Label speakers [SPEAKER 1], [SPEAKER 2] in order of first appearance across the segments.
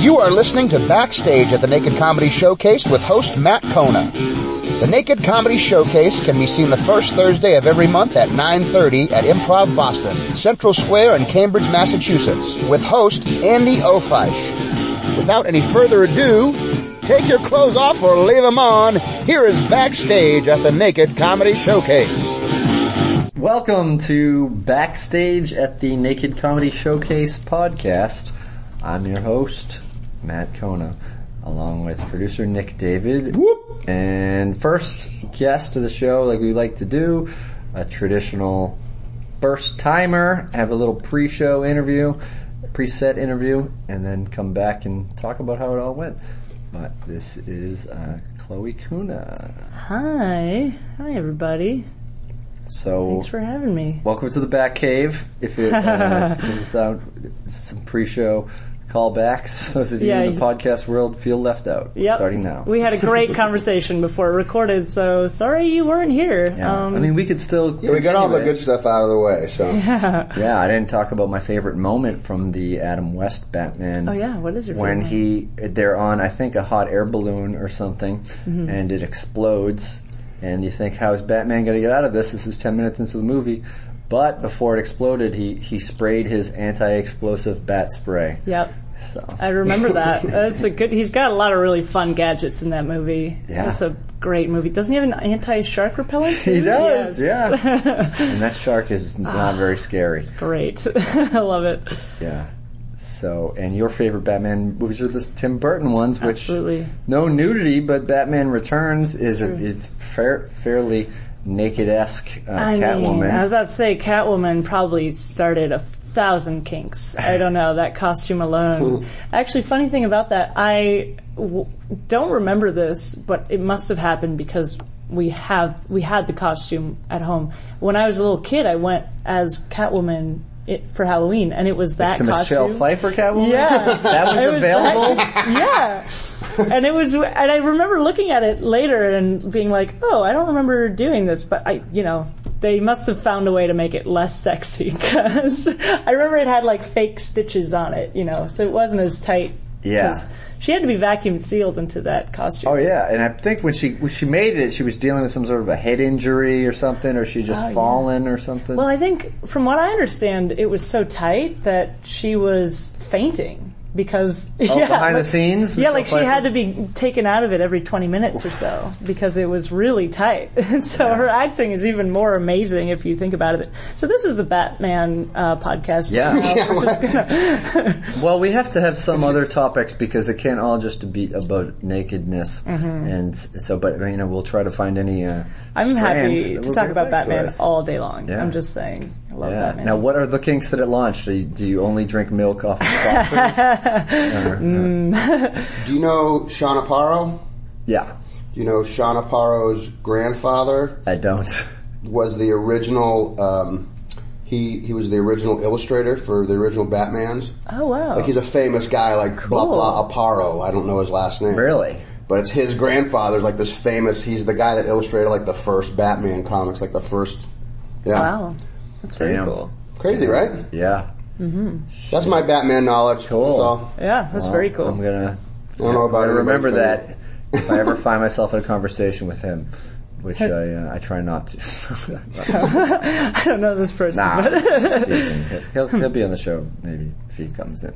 [SPEAKER 1] You are listening to Backstage at the Naked Comedy Showcase with host Matt Kona. The Naked Comedy Showcase can be seen the first Thursday of every month at 9.30 at Improv Boston, Central Square in Cambridge, Massachusetts, with host Andy Ofeisch. Without any further ado, take your clothes off or leave them on. Here is Backstage at the Naked Comedy Showcase.
[SPEAKER 2] Welcome to Backstage at the Naked Comedy Showcase podcast. I'm your host, Matt Kona, along with producer Nick David. And first guest of the show, like we like to do, a traditional first timer, have a little pre show interview, preset interview, and then come back and talk about how it all went. But this is uh, Chloe Kuna.
[SPEAKER 3] Hi. Hi, everybody.
[SPEAKER 2] So
[SPEAKER 3] Thanks for having me.
[SPEAKER 2] Welcome to the Back Cave. If it uh, doesn't sound some pre-show callbacks, those of you
[SPEAKER 3] Yeah,
[SPEAKER 2] in the
[SPEAKER 3] you-
[SPEAKER 2] podcast world feel left out.
[SPEAKER 3] Yep.
[SPEAKER 2] Starting now.
[SPEAKER 3] We had a great conversation before it recorded, so sorry you weren't here. Um,
[SPEAKER 2] Yeah. I mean, we could still.
[SPEAKER 4] Yeah, we got all the
[SPEAKER 2] continue
[SPEAKER 4] good
[SPEAKER 2] it.
[SPEAKER 4] stuff out of the way, so
[SPEAKER 2] Yeah, I didn't talk about my favorite moment from the Adam West Batman.
[SPEAKER 3] Oh, yeah. What is your
[SPEAKER 2] when
[SPEAKER 3] favorite
[SPEAKER 2] he they're on I think a hot air balloon or something,
[SPEAKER 3] Mm-hmm.
[SPEAKER 2] and it explodes, and you think how is Batman going to get out of this? This is ten minutes into the movie. But before it exploded, he, he sprayed his anti-explosive bat spray.
[SPEAKER 3] Yep.
[SPEAKER 2] So
[SPEAKER 3] I remember that. That's a good. He's got a lot of really fun gadgets in that movie.
[SPEAKER 2] Yeah.
[SPEAKER 3] That's a great movie. Doesn't he have an anti-shark repellent? Too?
[SPEAKER 2] He does,
[SPEAKER 3] Yes. Ah.
[SPEAKER 2] and that shark is not very scary.
[SPEAKER 3] great. I love it.
[SPEAKER 2] Yeah. So, and your favorite Batman movies are the Tim Burton ones, which
[SPEAKER 3] Absolutely.
[SPEAKER 2] no nudity, but Batman Returns is is fair, fairly naked esque uh,
[SPEAKER 3] I
[SPEAKER 2] Catwoman.
[SPEAKER 3] mean, I was about to say Catwoman probably started a thousand kinks. I don't know that costume alone. Actually, funny thing about that, I w- don't remember this, but it must have happened because we have we had the costume at home. When I was a little kid, I went as Catwoman it, for Halloween, and it was that
[SPEAKER 2] the
[SPEAKER 3] costume.
[SPEAKER 2] Michelle Pfeiffer Catwoman.
[SPEAKER 3] Yeah.
[SPEAKER 2] that was
[SPEAKER 3] It was
[SPEAKER 2] available.
[SPEAKER 3] yeah. And it was, and I remember looking at it later and being like, "Oh, I don't remember doing this," but I, you know, they must have found a way to make it less sexy because I remember it had like fake stitches on it, you know, so it wasn't as tight.
[SPEAKER 2] Yeah.
[SPEAKER 3] 'Cause she had to be vacuum sealed into that costume.
[SPEAKER 2] Oh yeah, and I think when she when she made it, she was dealing with some sort of a head injury or something, or she just fallen or something.
[SPEAKER 3] Oh, Well, I think from what I understand, it was so tight that she was fainting because yeah,
[SPEAKER 2] Oh, behind the
[SPEAKER 3] like-
[SPEAKER 2] scenes?
[SPEAKER 3] Yeah,
[SPEAKER 2] Michelle
[SPEAKER 3] like she
[SPEAKER 2] Pfeiffer?
[SPEAKER 3] had to be taken out of it every twenty minutes or so because it was really tight. And so her acting is even more amazing if you think about it. So this is the Batman uh, podcast.
[SPEAKER 2] Yeah.
[SPEAKER 3] Uh, we're just gonna-
[SPEAKER 2] Well, we have to have some other topics because it can't all just be about nakedness. And so, but you know, we'll try to find any. Uh,
[SPEAKER 3] Mm-hmm. I'm
[SPEAKER 2] strands
[SPEAKER 3] happy
[SPEAKER 2] that
[SPEAKER 3] to
[SPEAKER 2] will
[SPEAKER 3] talk
[SPEAKER 2] bring
[SPEAKER 3] about
[SPEAKER 2] back to
[SPEAKER 3] Batman
[SPEAKER 2] us.
[SPEAKER 3] all day long.
[SPEAKER 2] Yeah.
[SPEAKER 3] I'm just saying, I love
[SPEAKER 2] Yeah.
[SPEAKER 3] Batman.
[SPEAKER 2] Now, what are the kinks that it launched? Do you, do you only drink milk off of saucers? Or-
[SPEAKER 4] do you know Sean Aparo?
[SPEAKER 2] Yeah,
[SPEAKER 4] You know Sean Aparo's grandfather
[SPEAKER 2] I don't.
[SPEAKER 4] was the original. Um, he he was the original illustrator for the original Batman's.
[SPEAKER 3] oh wow,
[SPEAKER 4] Like he's a famous guy, like blah
[SPEAKER 3] Cool.
[SPEAKER 4] blah Aparo. I don't know his last name.
[SPEAKER 2] Really?
[SPEAKER 4] But it's his grandfather's like this famous. He's the guy that illustrated like the first Batman comics, like the first. Yeah,
[SPEAKER 3] wow, that's very
[SPEAKER 2] Damn.
[SPEAKER 3] cool.
[SPEAKER 4] crazy, right?
[SPEAKER 2] Yeah.
[SPEAKER 4] That's my Batman knowledge. That's all.
[SPEAKER 3] Yeah, that's very cool.
[SPEAKER 2] I'm gonna.
[SPEAKER 4] I don't know about
[SPEAKER 2] I remember
[SPEAKER 4] anybody's
[SPEAKER 2] that if I ever find myself in a conversation with him, which I uh, I try not to.
[SPEAKER 3] Oh, I don't know this person,
[SPEAKER 2] Nah,
[SPEAKER 3] but
[SPEAKER 2] it's teasing. he'll, he'll be on the show maybe if he comes in.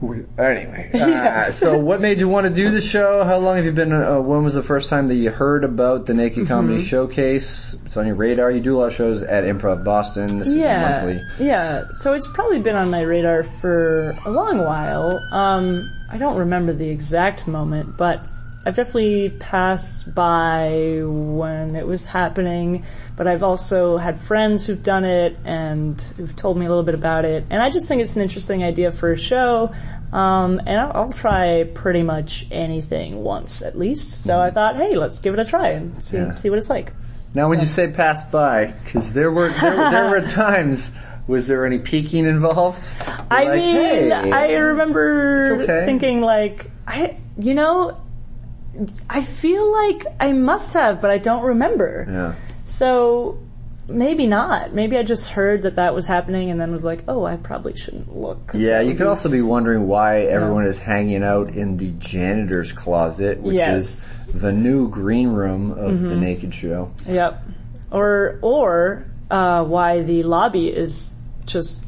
[SPEAKER 2] We- Anyway, uh, so what made you want to do the show? How long have you been? Uh, when was the first time that you heard about the Naked Comedy Showcase? It's on your radar. You do a lot of shows at Improv Boston. This is
[SPEAKER 3] yeah,
[SPEAKER 2] a monthly.
[SPEAKER 3] yeah. So it's probably been on my radar for a long while. Um, I don't remember the exact moment, but I've definitely passed by when it was happening. But I've also had friends who've done it and who've told me a little bit about it. And I just think it's an interesting idea for a show. Um, and I'll, I'll try pretty much anything once at least. So I thought, hey, let's give it a try and see,
[SPEAKER 2] Mm-hmm. Yeah.
[SPEAKER 3] see what it's like.
[SPEAKER 2] Now, when you say pass by, because there were there, were- there were times. Was there any peeking involved? You're
[SPEAKER 3] I
[SPEAKER 2] like,
[SPEAKER 3] mean,
[SPEAKER 2] "Hey."
[SPEAKER 3] I remember
[SPEAKER 2] It's okay.
[SPEAKER 3] thinking like, I, you know, I feel like I must have, but I don't remember.
[SPEAKER 2] Yeah.
[SPEAKER 3] So maybe not. Maybe I just heard that that was happening and then was like, oh, I probably shouldn't look.
[SPEAKER 2] Yeah, you could also be wondering why everyone is hanging out in the janitor's closet, which
[SPEAKER 3] Yes. Mm-hmm.
[SPEAKER 2] is the new green room of the Naked Show.
[SPEAKER 3] Yep. Or or uh, why the lobby is just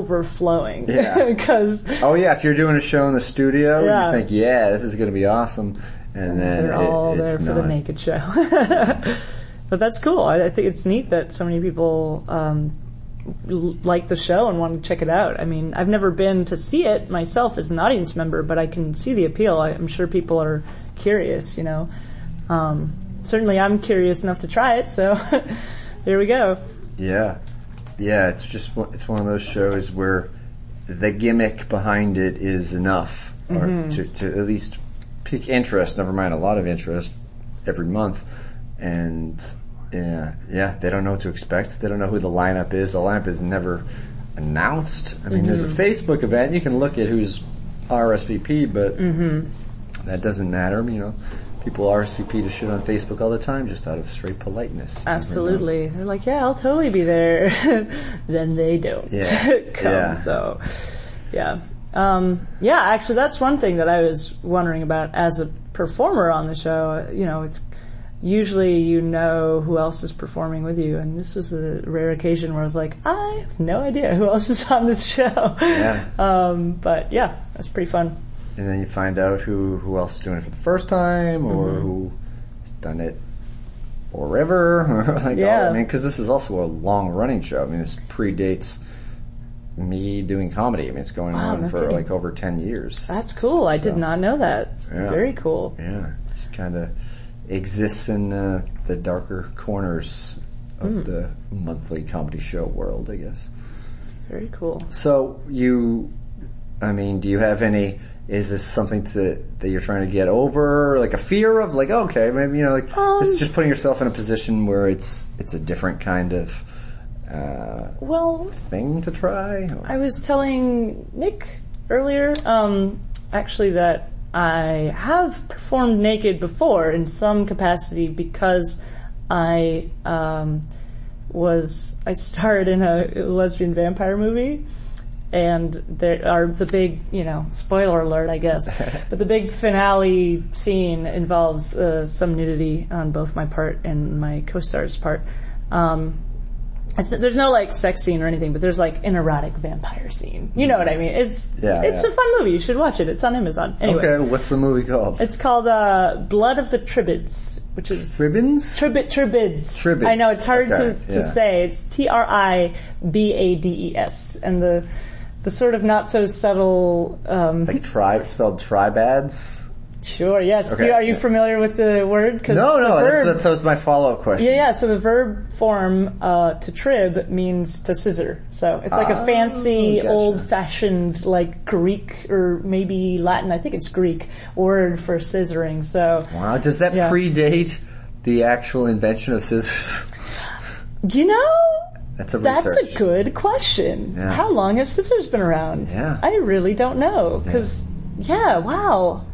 [SPEAKER 3] overflowing.
[SPEAKER 2] Yeah.
[SPEAKER 3] Because
[SPEAKER 2] Oh yeah, if you're doing a show in the studio,
[SPEAKER 3] Yeah.
[SPEAKER 2] you think, yeah, this is going to be awesome, and then
[SPEAKER 3] they're
[SPEAKER 2] it-
[SPEAKER 3] all
[SPEAKER 2] it's
[SPEAKER 3] there for the
[SPEAKER 2] not.
[SPEAKER 3] naked show. but that's cool. I, I think it's neat that so many people um, l- like the show and want to check it out. I mean, I've never been to see it myself as an audience member, but I can see the appeal. I, I'm sure people are curious. You know, um, certainly I'm curious enough to try it. So there we go.
[SPEAKER 2] Yeah, yeah. It's just one- it's one of those shows where the gimmick behind it is enough, or to, to at least pique interest. Never mind a lot of interest every month, and yeah, yeah. They don't know what to expect. They don't know who the lineup is. The lineup is never announced. I mean, there's a Facebook event. You can look at who's RSVP, but that doesn't matter. You know. People RSVP to shit on Facebook all the time just out of straight politeness. You never know.
[SPEAKER 3] Uh, Absolutely. They're like, yeah, I'll totally be there. then they don't
[SPEAKER 2] Yeah.
[SPEAKER 3] come.
[SPEAKER 2] Yeah.
[SPEAKER 3] So, yeah. Um, yeah, actually, that's one thing that I was wondering about as a performer on the show. You know, it's usually you know who else is performing with you, and this was a rare occasion where I was like, I have no idea who else is on this show.
[SPEAKER 2] Yeah.
[SPEAKER 3] Um, but yeah, that's pretty fun.
[SPEAKER 2] and then you find out who who else is doing it for the first time or who has done it forever or like all,
[SPEAKER 3] Yeah.
[SPEAKER 2] I mean because this is also a long running show I mean this predates me doing comedy I mean it's going on
[SPEAKER 3] no
[SPEAKER 2] for
[SPEAKER 3] kidding.
[SPEAKER 2] like over 10 years
[SPEAKER 3] That's cool. I did not know that.
[SPEAKER 2] Yeah.
[SPEAKER 3] Very cool.
[SPEAKER 2] yeah it's kind of exists in uh, the darker corners of the monthly comedy show world I guess
[SPEAKER 3] Very cool.
[SPEAKER 2] So you, I mean, do you have any? Is this something to that you're trying to get over, like a fear of, like okay, maybe you know, like
[SPEAKER 3] Um,
[SPEAKER 2] it's just putting yourself in a position where it's it's a different kind of uh,
[SPEAKER 3] Well,
[SPEAKER 2] thing to try.
[SPEAKER 3] I was telling Nick earlier, um, actually, that I have performed naked before in some capacity because I um, was I starred in a lesbian vampire movie, and there are the big you know spoiler alert, I guess, but the big finale scene involves uh, some nudity on both my part and my co-star's part. Um, it's- there's no like sex scene or anything, but there's like an erotic vampire scene. You know what I mean? It's
[SPEAKER 2] Yeah,
[SPEAKER 3] it's
[SPEAKER 2] yeah.
[SPEAKER 3] a fun movie. You should watch it. It's on Amazon. Anyway,
[SPEAKER 2] okay, what's the movie called?
[SPEAKER 3] it's called uh, Blood of the Tribids, which is
[SPEAKER 2] Ribbons.
[SPEAKER 3] Tribid, tribids.
[SPEAKER 2] Tribids.
[SPEAKER 3] I know it's hard
[SPEAKER 2] Okay,
[SPEAKER 3] to, to
[SPEAKER 2] yeah.
[SPEAKER 3] say. It's T R I B A D E S, and the the sort of not so subtle. Um,
[SPEAKER 2] Like tribe spelled tribads.
[SPEAKER 3] sure, yes.
[SPEAKER 2] Okay.
[SPEAKER 3] You- are you familiar with the word? 'Cause
[SPEAKER 2] No,
[SPEAKER 3] the
[SPEAKER 2] no, that's,
[SPEAKER 3] verb-
[SPEAKER 2] that's that was my follow up question.
[SPEAKER 3] yeah, yeah. So the verb form uh, to trib means to scissor. So it's like a fancy,
[SPEAKER 2] Oh, gotcha.
[SPEAKER 3] old-fashioned, like Greek or maybe Latin. I think it's Greek word for scissoring. So
[SPEAKER 2] Wow, Uh, does that
[SPEAKER 3] Yeah.
[SPEAKER 2] predate the actual invention of scissors?
[SPEAKER 3] you know,
[SPEAKER 2] That's a
[SPEAKER 3] That's
[SPEAKER 2] research.
[SPEAKER 3] a good question.
[SPEAKER 2] Yeah.
[SPEAKER 3] How long have scissors been around?
[SPEAKER 2] Yeah.
[SPEAKER 3] I really don't know. Because, yeah. wow.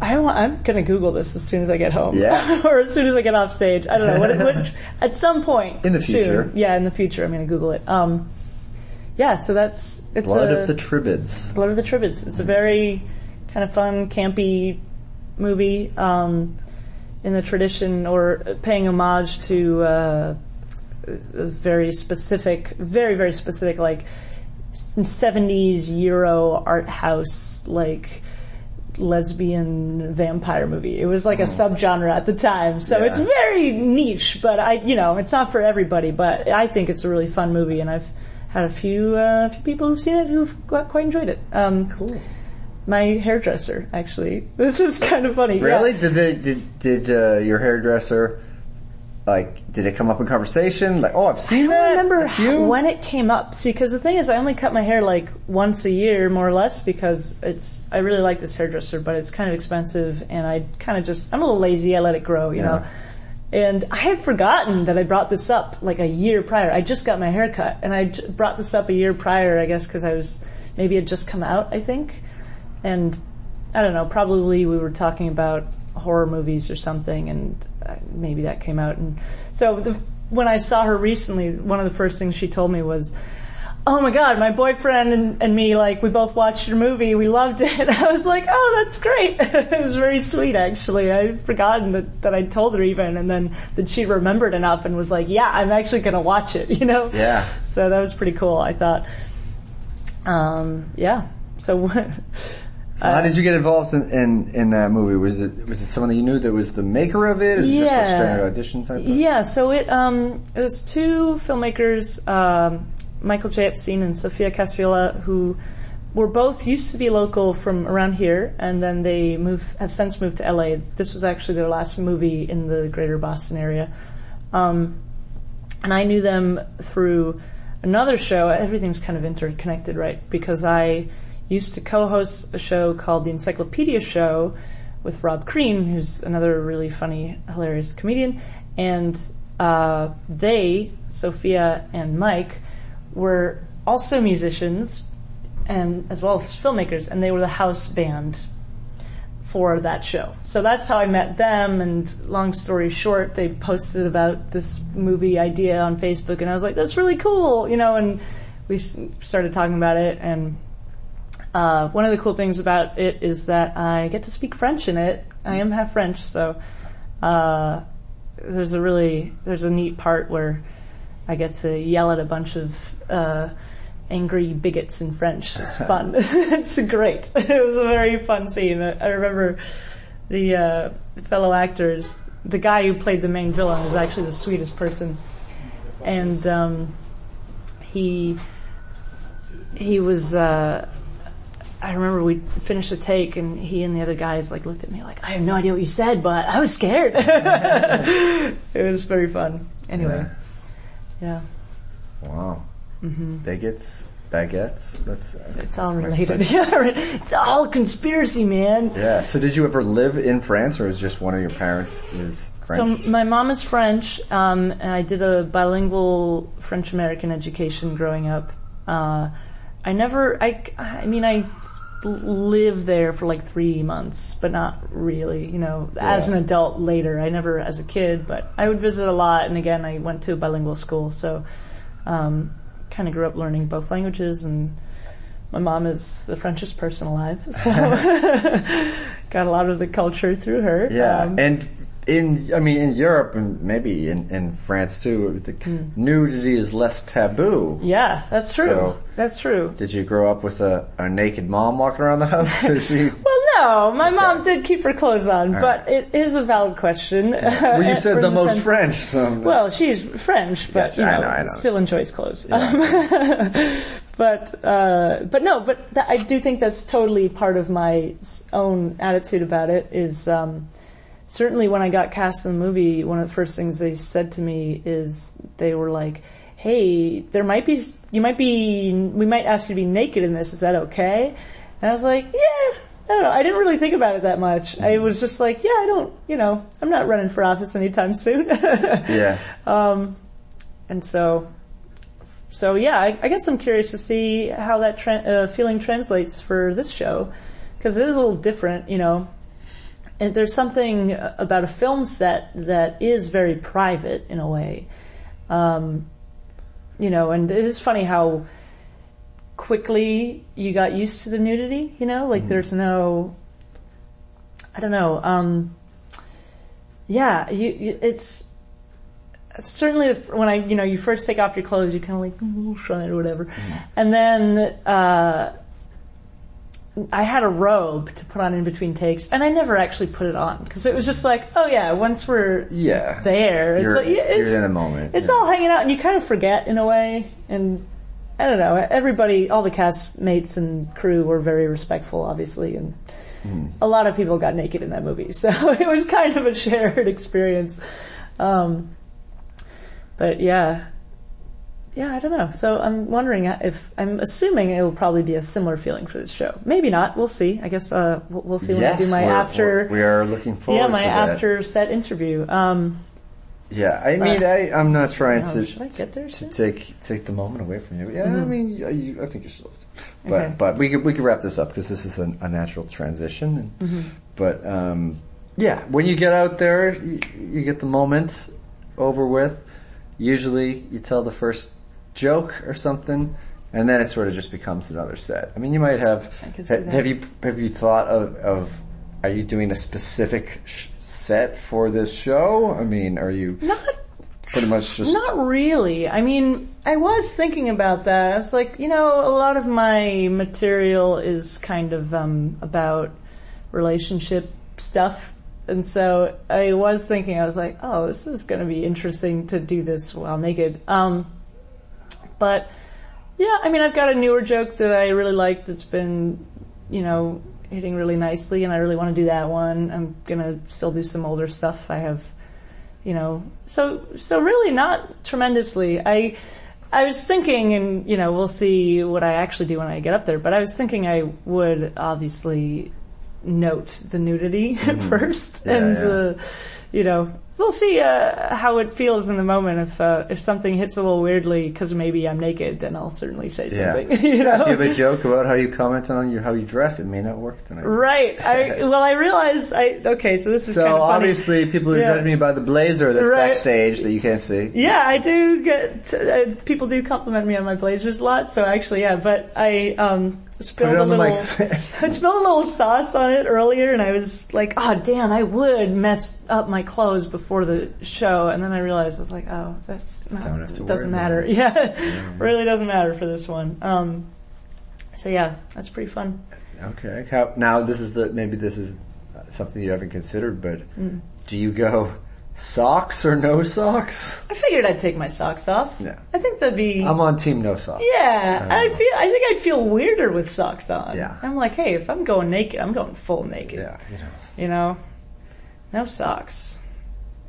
[SPEAKER 3] I want, I'm going to Google this as soon as I get home.
[SPEAKER 2] Yeah.
[SPEAKER 3] or as soon as I get off stage. I don't know. What, what, at some point.
[SPEAKER 2] In the
[SPEAKER 3] soon.
[SPEAKER 2] future.
[SPEAKER 3] Yeah, in the future. I'm going to Google it. Um, yeah, so that's, it's
[SPEAKER 2] Blood
[SPEAKER 3] a,
[SPEAKER 2] of the tribids.
[SPEAKER 3] Blood of the Tribids. It's a very kind of fun, campy movie um, in the tradition or paying homage to uh, a very specific, very, very specific, like s- 70s Euro art house, like lesbian vampire movie. It was like a subgenre at the time. So
[SPEAKER 2] Yeah.
[SPEAKER 3] it's very niche, but I, you know, it's not for everybody, but I think it's a really fun movie and I've had a few, uh, few people who've seen it who've qu- quite enjoyed it. Um, cool. My hairdresser, actually. This is kind of funny. Yeah.
[SPEAKER 2] Really? Did they, did did uh, your hairdresser like? Did it come up in conversation? Like, oh, I've
[SPEAKER 3] I
[SPEAKER 2] seen
[SPEAKER 3] don't
[SPEAKER 2] that.
[SPEAKER 3] remember
[SPEAKER 2] That's
[SPEAKER 3] how-
[SPEAKER 2] you.
[SPEAKER 3] when it came up. See, because the thing is, I only cut my hair like once a year, more or less, because it's. I really like this hairdresser, but it's kind of expensive, and I kind of just. I'm a little lazy. I let it grow, you know. And I had forgotten that I brought this up like a year prior. I just got my hair cut, and I j- brought this up a year prior, I guess, because I was maybe it just come out, I think, and I don't know. Probably we were talking about horror movies or something, and uh, maybe that came out. And so the when I saw her recently, one of the first things she told me was, "Oh my God, my boyfriend and, and me, like, we both watched your movie. We loved it." I was like, "Oh, that's great." it was very sweet, actually. I'd forgotten that that I told her even, and then that she remembered enough and was like, "Yeah, I'm actually going to watch it," you know?
[SPEAKER 2] Yeah.
[SPEAKER 3] So that was pretty cool. I thought. Um, yeah. So.
[SPEAKER 2] So
[SPEAKER 3] uh,
[SPEAKER 2] how did you get involved in, in, in that movie? Was it was it someone that you knew that was the maker of it? Is it just a
[SPEAKER 3] Yeah.
[SPEAKER 2] standard audition type? Thing?
[SPEAKER 3] Yeah, so it um, it was two filmmakers, um, Michael J. Epstein and Sofia Cassiola, who were both used to be local from around here, and then they move have since moved to LA. This was actually their last movie in the greater Boston area. Um, and I knew them through another show. Everything's kind of interconnected, right? Because I used to co-host a show called The Encyclopedia Show with Rob Crean, who's another really funny, hilarious comedian, and uh, they, Sophia and Mike, were also musicians and as well as filmmakers, and they were the house band for that show. So that's how I met them and long story short, they posted about this movie idea on Facebook and I was like, that's really cool, you know, and we s- started talking about it and uh, one of the cool things about it is that I get to speak French in it. I am half French, so uh, there's a really there's a neat part where I get to yell at a bunch of uh, angry bigots in French. It's fun. it's great. It was a very fun scene. I I remember the uh, fellow actors. The guy who played the main villain is actually the sweetest person, and um, he he was. Uh, I remember we finished the take and he and the other guys like looked at me like, I have no idea what you said, but I was scared. it was very fun. Anyway. Yeah.
[SPEAKER 2] Wow.
[SPEAKER 3] Mm-hmm.
[SPEAKER 2] Bigots, baguettes. That's
[SPEAKER 3] It's all related. it's all conspiracy, man.
[SPEAKER 2] Yeah. So did you ever live in France, or was just one of your parents is French?
[SPEAKER 3] So my mom is French, um, and I did a bilingual French American education growing up. Uh, I never, I, I mean, I s- lived there for like three months, but not really. You know, as an adult later, I never as a kid, but I would visit a lot. And again, I went to a bilingual school, so um, kind of grew up learning both languages. And my mom is the Frenchest person alive, so got a lot of the culture through her.
[SPEAKER 2] yeah.
[SPEAKER 3] Um,
[SPEAKER 2] and in I mean in Europe and maybe in, in France too, the
[SPEAKER 3] Hmm.
[SPEAKER 2] nudity is less taboo.
[SPEAKER 3] Yeah, that's true.
[SPEAKER 2] So-
[SPEAKER 3] that's true.
[SPEAKER 2] Did you grow up with a, a naked mom walking around the house? Or she,
[SPEAKER 3] Well, no, my mom did keep her clothes on, but it is a valid question.
[SPEAKER 2] well, you said
[SPEAKER 3] From
[SPEAKER 2] the most
[SPEAKER 3] sense-
[SPEAKER 2] French. So
[SPEAKER 3] Well, she's French,
[SPEAKER 2] Yes,
[SPEAKER 3] but you know,
[SPEAKER 2] I know, I know.
[SPEAKER 3] still enjoys clothes. but uh, but no, but th- I do think that's totally part of my s- own attitude about it. Is um, certainly when I got cast in the movie, one of the first things they said to me is they were like, "Hey, there might be s- you might be we might ask you to be naked in this. Is that okay?" And I was like, "Yeah." I don't know. I didn't really think about it that much.
[SPEAKER 2] Mm.
[SPEAKER 3] I was just like, yeah, I don't, you know, I'm not running for office anytime soon.
[SPEAKER 2] yeah.
[SPEAKER 3] and so so yeah I, I guess i'm curious to see how that tran uh, feeling translates for this show because it is a little different you know and there's something uh, about a film set that is very private in a way um, you know and it is funny how quickly you got used to the nudity you know like there's no i don't know um, yeah you, you it's certainly the f- when I, you know, you first take off your clothes, you kind of like "Mm, shy or whatever, and then uh, I had a robe to put on in between takes, and I never actually put it on because it was just like, oh yeah, once we're
[SPEAKER 2] Yeah.
[SPEAKER 3] there, it's
[SPEAKER 2] You're,
[SPEAKER 3] like, yeah, it's,
[SPEAKER 2] you're in a moment.
[SPEAKER 3] it's
[SPEAKER 2] yeah.
[SPEAKER 3] all hanging out, and you kind of forget in a way. And I don't know. Everybody, all the cast mates and crew were very respectful, obviously, and
[SPEAKER 2] Hmm.
[SPEAKER 3] a lot of people got naked in that movie, so it was kind of a shared experience. Um, but yeah, yeah, I don't know. So I'm wondering uh, if I'm assuming it will probably be a similar feeling for this show. Maybe not. We'll see. I guess uh, we'll, we'll see when I do
[SPEAKER 2] Yes,
[SPEAKER 3] my
[SPEAKER 2] we're-
[SPEAKER 3] after.
[SPEAKER 2] we're- we are looking forward.
[SPEAKER 3] yeah, my
[SPEAKER 2] to that.
[SPEAKER 3] after set interview. Um,
[SPEAKER 2] Yeah, I mean, I, I'm not trying
[SPEAKER 3] Oh,
[SPEAKER 2] to,
[SPEAKER 3] should I get there
[SPEAKER 2] to
[SPEAKER 3] soon?
[SPEAKER 2] take take the moment away from you. Yeah, I mean, you, you, I think you're still, but
[SPEAKER 3] Okay.
[SPEAKER 2] but we could we could wrap this up because this is an, a natural transition. And,
[SPEAKER 3] Mm-hmm.
[SPEAKER 2] But um, yeah, when you get out there, you, you get the moment over with. Usually, you tell the first joke or something, and then it sort of just becomes another set. I mean, you might have.
[SPEAKER 3] can see
[SPEAKER 2] ha-
[SPEAKER 3] that.
[SPEAKER 2] have you have you thought of, of are you doing a specific sh- set for this show? I mean, are you
[SPEAKER 3] Not
[SPEAKER 2] pretty much just
[SPEAKER 3] Not really. I mean, I was thinking about that. I was like, you know, a lot of my material is kind of um, about relationship stuff. And so I was thinking, I was like, oh, this is going to be interesting to do this while naked. Um, but yeah, I mean, I've got a newer joke that I really like that's been, you know, hitting really nicely and I really want to do that one. I'm going to still do some older stuff. I have you know so so really not tremendously i i was thinking and you know we'll see what i actually do when i get up there but i was thinking i would obviously note the nudity at first and
[SPEAKER 2] Mm. yeah.
[SPEAKER 3] Uh, you know we'll see uh, how it feels in the moment if uh, if something hits a little weirdly because maybe i'm naked then i'll certainly say
[SPEAKER 2] Yeah.
[SPEAKER 3] something you know
[SPEAKER 2] You have a joke about how you comment on you how you dress. It may not work tonight.
[SPEAKER 3] right i well i realized i okay so this is
[SPEAKER 2] So
[SPEAKER 3] kind of funny.
[SPEAKER 2] obviously, people are
[SPEAKER 3] Yeah.
[SPEAKER 2] judging me by the blazer that's
[SPEAKER 3] Right.
[SPEAKER 2] backstage that you can't see.
[SPEAKER 3] Yeah, I do get uh, people do compliment me on my blazers a lot. So actually, yeah, but I um, spilled
[SPEAKER 2] it
[SPEAKER 3] a
[SPEAKER 2] on the
[SPEAKER 3] little.
[SPEAKER 2] mics.
[SPEAKER 3] I spilled a little sauce on it earlier, and I was like, "Oh, damn! I would mess up my clothes before the show." And then I realized I was like, "Oh, that's not,
[SPEAKER 2] Don't have to
[SPEAKER 3] doesn't
[SPEAKER 2] worry about
[SPEAKER 3] matter. Yeah, really doesn't matter for this one." Um, so yeah, that's pretty fun.
[SPEAKER 2] Okay. How, now this is the maybe this is something you haven't considered, but
[SPEAKER 3] Mm.
[SPEAKER 2] do you go socks or no socks?
[SPEAKER 3] I figured I'd take my socks off.
[SPEAKER 2] Yeah.
[SPEAKER 3] I think that'd be.
[SPEAKER 2] I'm on team no socks.
[SPEAKER 3] Yeah, I feel. I think I'd feel weirder with socks on.
[SPEAKER 2] Yeah.
[SPEAKER 3] I'm like, hey, if I'm going naked, I'm going full naked.
[SPEAKER 2] Yeah. You know.
[SPEAKER 3] You know, no socks.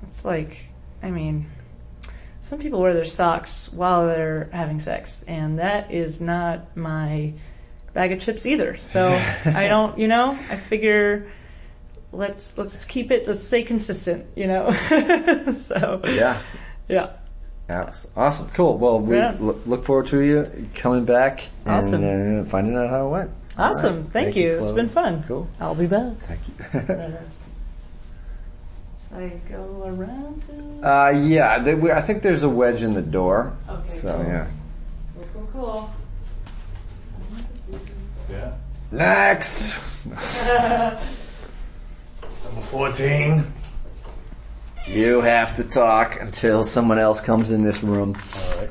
[SPEAKER 3] It's like, I mean, some people wear their socks while they're having sex, and that is not my bag of chips either. So I don't. You know, I figure. Let's let's keep it. Let's stay consistent. You know. so
[SPEAKER 2] Yeah.
[SPEAKER 3] yeah.
[SPEAKER 2] Abs- Awesome. Cool. Well, we
[SPEAKER 3] Yeah.
[SPEAKER 2] lo- look forward to you coming back
[SPEAKER 3] Awesome.
[SPEAKER 2] and uh, finding out how it went.
[SPEAKER 3] Awesome.
[SPEAKER 2] All right.
[SPEAKER 3] Thank, you. It's
[SPEAKER 2] Flo.
[SPEAKER 3] been fun.
[SPEAKER 2] Cool.
[SPEAKER 3] I'll be back.
[SPEAKER 2] Thank you.
[SPEAKER 3] I go around to.
[SPEAKER 2] uh, yeah. They, we, I think there's a wedge in the door.
[SPEAKER 3] Okay,
[SPEAKER 2] So
[SPEAKER 3] cool.
[SPEAKER 2] yeah.
[SPEAKER 3] Cool, cool, cool.
[SPEAKER 5] Yeah.
[SPEAKER 2] Next.
[SPEAKER 5] Number 14.
[SPEAKER 2] You have to talk until someone else comes in this room.
[SPEAKER 5] Alright.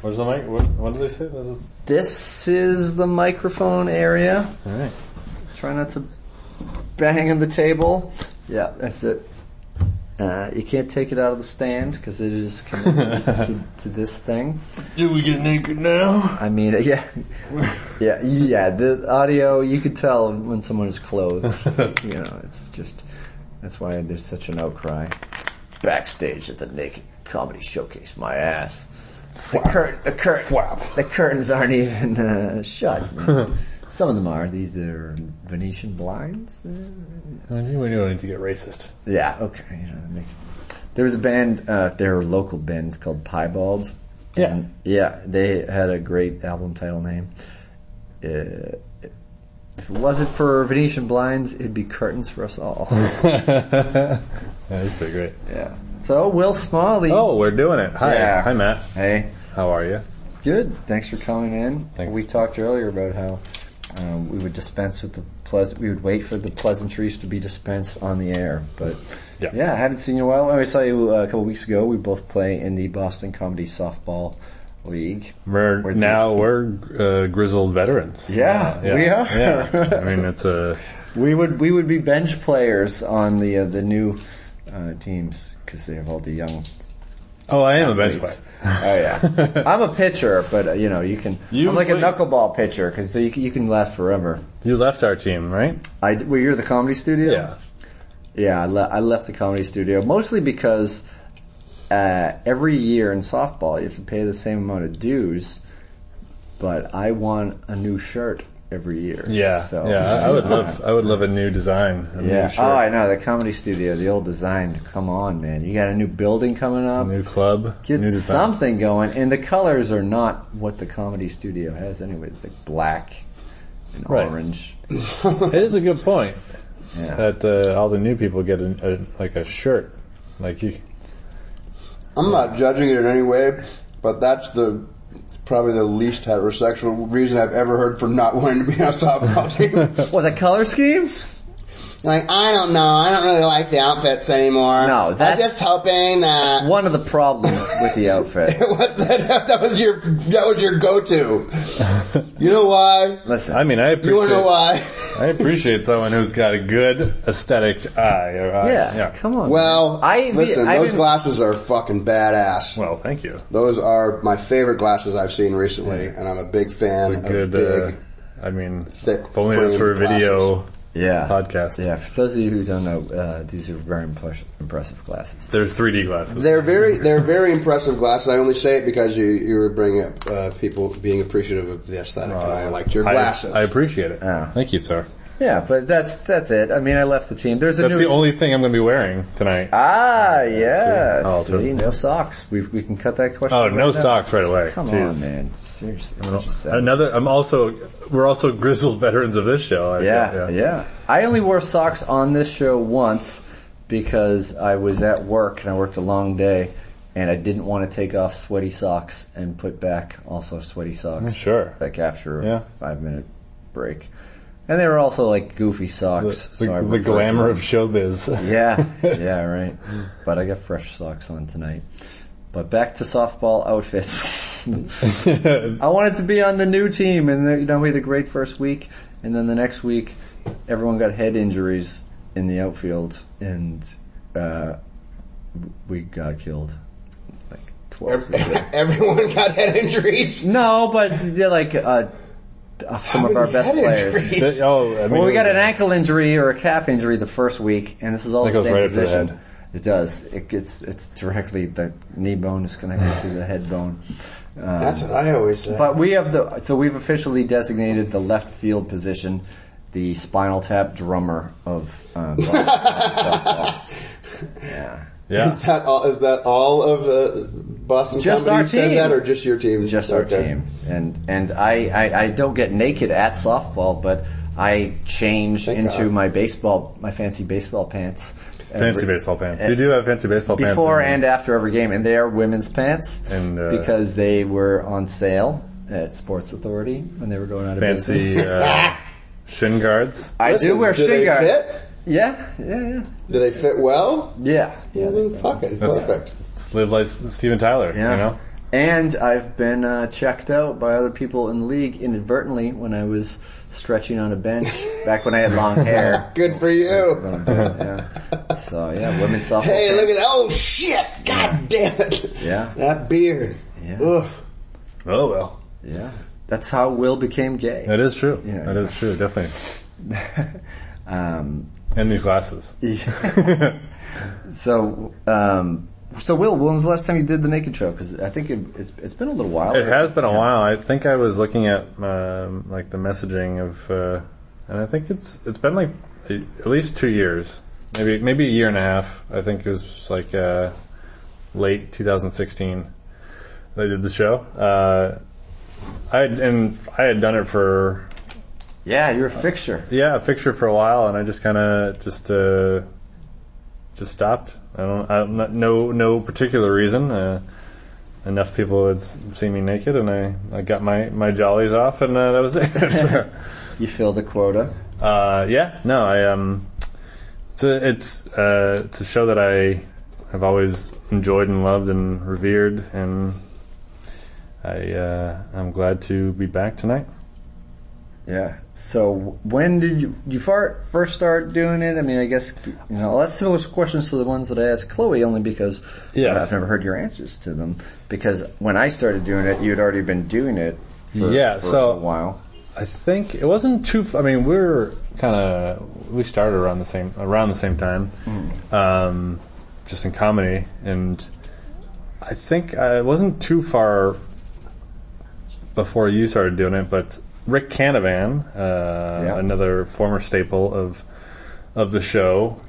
[SPEAKER 5] Where's the mic? What, what did they say? This is...
[SPEAKER 2] This is the microphone area.
[SPEAKER 5] Alright.
[SPEAKER 2] Try not to bang on the table. Yeah, that's it. Uh, you can't take it out of the stand because it is connected to, to this thing.
[SPEAKER 5] Do we get naked now?
[SPEAKER 2] I mean, yeah, yeah, yeah. The audio you could tell when someone is clothed. you know, it's just that's why there's such an outcry. Backstage at the Naked Comedy Showcase, my ass. The, cur- the, cur- the curtains aren't even uh, shut. Some of them are. These are Venetian blinds.
[SPEAKER 5] I knew we don't need to get racist.
[SPEAKER 2] Yeah. Okay. You know, they make- there was a band, uh, their local band called Piebalds.
[SPEAKER 5] Yeah.
[SPEAKER 2] And, yeah, they had a great album title name. Uh, if it wasn't for Venetian blinds, it'd be curtains for us all.
[SPEAKER 5] yeah, that's pretty great.
[SPEAKER 2] yeah. So Will Smalley.
[SPEAKER 5] Oh, we're doing it. Hi.
[SPEAKER 2] Yeah.
[SPEAKER 5] Hi, Matt.
[SPEAKER 2] Hey.
[SPEAKER 5] How are you?
[SPEAKER 2] Good. Thanks for coming in.
[SPEAKER 5] Thank-
[SPEAKER 2] we talked earlier about how um, we would dispense with the pleasant. We would wait for the pleasantries to be dispensed on the air. But
[SPEAKER 5] Yeah.
[SPEAKER 2] yeah, I haven't seen you in a while. I saw you uh, a couple weeks ago. We both play in the Boston Comedy Softball League.
[SPEAKER 5] We're,
[SPEAKER 2] We're-
[SPEAKER 5] now we're uh, grizzled veterans.
[SPEAKER 2] Yeah, we are.
[SPEAKER 5] Yeah. I mean, it's a
[SPEAKER 2] We would we would be bench players on the uh, the new uh, teams because they have all the young.
[SPEAKER 5] Oh, I am a bench player.
[SPEAKER 2] athletes. Oh yeah, I'm a pitcher, but uh, you know you can.
[SPEAKER 5] You
[SPEAKER 2] I'm like
[SPEAKER 5] play-
[SPEAKER 2] a knuckleball pitcher because so you can, you can last forever.
[SPEAKER 5] You left our team, right?
[SPEAKER 2] I d- well, you're the comedy studio.
[SPEAKER 5] Yeah.
[SPEAKER 2] Yeah, I, le- I left the comedy studio mostly because uh, every year in softball you have to pay the same amount of dues, but I want a new shirt every year.
[SPEAKER 5] Yeah.
[SPEAKER 2] so
[SPEAKER 5] yeah. I, I would love. I would love a new design. A
[SPEAKER 2] Yeah.
[SPEAKER 5] New shirt,
[SPEAKER 2] Oh, I know the comedy studio, the old design. Come on, man! You got a new building coming up.
[SPEAKER 5] new club.
[SPEAKER 2] Get
[SPEAKER 5] new design.
[SPEAKER 2] something going, and the colors are not what the comedy studio has. Anyway, it's like black and
[SPEAKER 5] Right.
[SPEAKER 2] orange.
[SPEAKER 5] It is a good point
[SPEAKER 2] Yeah.
[SPEAKER 5] that uh, all the new people get a, a, like a shirt. Like you,
[SPEAKER 4] I'm not judging it in any way, but that's the probably the least heterosexual reason I've ever heard for not wanting to be on a softball team.
[SPEAKER 2] What, the color scheme?
[SPEAKER 4] like, I don't know. I don't really like the outfits anymore.
[SPEAKER 2] No, that's-
[SPEAKER 4] I'm just hoping that.
[SPEAKER 2] One of the problems with the outfit.
[SPEAKER 4] What that, that was your that was your go-to. You know why?
[SPEAKER 2] Listen,
[SPEAKER 6] I mean, I
[SPEAKER 4] You want to
[SPEAKER 6] appreciate.
[SPEAKER 4] know why?
[SPEAKER 6] I appreciate someone who's got a good aesthetic eye. Or eye.
[SPEAKER 2] yeah, come on.
[SPEAKER 4] Well,
[SPEAKER 2] I-
[SPEAKER 4] listen.
[SPEAKER 2] I
[SPEAKER 4] those
[SPEAKER 2] didn't-
[SPEAKER 4] glasses are fucking badass.
[SPEAKER 6] Well, thank you.
[SPEAKER 4] Those are my favorite glasses I've seen recently, and I'm a big fan of
[SPEAKER 6] Good.
[SPEAKER 4] big,
[SPEAKER 6] Uh, I mean,
[SPEAKER 4] thick.
[SPEAKER 6] if only it was for a
[SPEAKER 4] framed
[SPEAKER 6] video
[SPEAKER 2] yeah.
[SPEAKER 6] podcast.
[SPEAKER 2] Yeah, for those of you who don't know, uh, these are very impres- impressive glasses.
[SPEAKER 6] They're 3D glasses.
[SPEAKER 4] They're very they're very impressive glasses. I only say it because you you were bringing up uh, people being appreciative of the aesthetic, and I liked your
[SPEAKER 6] I-
[SPEAKER 4] glasses.
[SPEAKER 6] I, appreciate it.
[SPEAKER 2] Yeah.
[SPEAKER 6] Thank you, sir.
[SPEAKER 2] Yeah, but that's that's it. I mean, I left the team. There's a
[SPEAKER 6] That's
[SPEAKER 2] new
[SPEAKER 6] the only thing I'm going to be wearing tonight.
[SPEAKER 2] Ah, yes.
[SPEAKER 6] Oh,
[SPEAKER 2] See,
[SPEAKER 6] totally.
[SPEAKER 2] no socks. We, we can cut that question.
[SPEAKER 6] Oh,
[SPEAKER 2] right
[SPEAKER 6] no
[SPEAKER 2] now.
[SPEAKER 6] socks right away.
[SPEAKER 2] Come
[SPEAKER 6] Jeez.
[SPEAKER 2] on, man. Seriously. I'm just saying.
[SPEAKER 6] Another. I'm also. We're also grizzled veterans of this show. I-
[SPEAKER 2] yeah, yeah, I only wore socks on this show once because I was at work and I worked a long day and I didn't want to take off sweaty socks and put back also sweaty socks.
[SPEAKER 6] Sure.
[SPEAKER 2] Like after
[SPEAKER 6] Yeah.
[SPEAKER 2] a five minute break. And they were also like goofy socks.
[SPEAKER 6] The,
[SPEAKER 2] so I
[SPEAKER 6] the
[SPEAKER 2] referred to
[SPEAKER 6] glamour
[SPEAKER 2] them.
[SPEAKER 6] of showbiz.
[SPEAKER 2] Yeah, yeah, right. But I got fresh socks on tonight. But back to softball outfits. I wanted to be on the new team, and you know we had a great first week, and then the next week, everyone got head injuries in the outfield, and uh, we got killed. Like twelve. to zero.
[SPEAKER 4] Everyone got head injuries.
[SPEAKER 2] no, but they're like uh, some of our best
[SPEAKER 4] Head
[SPEAKER 2] players.
[SPEAKER 4] injuries.
[SPEAKER 6] oh, I mean,
[SPEAKER 2] Well, we got an ankle injury or a calf injury the first week, and this is all
[SPEAKER 6] That
[SPEAKER 2] the
[SPEAKER 6] goes
[SPEAKER 2] same
[SPEAKER 6] right up to the
[SPEAKER 2] position.
[SPEAKER 6] head.
[SPEAKER 2] It does. It gets. It's directly the knee bone is connected to the head bone. Um,
[SPEAKER 4] That's what I always say.
[SPEAKER 2] but we have the. So we've officially designated the left field position, the spinal tap drummer of. Um, yeah.
[SPEAKER 6] Yeah.
[SPEAKER 4] Is that all? Is that all of uh, Boston
[SPEAKER 2] Just
[SPEAKER 4] comedy
[SPEAKER 2] our
[SPEAKER 4] says
[SPEAKER 2] team.
[SPEAKER 4] that, or just your team?
[SPEAKER 2] just our
[SPEAKER 4] Okay.
[SPEAKER 2] team. And and I, I, I don't get naked at softball, but I change into
[SPEAKER 4] God.
[SPEAKER 2] my baseball, my fancy baseball pants.
[SPEAKER 6] Fancy
[SPEAKER 2] every-
[SPEAKER 6] baseball pants.
[SPEAKER 2] eh,
[SPEAKER 6] You do have fancy baseball pants.
[SPEAKER 2] Before
[SPEAKER 6] in
[SPEAKER 2] and after every game, and they are women's pants
[SPEAKER 6] And, uh,
[SPEAKER 2] because they were on sale at Sports Authority when they were going out of
[SPEAKER 6] fancy
[SPEAKER 2] business.
[SPEAKER 6] uh, shin guards.
[SPEAKER 2] I do
[SPEAKER 4] Listen,
[SPEAKER 2] wear
[SPEAKER 4] do
[SPEAKER 2] shin
[SPEAKER 4] they
[SPEAKER 2] guards.
[SPEAKER 4] fit?
[SPEAKER 2] Yeah, yeah, yeah,
[SPEAKER 4] Do they fit well?
[SPEAKER 2] yeah. yeah
[SPEAKER 4] Well,
[SPEAKER 2] they
[SPEAKER 4] then
[SPEAKER 2] fit.
[SPEAKER 4] fucking
[SPEAKER 6] That's-
[SPEAKER 4] perfect.
[SPEAKER 6] Just live like Steven Tyler. You know.
[SPEAKER 2] And I've been uh, checked out by other people in the league inadvertently when I was stretching on a bench back when I had long hair.
[SPEAKER 4] Good for
[SPEAKER 2] But
[SPEAKER 4] you.
[SPEAKER 2] I'm doing it, yeah. So yeah, women's softball.
[SPEAKER 4] Hey,
[SPEAKER 2] fans.
[SPEAKER 4] look at that! Oh shit! God damn it!
[SPEAKER 2] Yeah.
[SPEAKER 4] That beard.
[SPEAKER 2] Yeah.
[SPEAKER 4] Ugh.
[SPEAKER 6] Oh well.
[SPEAKER 2] Yeah, that's how Will became gay.
[SPEAKER 6] That is true.
[SPEAKER 2] Yeah.
[SPEAKER 6] That is true. Definitely.
[SPEAKER 2] Um,
[SPEAKER 6] And these glasses.
[SPEAKER 2] so, um, so Will, when was the last time you did the naked show? Because I think it, it's it's been a little while.
[SPEAKER 6] It has been a while. I think I was looking at um, like the messaging of, uh, and I think it's it's been like a- at least two years, maybe maybe a year and a half. I think it was like uh, late 2016. They did the show. Uh, I had, and I had done it for
[SPEAKER 2] Yeah, you're a fixture.
[SPEAKER 6] yeah a fixture for a while, and I just kind of just uh, just stopped. I don't, I don't no no particular reason. Uh, enough people had s- seen me naked, and I, I got my, my jollies off, and uh, that was it.
[SPEAKER 2] You filled the quota.
[SPEAKER 6] uh, yeah, no, I um, it's a, it's uh, it's a show that I have always enjoyed and loved and revered, and I uh, I'm glad to be back tonight.
[SPEAKER 2] Yeah. So when did you you far, first start doing it? I mean, I guess you know that's similar questions to the ones that I asked Chloe, only because
[SPEAKER 6] Yeah.
[SPEAKER 2] uh, I've never heard your answers to them. Because when I started doing it, you had already been doing it. For,
[SPEAKER 6] Yeah,
[SPEAKER 2] for
[SPEAKER 6] so-
[SPEAKER 2] a while.
[SPEAKER 6] I think it wasn't too. f- I mean, we are kind of we started around the same around the same time, um, just in comedy, and I think uh, it wasn't too far before you started doing it. But Rick Canavan, uh,
[SPEAKER 2] Yeah.
[SPEAKER 6] another former staple of of the show,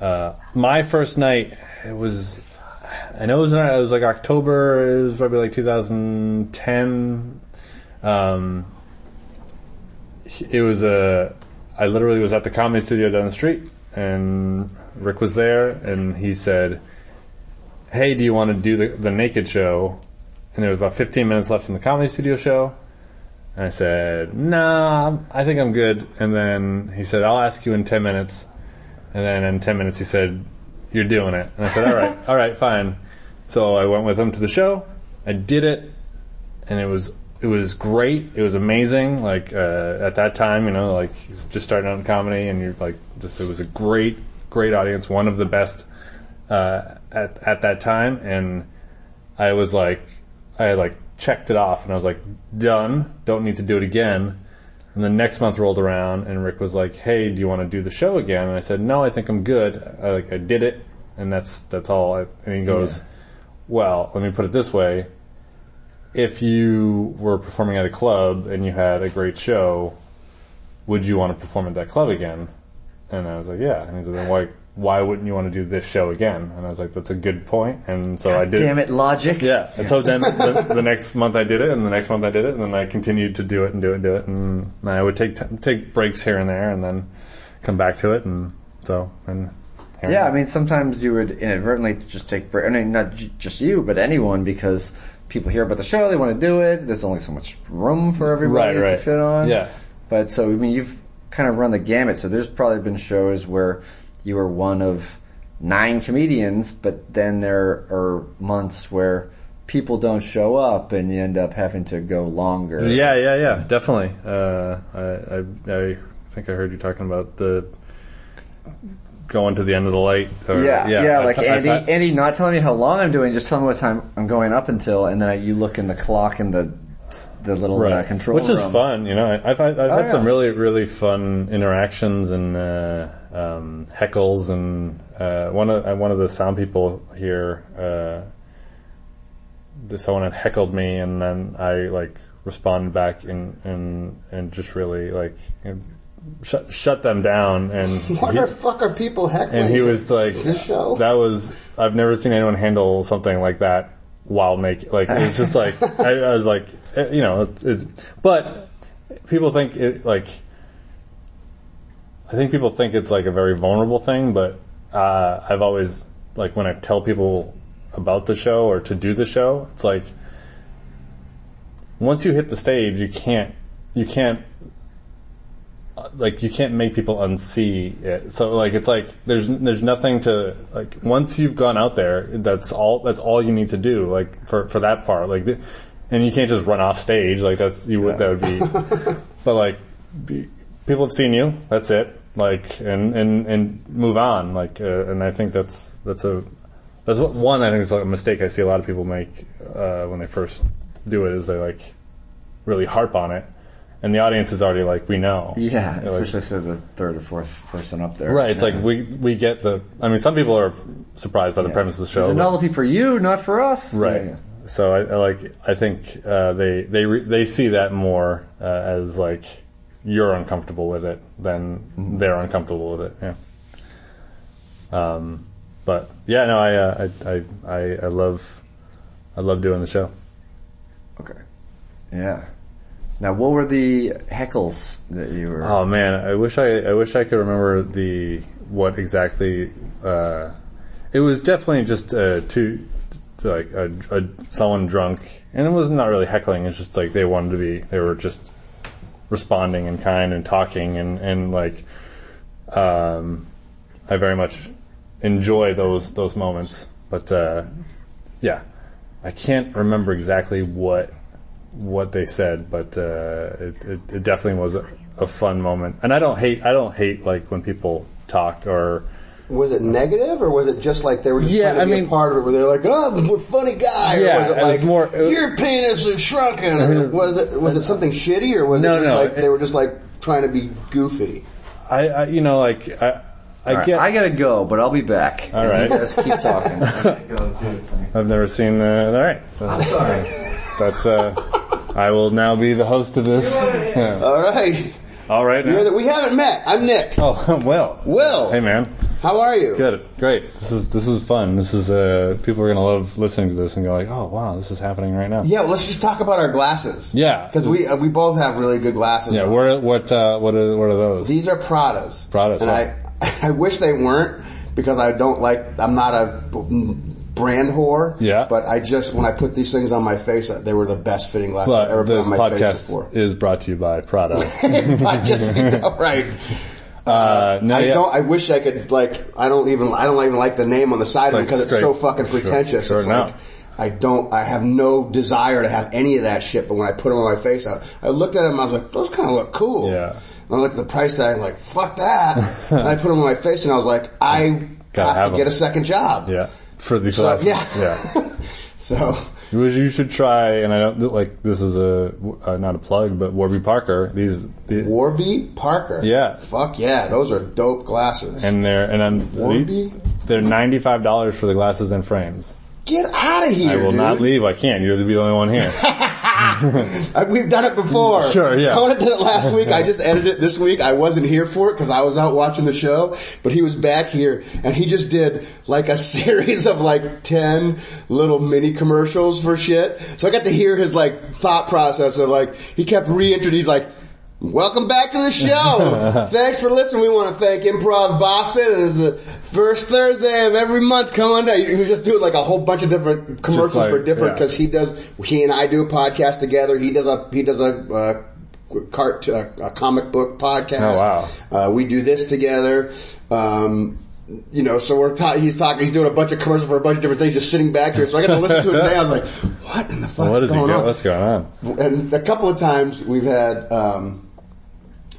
[SPEAKER 6] uh, my first night it was. I know it was, not- it was like October. It was probably like 2010. Um, it was a. I literally was at the comedy studio down the street, and Rick was there, and he said, "Hey, do you want to do the, the naked show?" And there was about 15 minutes left in the comedy studio show. And I said, "Nah, I'm- I think I'm good." And then he said, "I'll ask you in 10 minutes." And then in 10 minutes he said, "You're doing it." And I said, "All right, all right, fine." So I went with him to the show. I did it and it was it was great. It was amazing. Like uh, at that time, you know, like he was just starting out in comedy, and you're like, just it was a great, great audience. One of the best uh, at at that time, and I was like, I had like checked it off, and I was like, done. Don't need to do it again. And the next month rolled around, and Rick was like, "Hey, do you want to do the show again?" And I said, "No, I think I'm good. I, like I did it, and that's that's all." I, and he goes, "Well, let me put it this way." if you were performing at a club and you had a great show, would you want to perform at that club again? And I was like, yeah. And he said, then why, why wouldn't you want to do this show again? And I was like, that's a good point. And so I did.
[SPEAKER 2] Damn it, logic.
[SPEAKER 6] Yeah. And so then the, the next month I did it, and the next month I did it, and then I continued to do it and do it and do it, and I would take t- take breaks here and there, and then come back to it, and so and here
[SPEAKER 2] Yeah,
[SPEAKER 6] I
[SPEAKER 2] I
[SPEAKER 6] am.
[SPEAKER 2] mean, sometimes you would inadvertently just take, br- I mean, not j- just you, but anyone, because people hear about the show, they want to do it. There's only so much room for everybody
[SPEAKER 6] Right, right.
[SPEAKER 2] to fit on.
[SPEAKER 6] Yeah.
[SPEAKER 2] But so, I mean, you've kind of run the gamut. So there's probably been shows where you were one of nine comedians, but then there are months where people don't show up and you end up having to go longer.
[SPEAKER 6] Yeah, yeah, yeah, definitely. Uh, I, I, I think I heard you talking about the going to the end of the light. Or,
[SPEAKER 2] Yeah, yeah,
[SPEAKER 6] I
[SPEAKER 2] like
[SPEAKER 6] thought- I
[SPEAKER 2] Andy,
[SPEAKER 6] thought-
[SPEAKER 2] Andy not telling me how long I'm doing, just telling me what time I'm going up until, and then I, you look in the clock in the the little uh, control
[SPEAKER 6] which is
[SPEAKER 2] room. Oh,
[SPEAKER 6] fun. You know, I- I've had, I've had
[SPEAKER 2] yeah.
[SPEAKER 6] some really really fun interactions and uh, um, heckles, and uh, one of uh, one of the sound people here, uh, the- someone had heckled me, and then I like responded back and and and just really like. you know, Shut, shut them down and
[SPEAKER 4] What
[SPEAKER 6] he-
[SPEAKER 4] the fuck are people heckling?
[SPEAKER 6] and he was like,
[SPEAKER 4] The show?
[SPEAKER 6] "That was I've never seen anyone handle something like that while naked." Like it's just like I, I was like, eh, you know, it's, it's but people think it like I think people think it's like a very vulnerable thing, but uh, I've always like when I tell people about the show or to do the show, it's like once you hit the stage, you can't you can't like you can't make people unsee it. So like it's like there's there's nothing to like once you've gone out there, that's all that's all you need to do like for for that part. Like the, and you can't just run off stage like that's you would that would be but like be, people have seen you, that's it. Like and and and move on like uh, and I think that's that's a that's what one I think is like a mistake I see a lot of people make uh, when they first do it is they like really harp on it. And the audience is already like, we know.
[SPEAKER 2] Yeah,
[SPEAKER 6] They're like,
[SPEAKER 2] especially if they're the third or fourth person up there.
[SPEAKER 6] Right. It's like we we get the. I mean, some people are surprised by the premise of the
[SPEAKER 2] It's
[SPEAKER 6] show.
[SPEAKER 2] a
[SPEAKER 6] but-
[SPEAKER 2] novelty for you, not for us.
[SPEAKER 6] right.
[SPEAKER 2] Yeah.
[SPEAKER 6] So I, I like. I think uh, they they re, they see that more uh, as like you're uncomfortable with it than
[SPEAKER 2] Mm-hmm.
[SPEAKER 6] they're uncomfortable with it. Yeah. Um, but yeah, no, I uh, I, I I I love I love doing the show.
[SPEAKER 2] Okay. Yeah. Now, what were the heckles that you were?
[SPEAKER 6] Oh man, I wish I I wish I could remember the what exactly. Uh, it was definitely just uh, two, to, like a, a someone drunk, and it was not really heckling. It's just like they wanted to be. They were just responding and kind and talking and and like. Um, I very much enjoy those those moments, but uh, yeah, I can't remember exactly what what they said, but uh, it, it, it definitely was a, a fun moment. And I don't hate I don't hate like when people talk or
[SPEAKER 4] was it negative or was it just like they were just
[SPEAKER 6] Yeah,
[SPEAKER 4] trying to
[SPEAKER 6] I
[SPEAKER 4] be
[SPEAKER 6] mean-
[SPEAKER 4] a part of it? Where they're like, "Oh, what a funny guy!"
[SPEAKER 6] Yeah,
[SPEAKER 4] or was it
[SPEAKER 6] it was
[SPEAKER 4] like
[SPEAKER 6] more- it was-
[SPEAKER 4] your penis is shrunken? Or was it was it something shitty or was
[SPEAKER 6] No,
[SPEAKER 4] it just
[SPEAKER 6] no,
[SPEAKER 4] like
[SPEAKER 6] it-
[SPEAKER 4] they were just like trying to be goofy?
[SPEAKER 6] I, I you know like I I
[SPEAKER 2] All right,
[SPEAKER 6] get
[SPEAKER 2] I gotta go, but I'll be back.
[SPEAKER 6] All right.
[SPEAKER 2] You guys keep talking.
[SPEAKER 6] I've never seen uh, all right. I'm sorry. That's uh, I will now be the host of this. Yeah.
[SPEAKER 4] All right,
[SPEAKER 6] All right.
[SPEAKER 4] You're
[SPEAKER 6] now.
[SPEAKER 4] the- we haven't met. I'm Nick.
[SPEAKER 6] Oh well.
[SPEAKER 4] Will.
[SPEAKER 6] Hey man.
[SPEAKER 4] How are you?
[SPEAKER 6] Good. Great. This is this is fun. This is uh, people are gonna love listening to this and go like, oh wow, this is happening right now.
[SPEAKER 4] Yeah, well, let's just talk about our glasses.
[SPEAKER 6] Yeah.
[SPEAKER 4] because we uh, we both have really good glasses.
[SPEAKER 6] Yeah,
[SPEAKER 4] on.
[SPEAKER 6] where, what, uh, what are, what are those?
[SPEAKER 4] These are Pradas.
[SPEAKER 6] Pradas,
[SPEAKER 4] And
[SPEAKER 6] yeah.
[SPEAKER 4] I, I wish they weren't because I don't like, I'm not a brand whore.
[SPEAKER 6] Yeah.
[SPEAKER 4] But I just when I put these things on my face, they were the best fitting glasses I've ever
[SPEAKER 6] But
[SPEAKER 4] put
[SPEAKER 6] this
[SPEAKER 4] on my face before.
[SPEAKER 6] podcast is brought to you by Prada.
[SPEAKER 4] I just right.
[SPEAKER 6] Uh, no,
[SPEAKER 4] I
[SPEAKER 6] yeah.
[SPEAKER 4] don't. I wish I could like. I don't even. I don't even like the name on the side of it
[SPEAKER 6] like
[SPEAKER 4] because it's so
[SPEAKER 6] straight-
[SPEAKER 4] fucking
[SPEAKER 6] sure-
[SPEAKER 4] pretentious.
[SPEAKER 6] sure
[SPEAKER 4] it's
[SPEAKER 6] not.
[SPEAKER 4] like I don't. I have no desire to have any of that shit. But when I put them on my face, I, I looked at them. I was like, those kind of look cool.
[SPEAKER 6] Yeah.
[SPEAKER 4] And I looked at the price tag. I'm like, fuck that. and I put them on my face, and I was like, I
[SPEAKER 6] Gotta
[SPEAKER 4] have, to
[SPEAKER 6] have 'em.
[SPEAKER 4] get a second job.
[SPEAKER 6] yeah, for these
[SPEAKER 4] So,
[SPEAKER 6] glasses.
[SPEAKER 4] yeah.
[SPEAKER 6] yeah.
[SPEAKER 4] So
[SPEAKER 6] You you should try, and I don't like this is a uh, not a plug, but Warby Parker. These, the,
[SPEAKER 4] Warby Parker.
[SPEAKER 6] Yeah.
[SPEAKER 4] Fuck yeah. Those are dope glasses.
[SPEAKER 6] and they're and I'm
[SPEAKER 4] Warby?
[SPEAKER 6] they're ninety five dollars for the glasses and frames.
[SPEAKER 4] get out of here.
[SPEAKER 6] I will
[SPEAKER 4] dude.
[SPEAKER 6] not leave. I can't. You're the only one here.
[SPEAKER 4] I, Uh, we've done it before.
[SPEAKER 6] Sure, yeah.
[SPEAKER 4] Conan did it last week. I just edited it this week. I wasn't here for it because I was out watching the show, but he was back here and he just did like a series of like 10 little mini commercials for shit. So I got to hear his like thought process of like, he kept reintroducing like, Welcome back to the show. Thanks for listening. We want to thank Improv Boston. It is the first Thursday of every month. Come on down. He was just doing like a whole bunch of different commercials
[SPEAKER 6] like-
[SPEAKER 4] for different
[SPEAKER 6] yeah.
[SPEAKER 4] because he does. He and I do a podcast together. He does a he does a. Uh, Cart, uh, a comic book podcast.
[SPEAKER 6] Oh,
[SPEAKER 4] wow! Uh, we do this together. Um, you know, so we're ta- he's talking. He's doing a bunch of commercials for a bunch of different things. Just sitting back here, so I got to listen to it today. I was like, "What in the fuck's
[SPEAKER 6] what is he
[SPEAKER 4] going
[SPEAKER 6] got?
[SPEAKER 4] on?" Um,
[SPEAKER 6] What's going on?
[SPEAKER 4] and a couple of times we've had um,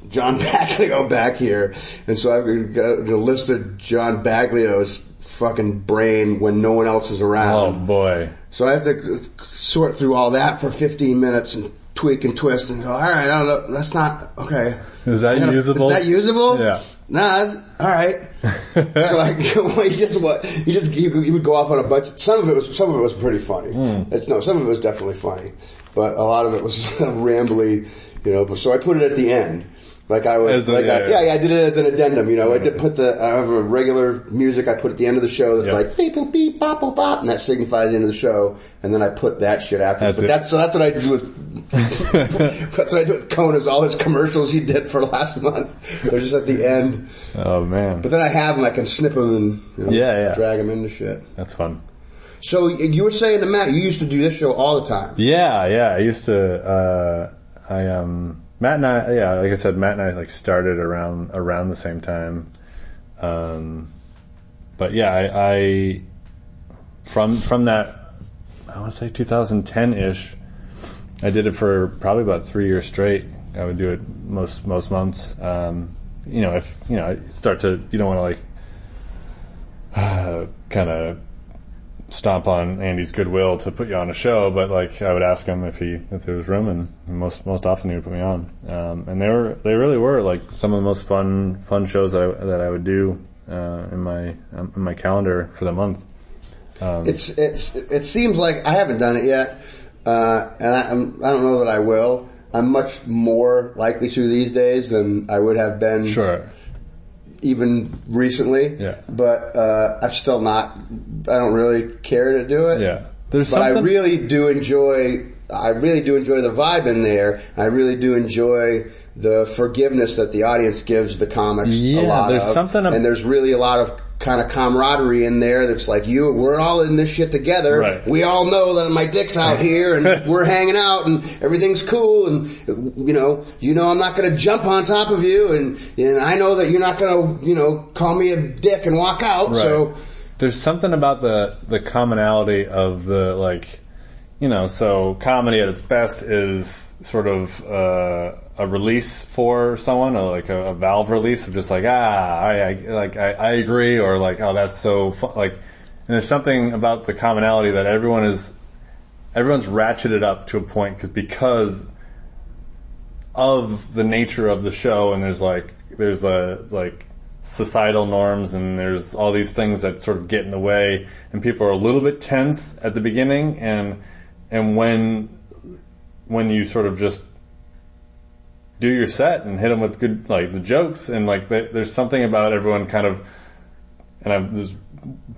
[SPEAKER 4] John Baglio back here, and so I've got a list of John Baglio's fucking brain when no one else is
[SPEAKER 6] Oh
[SPEAKER 4] around.
[SPEAKER 6] boy.
[SPEAKER 4] So I have to sort through all that for 15 minutes and tweak and twist and go. All right, I don't know. That's not okay.
[SPEAKER 6] Is that
[SPEAKER 4] I gotta-
[SPEAKER 6] usable?
[SPEAKER 4] Is that usable?
[SPEAKER 6] Yeah.
[SPEAKER 4] Nah. That's, all right. so I, well, he just what he just he, he would go off on a bunch. Some of it was some of it was pretty funny.
[SPEAKER 6] Hmm.
[SPEAKER 4] It's no, some of it was definitely funny, but a lot of it was rambly, you know. but- So I put it at the end. Like I was,
[SPEAKER 6] As a-
[SPEAKER 4] like I,
[SPEAKER 6] yeah,
[SPEAKER 4] yeah,
[SPEAKER 6] yeah.
[SPEAKER 4] yeah, I did it as an addendum. You know, I did put the I have a regular music I put at the end of the show that's
[SPEAKER 6] Yeah.
[SPEAKER 4] like beep boop beep bop boop bop, and that signifies the end of the show. And then I put that shit after.
[SPEAKER 6] That's
[SPEAKER 4] but
[SPEAKER 6] it.
[SPEAKER 4] that's so that's what I do with that's what I do with Kona's all his commercials he did for last month. They're just at the end.
[SPEAKER 6] Oh man.
[SPEAKER 4] But then I have them, I can snip them and you know,
[SPEAKER 6] Yeah, yeah.
[SPEAKER 4] drag them into shit.
[SPEAKER 6] That's fun.
[SPEAKER 4] So y- you were saying to Matt, you used to do this show all the time.
[SPEAKER 6] Yeah, yeah. I used to. Uh, I um, Matt and I. Yeah, like I said, Matt and I like started around around the same time. Um, but yeah, I, I from from that I want to say 2010 ish. I did it for probably about three years straight. I would do it most most months. Um, you know, if you know, you start to you don't want to like uh, kind of stomp on Andy's goodwill to put you on a show, but like I would ask him if he if there was room, and most most often he would put me on. Um, and they were they really were like some of the most fun fun shows that I, that I would do uh, in my um, in my calendar for the month.
[SPEAKER 4] It's it's it seems like I haven't done it yet, uh, and I, I'm, I don't know that I will. I'm much more likely to these days than I would have been
[SPEAKER 6] Sure.
[SPEAKER 4] even recently.
[SPEAKER 6] Yeah.
[SPEAKER 4] But uh, I'm still not. I don't really care to do it.
[SPEAKER 6] Yeah. There's
[SPEAKER 4] but I
[SPEAKER 6] something-
[SPEAKER 4] really do enjoy. I really do enjoy the vibe in there. I really do enjoy the forgiveness that the audience gives the comics. a
[SPEAKER 6] Yeah,
[SPEAKER 4] lot
[SPEAKER 6] there's
[SPEAKER 4] of.
[SPEAKER 6] something ab-
[SPEAKER 4] and there's really a lot of kind of camaraderie in there. That's like you. We're all in this shit together.
[SPEAKER 6] Right.
[SPEAKER 4] We all know that my dick's out here, and we're hanging out, and everything's cool, and you know, you know, I'm not going to jump on top of you, and and I know that you're not going to, you know, call me a dick and walk out. So.
[SPEAKER 6] there's something about the the commonality of the like you know so comedy at its best is sort of uh, a release for someone or like a, a valve release of just like ah I, I like I, I agree or like oh that's so fu-, like and there's something about the commonality that everyone is everyone's ratcheted up to a point 'cause- because of the nature of the show and there's like there's a like societal norms and there's all these things that sort of get in the way and people are a little bit tense at the beginning and and when when you sort of just do your set and hit them with good like the jokes and like there- there's something about everyone kind of and I'm this is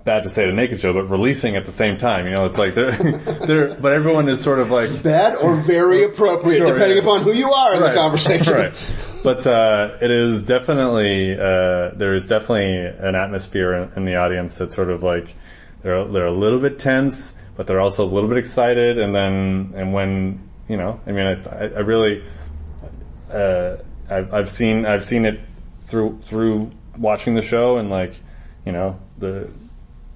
[SPEAKER 6] bad to say the naked show but releasing at the same time you know it's like they're they're but everyone is sort of like
[SPEAKER 4] Bad or very appropriate,
[SPEAKER 6] Sure,
[SPEAKER 4] depending
[SPEAKER 6] yeah.
[SPEAKER 4] upon who you are in the conversation.
[SPEAKER 6] Right. But uh, it is definitely uh, there is definitely an atmosphere in, in the audience that's sort of like they're they're a little bit tense, but they're also a little bit excited. And then and when you know, I mean, I I, I really uh, I've I've seen I've seen it through through watching the show and like you know the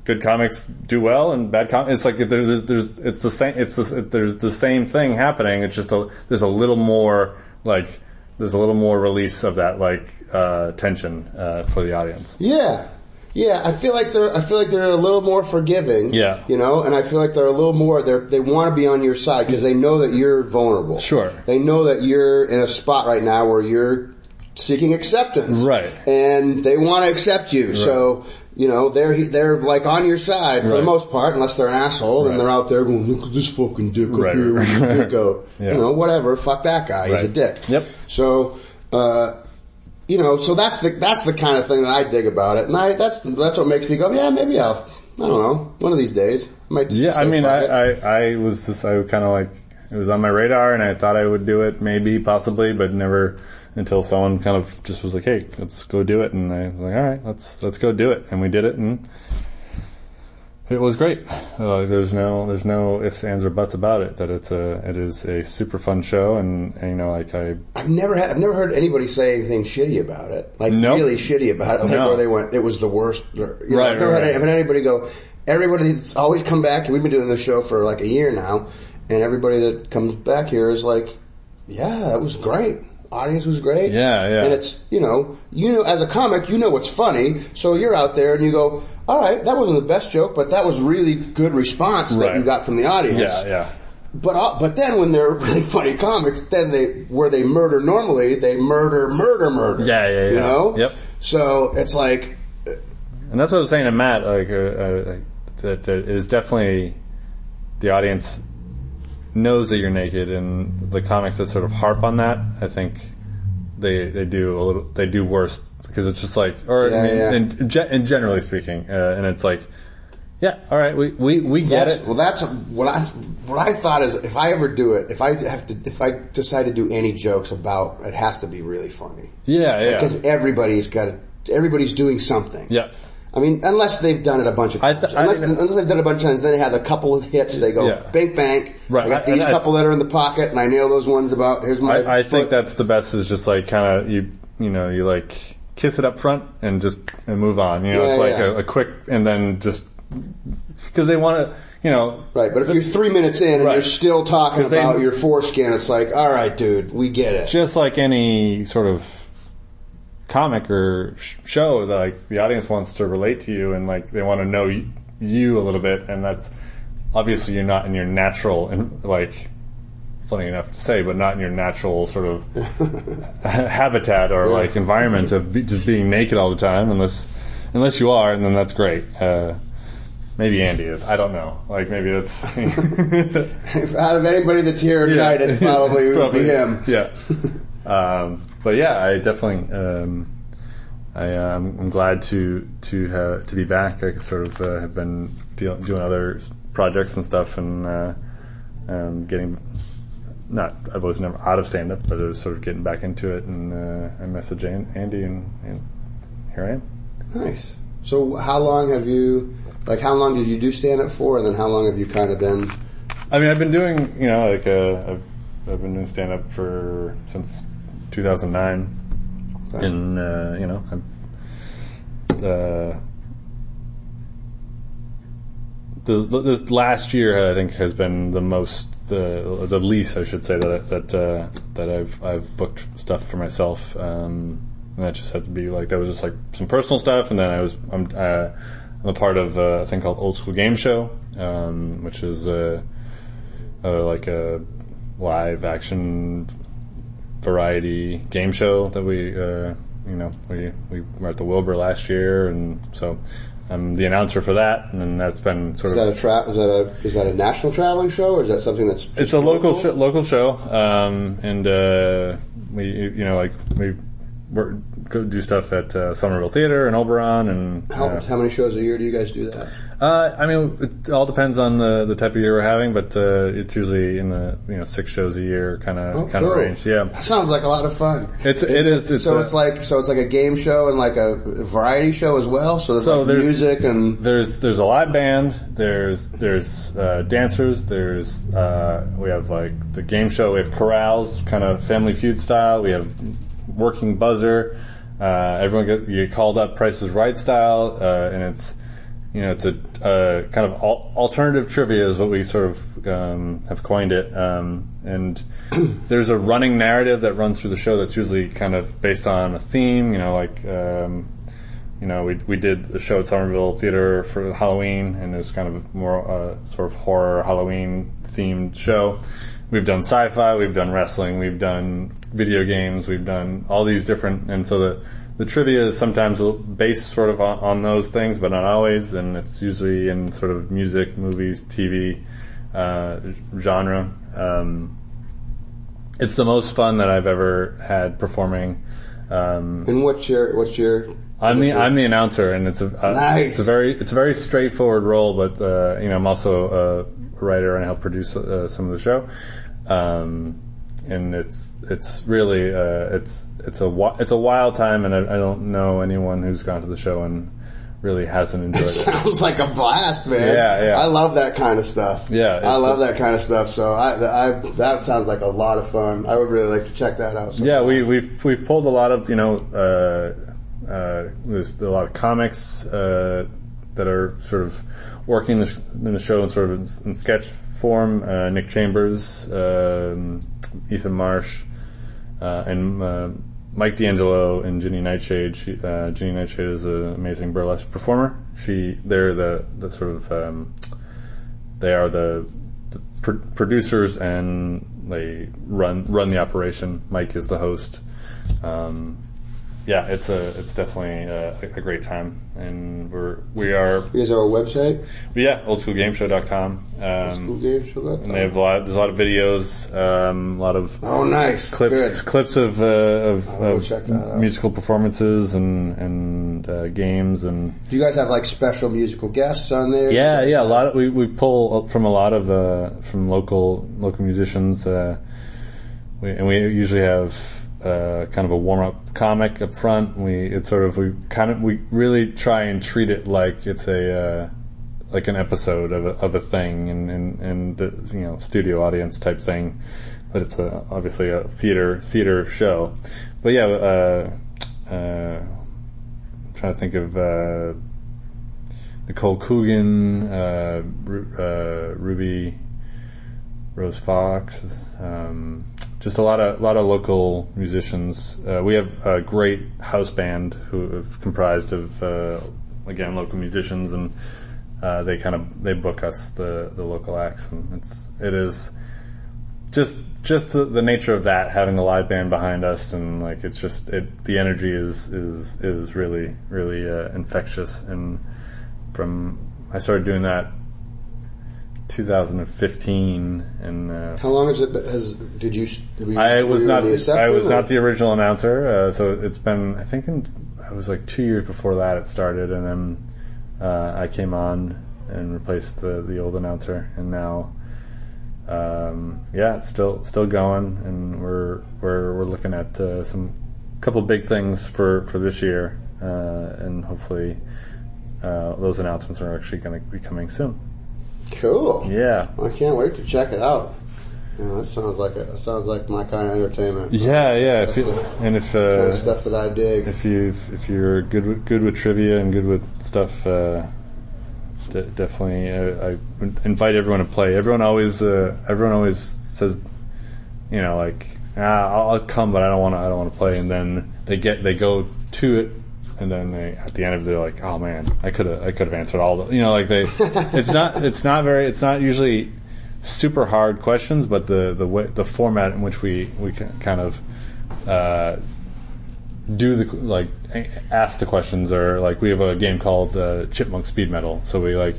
[SPEAKER 6] good comics do well and bad comics. It's like there's, there's there's it's the same it's the, there's the same thing happening. It's just a there's a little more like there's a little more release of that like uh, tension uh, for the audience.
[SPEAKER 4] Yeah. Yeah, I feel like they're I feel like they're a little more forgiving.
[SPEAKER 6] Yeah.
[SPEAKER 4] you know, and I feel like they're a little more they they want to be on your side because they know that you're vulnerable.
[SPEAKER 6] Sure.
[SPEAKER 4] they know that you're in a spot right now where you're seeking acceptance.
[SPEAKER 6] Right.
[SPEAKER 4] and they want to accept you. So you know they're they're like on your side for the
[SPEAKER 6] Right.
[SPEAKER 4] most part, unless they're an asshole and they're out there going, "Look at this fucking dick up
[SPEAKER 6] Right.
[SPEAKER 4] here with his dick out."
[SPEAKER 6] Yeah.
[SPEAKER 4] You know, whatever. Fuck that guy. He's a
[SPEAKER 6] Right.
[SPEAKER 4] dick.
[SPEAKER 6] Yep.
[SPEAKER 4] So. uh you know, so that's the that's the kind of thing that I dig about it, and I that's that's what makes me go, yeah, maybe I'll, I don't know, one of these days, I might. Just
[SPEAKER 6] Yeah, I
[SPEAKER 4] say
[SPEAKER 6] mean,
[SPEAKER 4] fuck
[SPEAKER 6] I,
[SPEAKER 4] it.
[SPEAKER 6] I, I was just, I kind of like, it was on my radar and I thought I would do it, maybe, possibly, but never until someone kind of just was like, hey, let's go do it. And I was like, all right, let's, let's go do it. And we did it and it was great. Uh, there's no, there's no ifs, ands, or buts about it, that it's a, it is a super fun show and, and you know, like I,
[SPEAKER 4] I've never had, I've never heard anybody say anything shitty about it, like
[SPEAKER 6] Nope.
[SPEAKER 4] really shitty about it, like
[SPEAKER 6] No.
[SPEAKER 4] where they went, it was the worst. Or, you know,
[SPEAKER 6] Right,
[SPEAKER 4] I've never
[SPEAKER 6] right,
[SPEAKER 4] had,
[SPEAKER 6] right.
[SPEAKER 4] I've had anybody go. Everybody that's always come back. We've been doing this show for like a year now, and everybody that comes back here is like, yeah, it was great. Audience was great.
[SPEAKER 6] Yeah, yeah.
[SPEAKER 4] And it's you know you know as a comic you know what's funny, so you're out there and you go, all right, that wasn't the best joke, but that was really good response that
[SPEAKER 6] Right.
[SPEAKER 4] you got from the audience.
[SPEAKER 6] yeah, yeah.
[SPEAKER 4] But uh, but then when they're really funny comics, then they where they murder normally, they murder murder murder.
[SPEAKER 6] Yeah, yeah,
[SPEAKER 4] You
[SPEAKER 6] yeah.
[SPEAKER 4] know.
[SPEAKER 6] Yep.
[SPEAKER 4] So it's like
[SPEAKER 6] And that's what I was saying to Matt. Like, uh, uh, like that, that it is definitely the audience knows that you're naked, and the comics that sort of harp on that, I think they they do a little they do worse because it's just like, or
[SPEAKER 4] Yeah,
[SPEAKER 6] I mean,
[SPEAKER 4] yeah.
[SPEAKER 6] And, ge- and generally speaking, uh, and it's like, yeah, all right, we we we get
[SPEAKER 4] that's,
[SPEAKER 6] it.
[SPEAKER 4] well, that's what I what I thought is if I ever do it, if I have to, if I decide to do any jokes about, it has to be really funny
[SPEAKER 6] Yeah, yeah,
[SPEAKER 4] because everybody's got to, everybody's doing something.
[SPEAKER 6] yeah.
[SPEAKER 4] I mean, unless they've done it a bunch of
[SPEAKER 6] I
[SPEAKER 4] times.
[SPEAKER 6] th- I
[SPEAKER 4] unless,
[SPEAKER 6] didn't-
[SPEAKER 4] unless they've done it a bunch of times, then they have a couple of hits. They go
[SPEAKER 6] Yeah.
[SPEAKER 4] bank bank.
[SPEAKER 6] Right,
[SPEAKER 4] I got
[SPEAKER 6] I-
[SPEAKER 4] these
[SPEAKER 6] I-
[SPEAKER 4] couple that are in the pocket, and I nail those ones about. Here's my.
[SPEAKER 6] I, I think
[SPEAKER 4] foot.
[SPEAKER 6] that's the best is just like kind of you you know you like kiss it up front and just and move on you know
[SPEAKER 4] Yeah,
[SPEAKER 6] it's like
[SPEAKER 4] yeah.
[SPEAKER 6] a, a quick and then just because they want to you know
[SPEAKER 4] Right, but if you're three minutes in and
[SPEAKER 6] Right.
[SPEAKER 4] you're still talking
[SPEAKER 6] 'Cause they-
[SPEAKER 4] about your foreskin, it's like, all right, dude, we get it.
[SPEAKER 6] just like any sort of comic or sh- show that, like the audience wants to relate to you and like they want to know y- you a little bit and that's obviously you're not in your natural and like funny enough to say but not in your natural sort of habitat or like environment of be, just being naked all the time unless unless you are and then that's great uh maybe andy is i don't know like maybe that's
[SPEAKER 4] Out of anybody that's here tonight, it's probably
[SPEAKER 6] It's
[SPEAKER 4] would be him.
[SPEAKER 6] Yeah. um, but yeah, I definitely. Um, I, um, I'm glad to to have, to be back. I sort of uh, have been deal, doing other projects and stuff, and uh, um, getting not. I was never out of stand up, but I was sort of getting back into it, and uh, I messaged An- Andy, and, and here I am.
[SPEAKER 4] Nice. So, how long have you, like, how long did you do stand up for, and then how long have you kind of been?
[SPEAKER 6] I mean, I've been doing, you know, like, uh, I've, I've been doing stand up for, since 2009.
[SPEAKER 4] Okay.
[SPEAKER 6] And, uh, you know, I've, uh, the, this last year, I think, has been the most, the, the least, I should say, that, that, uh, that I've, I've booked stuff for myself. Um, and that just had to be like, that was just like some personal stuff. And then I was, I'm, uh, I'm a part of uh, a thing called Old School Game Show, um, which is, uh, uh, like a live action variety game show that we, uh, you know, we, we were at the Wilbur last year, and so I'm the announcer for that, and then that's been sort
[SPEAKER 4] Is
[SPEAKER 6] of
[SPEAKER 4] that a tra- Is that a is that a national traveling show, or is that something that's?
[SPEAKER 6] it's a local show, local show, um, and uh, we you know like we work, go do stuff at uh, Somerville Theater and Oberon, and
[SPEAKER 4] How,
[SPEAKER 6] uh,
[SPEAKER 4] how many shows a year do you guys do that?
[SPEAKER 6] Uh, I mean, it all depends on the, the type of year we're having, but uh, it's usually in the you know six shows a year kind of
[SPEAKER 4] Oh,
[SPEAKER 6] kind of
[SPEAKER 4] cool.
[SPEAKER 6] range. Yeah,
[SPEAKER 4] That sounds like a lot of fun.
[SPEAKER 6] It's- it is- it's
[SPEAKER 4] so
[SPEAKER 6] a-
[SPEAKER 4] it's like so it's like a game show and like a variety show as well. So there's,
[SPEAKER 6] So
[SPEAKER 4] like
[SPEAKER 6] there's-
[SPEAKER 4] music and
[SPEAKER 6] there's there's a live band. There's there's uh, dancers. There's uh, we have like the game show. We have corrals, kind of Family Feud style. We have working buzzer. Uh, everyone get you get called up, Price is Right style, uh, and it's you know it's a uh, kind of al- alternative trivia is what we sort of um, have coined it. Um, and there's a running narrative that runs through the show that's usually kind of based on a theme. You know, like. Um, you know, we we did the show at Somerville Theater for Halloween, and it was kind of more uh, sort of horror Halloween themed show. We've done sci-fi, we've done wrestling, we've done video games, we've done all these different, and so the the trivia is sometimes based sort of on, on those things, but not always, and it's usually in sort of music, movies, TV uh, genre. Um, it's the most fun that I've ever had performing. Um,
[SPEAKER 4] and what's your what's your
[SPEAKER 6] I'm the I'm the announcer, and it's a uh,
[SPEAKER 4] Nice.
[SPEAKER 6] it's a very it's a very straightforward role. But uh, you know, I'm also a writer and I help produce uh, some of the show. Um, and it's it's really uh, it's it's a wi- it's a wild time, and I, I don't know anyone who's gone to the show and really hasn't enjoyed it.
[SPEAKER 4] sounds like a blast, man.
[SPEAKER 6] Yeah, yeah.
[SPEAKER 4] I love that kind of stuff.
[SPEAKER 6] Yeah,
[SPEAKER 4] I
[SPEAKER 6] it's
[SPEAKER 4] love
[SPEAKER 6] a-
[SPEAKER 4] that kind of stuff. So I, I that sounds like a lot of fun. I would really like to check that out. So
[SPEAKER 6] Yeah, we, we've we've pulled a lot of you know uh, uh, there's a lot of comics uh, that are sort of working the sh- in the show in sort of in, in sketch form. Uh, Nick Chambers, um, Ethan Marsh, uh, and uh, Mike D'Angelo and Ginny Nightshade. She, uh, Ginny Nightshade is an amazing burlesque performer. She they're the the sort of um, they are the, the pro- producers and they run run the operation. Mike is the host. Um, yeah, it's a it's definitely a, a great time, and we're we are
[SPEAKER 4] You guys have a website?
[SPEAKER 6] yeah oldschoolgameshow.com. Um, and they
[SPEAKER 4] Schoolgameshow.com?
[SPEAKER 6] have a lot. There's a lot of videos, um, a lot of
[SPEAKER 4] Oh, nice.
[SPEAKER 6] clips
[SPEAKER 4] Good.
[SPEAKER 6] clips of uh, of,
[SPEAKER 4] will
[SPEAKER 6] of
[SPEAKER 4] check that out.
[SPEAKER 6] musical performances and and uh, games and
[SPEAKER 4] Do you guys have like special musical guests on there?
[SPEAKER 6] yeah, yeah. A lot. Of, we we pull from a lot of uh, from local local musicians, uh, we, and we usually have uh, kind of a warm up comic up front. We it's sort of we kind of we really try and treat it like it's a uh, like an episode of a, of a thing, and and and the you know studio audience type thing. But it's a, obviously a theater theater show. But yeah, uh, uh, I'm trying to think of. Uh, Nicole Coogan, uh, Ru- uh, Ruby Rose Fox, um, just a lot of lot of local musicians. Uh, we have a great house band who is comprised of uh, again local musicians, and uh, they kind of they book us the the local acts, and it's it is just just the, the nature of that having a live band behind us and like it's just it the energy is is is really really uh, infectious and from I started doing that 2015 and uh,
[SPEAKER 4] How long has it? been- Has did you? Were you
[SPEAKER 6] I was
[SPEAKER 4] were you
[SPEAKER 6] not
[SPEAKER 4] in the
[SPEAKER 6] I
[SPEAKER 4] inception,
[SPEAKER 6] was
[SPEAKER 4] or-
[SPEAKER 6] not the original announcer uh, so it's been I think in, I was like 2 years before that it started and then uh, I came on and replaced the the old announcer and now um, yeah, it's still still going, and we're we're we're looking at uh, some couple big things for for this year, uh, and hopefully uh, those announcements are actually going to be coming soon.
[SPEAKER 4] Cool.
[SPEAKER 6] Yeah,
[SPEAKER 4] I can't wait to check it out. You know, that sounds like a, that sounds like my kind of entertainment.
[SPEAKER 6] yeah, yeah. If you,
[SPEAKER 4] That's
[SPEAKER 6] and if
[SPEAKER 4] Kind of
[SPEAKER 6] uh,
[SPEAKER 4] stuff that I dig.
[SPEAKER 6] if you if you're good with, good with trivia and good with stuff. Uh, de- Definitely, uh, I would invite everyone to play. Everyone always, uh, everyone always says you know, like ah, I'll, I'll come, but I don't want to. I don't want to play. And then they get they go to it, and then they at the end of it, they're like, oh man, I could have I could have answered all the you know like they. it's not it's not very it's not usually super hard questions, but the the way, the format in which we we ki- kind of uh, do the like ask the questions or like we have a game called uh, Chipmunk Speed Metal. So we like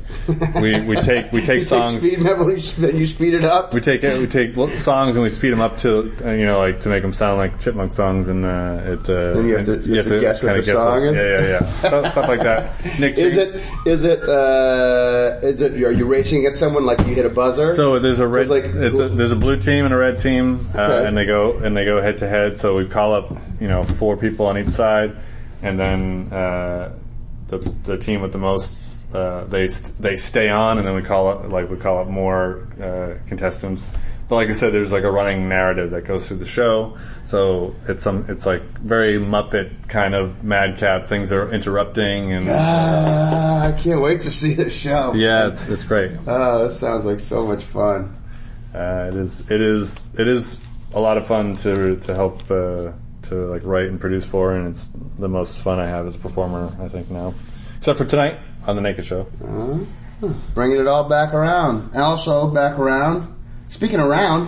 [SPEAKER 6] we, we take we take
[SPEAKER 4] You
[SPEAKER 6] songs.
[SPEAKER 4] take speed metal, you sp- then you speed it up.
[SPEAKER 6] we take it. We take lo- songs and we speed them up to uh, you know like to make them sound like chipmunk songs, and uh, it. Uh,
[SPEAKER 4] Then you have to- you have to guess what
[SPEAKER 6] kinda
[SPEAKER 4] the song
[SPEAKER 6] what's-
[SPEAKER 4] is.
[SPEAKER 6] Yeah, yeah, yeah. stuff, stuff like that. Nick,
[SPEAKER 4] Is it? Is it? Uh, is it? Are you racing against someone like you hit a buzzer?
[SPEAKER 6] So there's a red.
[SPEAKER 4] it's like-
[SPEAKER 6] it's a, there's a blue team and a red team, uh,
[SPEAKER 4] Okay.
[SPEAKER 6] and they go and they go head to head. So we call up you know four people on each side, and then uh, the the team with the most. Uh, they st- they stay on, and then we call up like we call up more uh, contestants. But like I said, there's like a running narrative that goes through the show. So it's some it's like very Muppet kind of madcap. Things are interrupting, and
[SPEAKER 4] Ah, I can't wait to see this show.
[SPEAKER 6] yeah, it's it's great.
[SPEAKER 4] Oh, that sounds like so much fun.
[SPEAKER 6] Uh, it is it is it is a lot of fun to to help uh, to like write and produce for, and it's the most fun I have as a performer. I think now, except for tonight on the Naked Show.
[SPEAKER 4] Uh, Bringing it all back around. And also back around. Speaking around,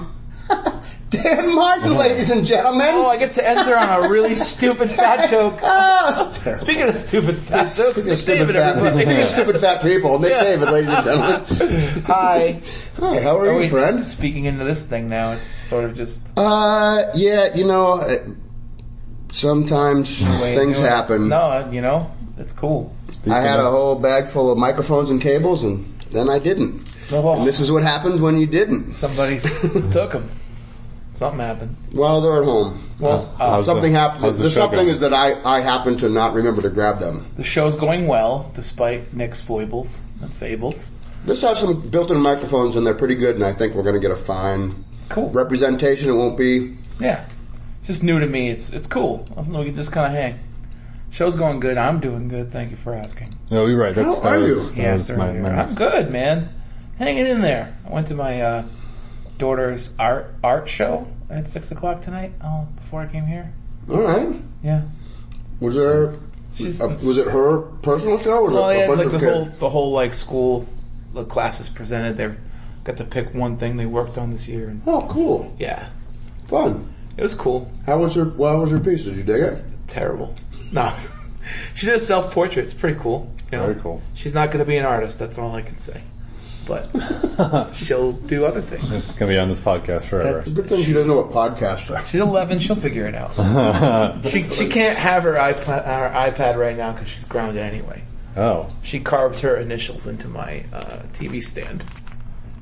[SPEAKER 4] Dan
[SPEAKER 6] Uh-huh.
[SPEAKER 4] Martin, ladies and gentlemen.
[SPEAKER 7] Oh, I get to enter on a really stupid fat joke.
[SPEAKER 4] Ah, it's terrible.
[SPEAKER 7] Speaking of stupid fat jokes,
[SPEAKER 4] Speaking of
[SPEAKER 7] Nick
[SPEAKER 4] stupid
[SPEAKER 7] David,
[SPEAKER 4] fat people. Speaking
[SPEAKER 7] everybody.
[SPEAKER 4] of stupid fat people, Nick David, ladies and gentlemen.
[SPEAKER 7] Hi.
[SPEAKER 4] Hi, how are you,
[SPEAKER 7] Always
[SPEAKER 4] friend?
[SPEAKER 7] Speaking into this thing now, it's sort of just
[SPEAKER 4] Uh, yeah, you know, uh, sometimes
[SPEAKER 7] the way
[SPEAKER 4] things
[SPEAKER 7] you do it.
[SPEAKER 4] happen.
[SPEAKER 7] No, uh, you know, it's cool.
[SPEAKER 4] I had a whole bag full of microphones and cables, and then I didn't.
[SPEAKER 7] Well,
[SPEAKER 4] And this is what happens when you didn't.
[SPEAKER 7] somebody took him. Something happened.
[SPEAKER 4] Well, they're at home.
[SPEAKER 7] Well, uh,
[SPEAKER 6] How's the-
[SPEAKER 4] Something happened.
[SPEAKER 6] how's the
[SPEAKER 4] The
[SPEAKER 6] show
[SPEAKER 4] something
[SPEAKER 6] going?
[SPEAKER 4] is that I, I happen to not remember to grab them.
[SPEAKER 7] the show's going well despite Nick's foibles and fables.
[SPEAKER 4] This has some built-in microphones, and they're pretty good. And I think we're going to get a fine
[SPEAKER 7] Cool.
[SPEAKER 4] representation. It won't be.
[SPEAKER 7] Yeah. It's just new to me. It's it's cool. I don't know, We can just kind of hang. Show's going good. I'm doing good. Thank you for asking.
[SPEAKER 6] No, Oh, you're right. That's,
[SPEAKER 4] How are you?
[SPEAKER 6] that
[SPEAKER 7] Yeah,
[SPEAKER 6] was
[SPEAKER 7] sir.
[SPEAKER 6] my- my
[SPEAKER 7] I'm
[SPEAKER 6] next-
[SPEAKER 7] good, man. Hanging in there. I went to my uh, daughter's art art show at six o'clock tonight. Oh, before I came here.
[SPEAKER 4] All right.
[SPEAKER 7] Yeah.
[SPEAKER 4] Was there?
[SPEAKER 7] She's-
[SPEAKER 4] uh, was it her personal show? Or was
[SPEAKER 7] Well,
[SPEAKER 4] it a
[SPEAKER 7] yeah,
[SPEAKER 4] bunch
[SPEAKER 7] like
[SPEAKER 4] of
[SPEAKER 7] the
[SPEAKER 4] kids?
[SPEAKER 7] whole the whole like school the classes presented. They got to pick one thing they worked on this year, and
[SPEAKER 4] Oh, cool,
[SPEAKER 7] yeah,
[SPEAKER 4] fun.
[SPEAKER 7] it was cool.
[SPEAKER 4] How was her? What was her piece? Did you dig it?
[SPEAKER 7] Terrible. No, she did a self portrait. It's pretty cool. you know?
[SPEAKER 6] Very cool.
[SPEAKER 7] She's not going to be an artist. That's all I can say. But she'll do other things.
[SPEAKER 6] It's gonna be on this podcast forever.
[SPEAKER 4] It's a good thing she doesn't know what podcasts are.
[SPEAKER 7] She's 11. She'll figure it out. she she can't have her iPad her iPad right now because she's grounded anyway.
[SPEAKER 6] oh,
[SPEAKER 7] She carved her initials into my uh, TV stand.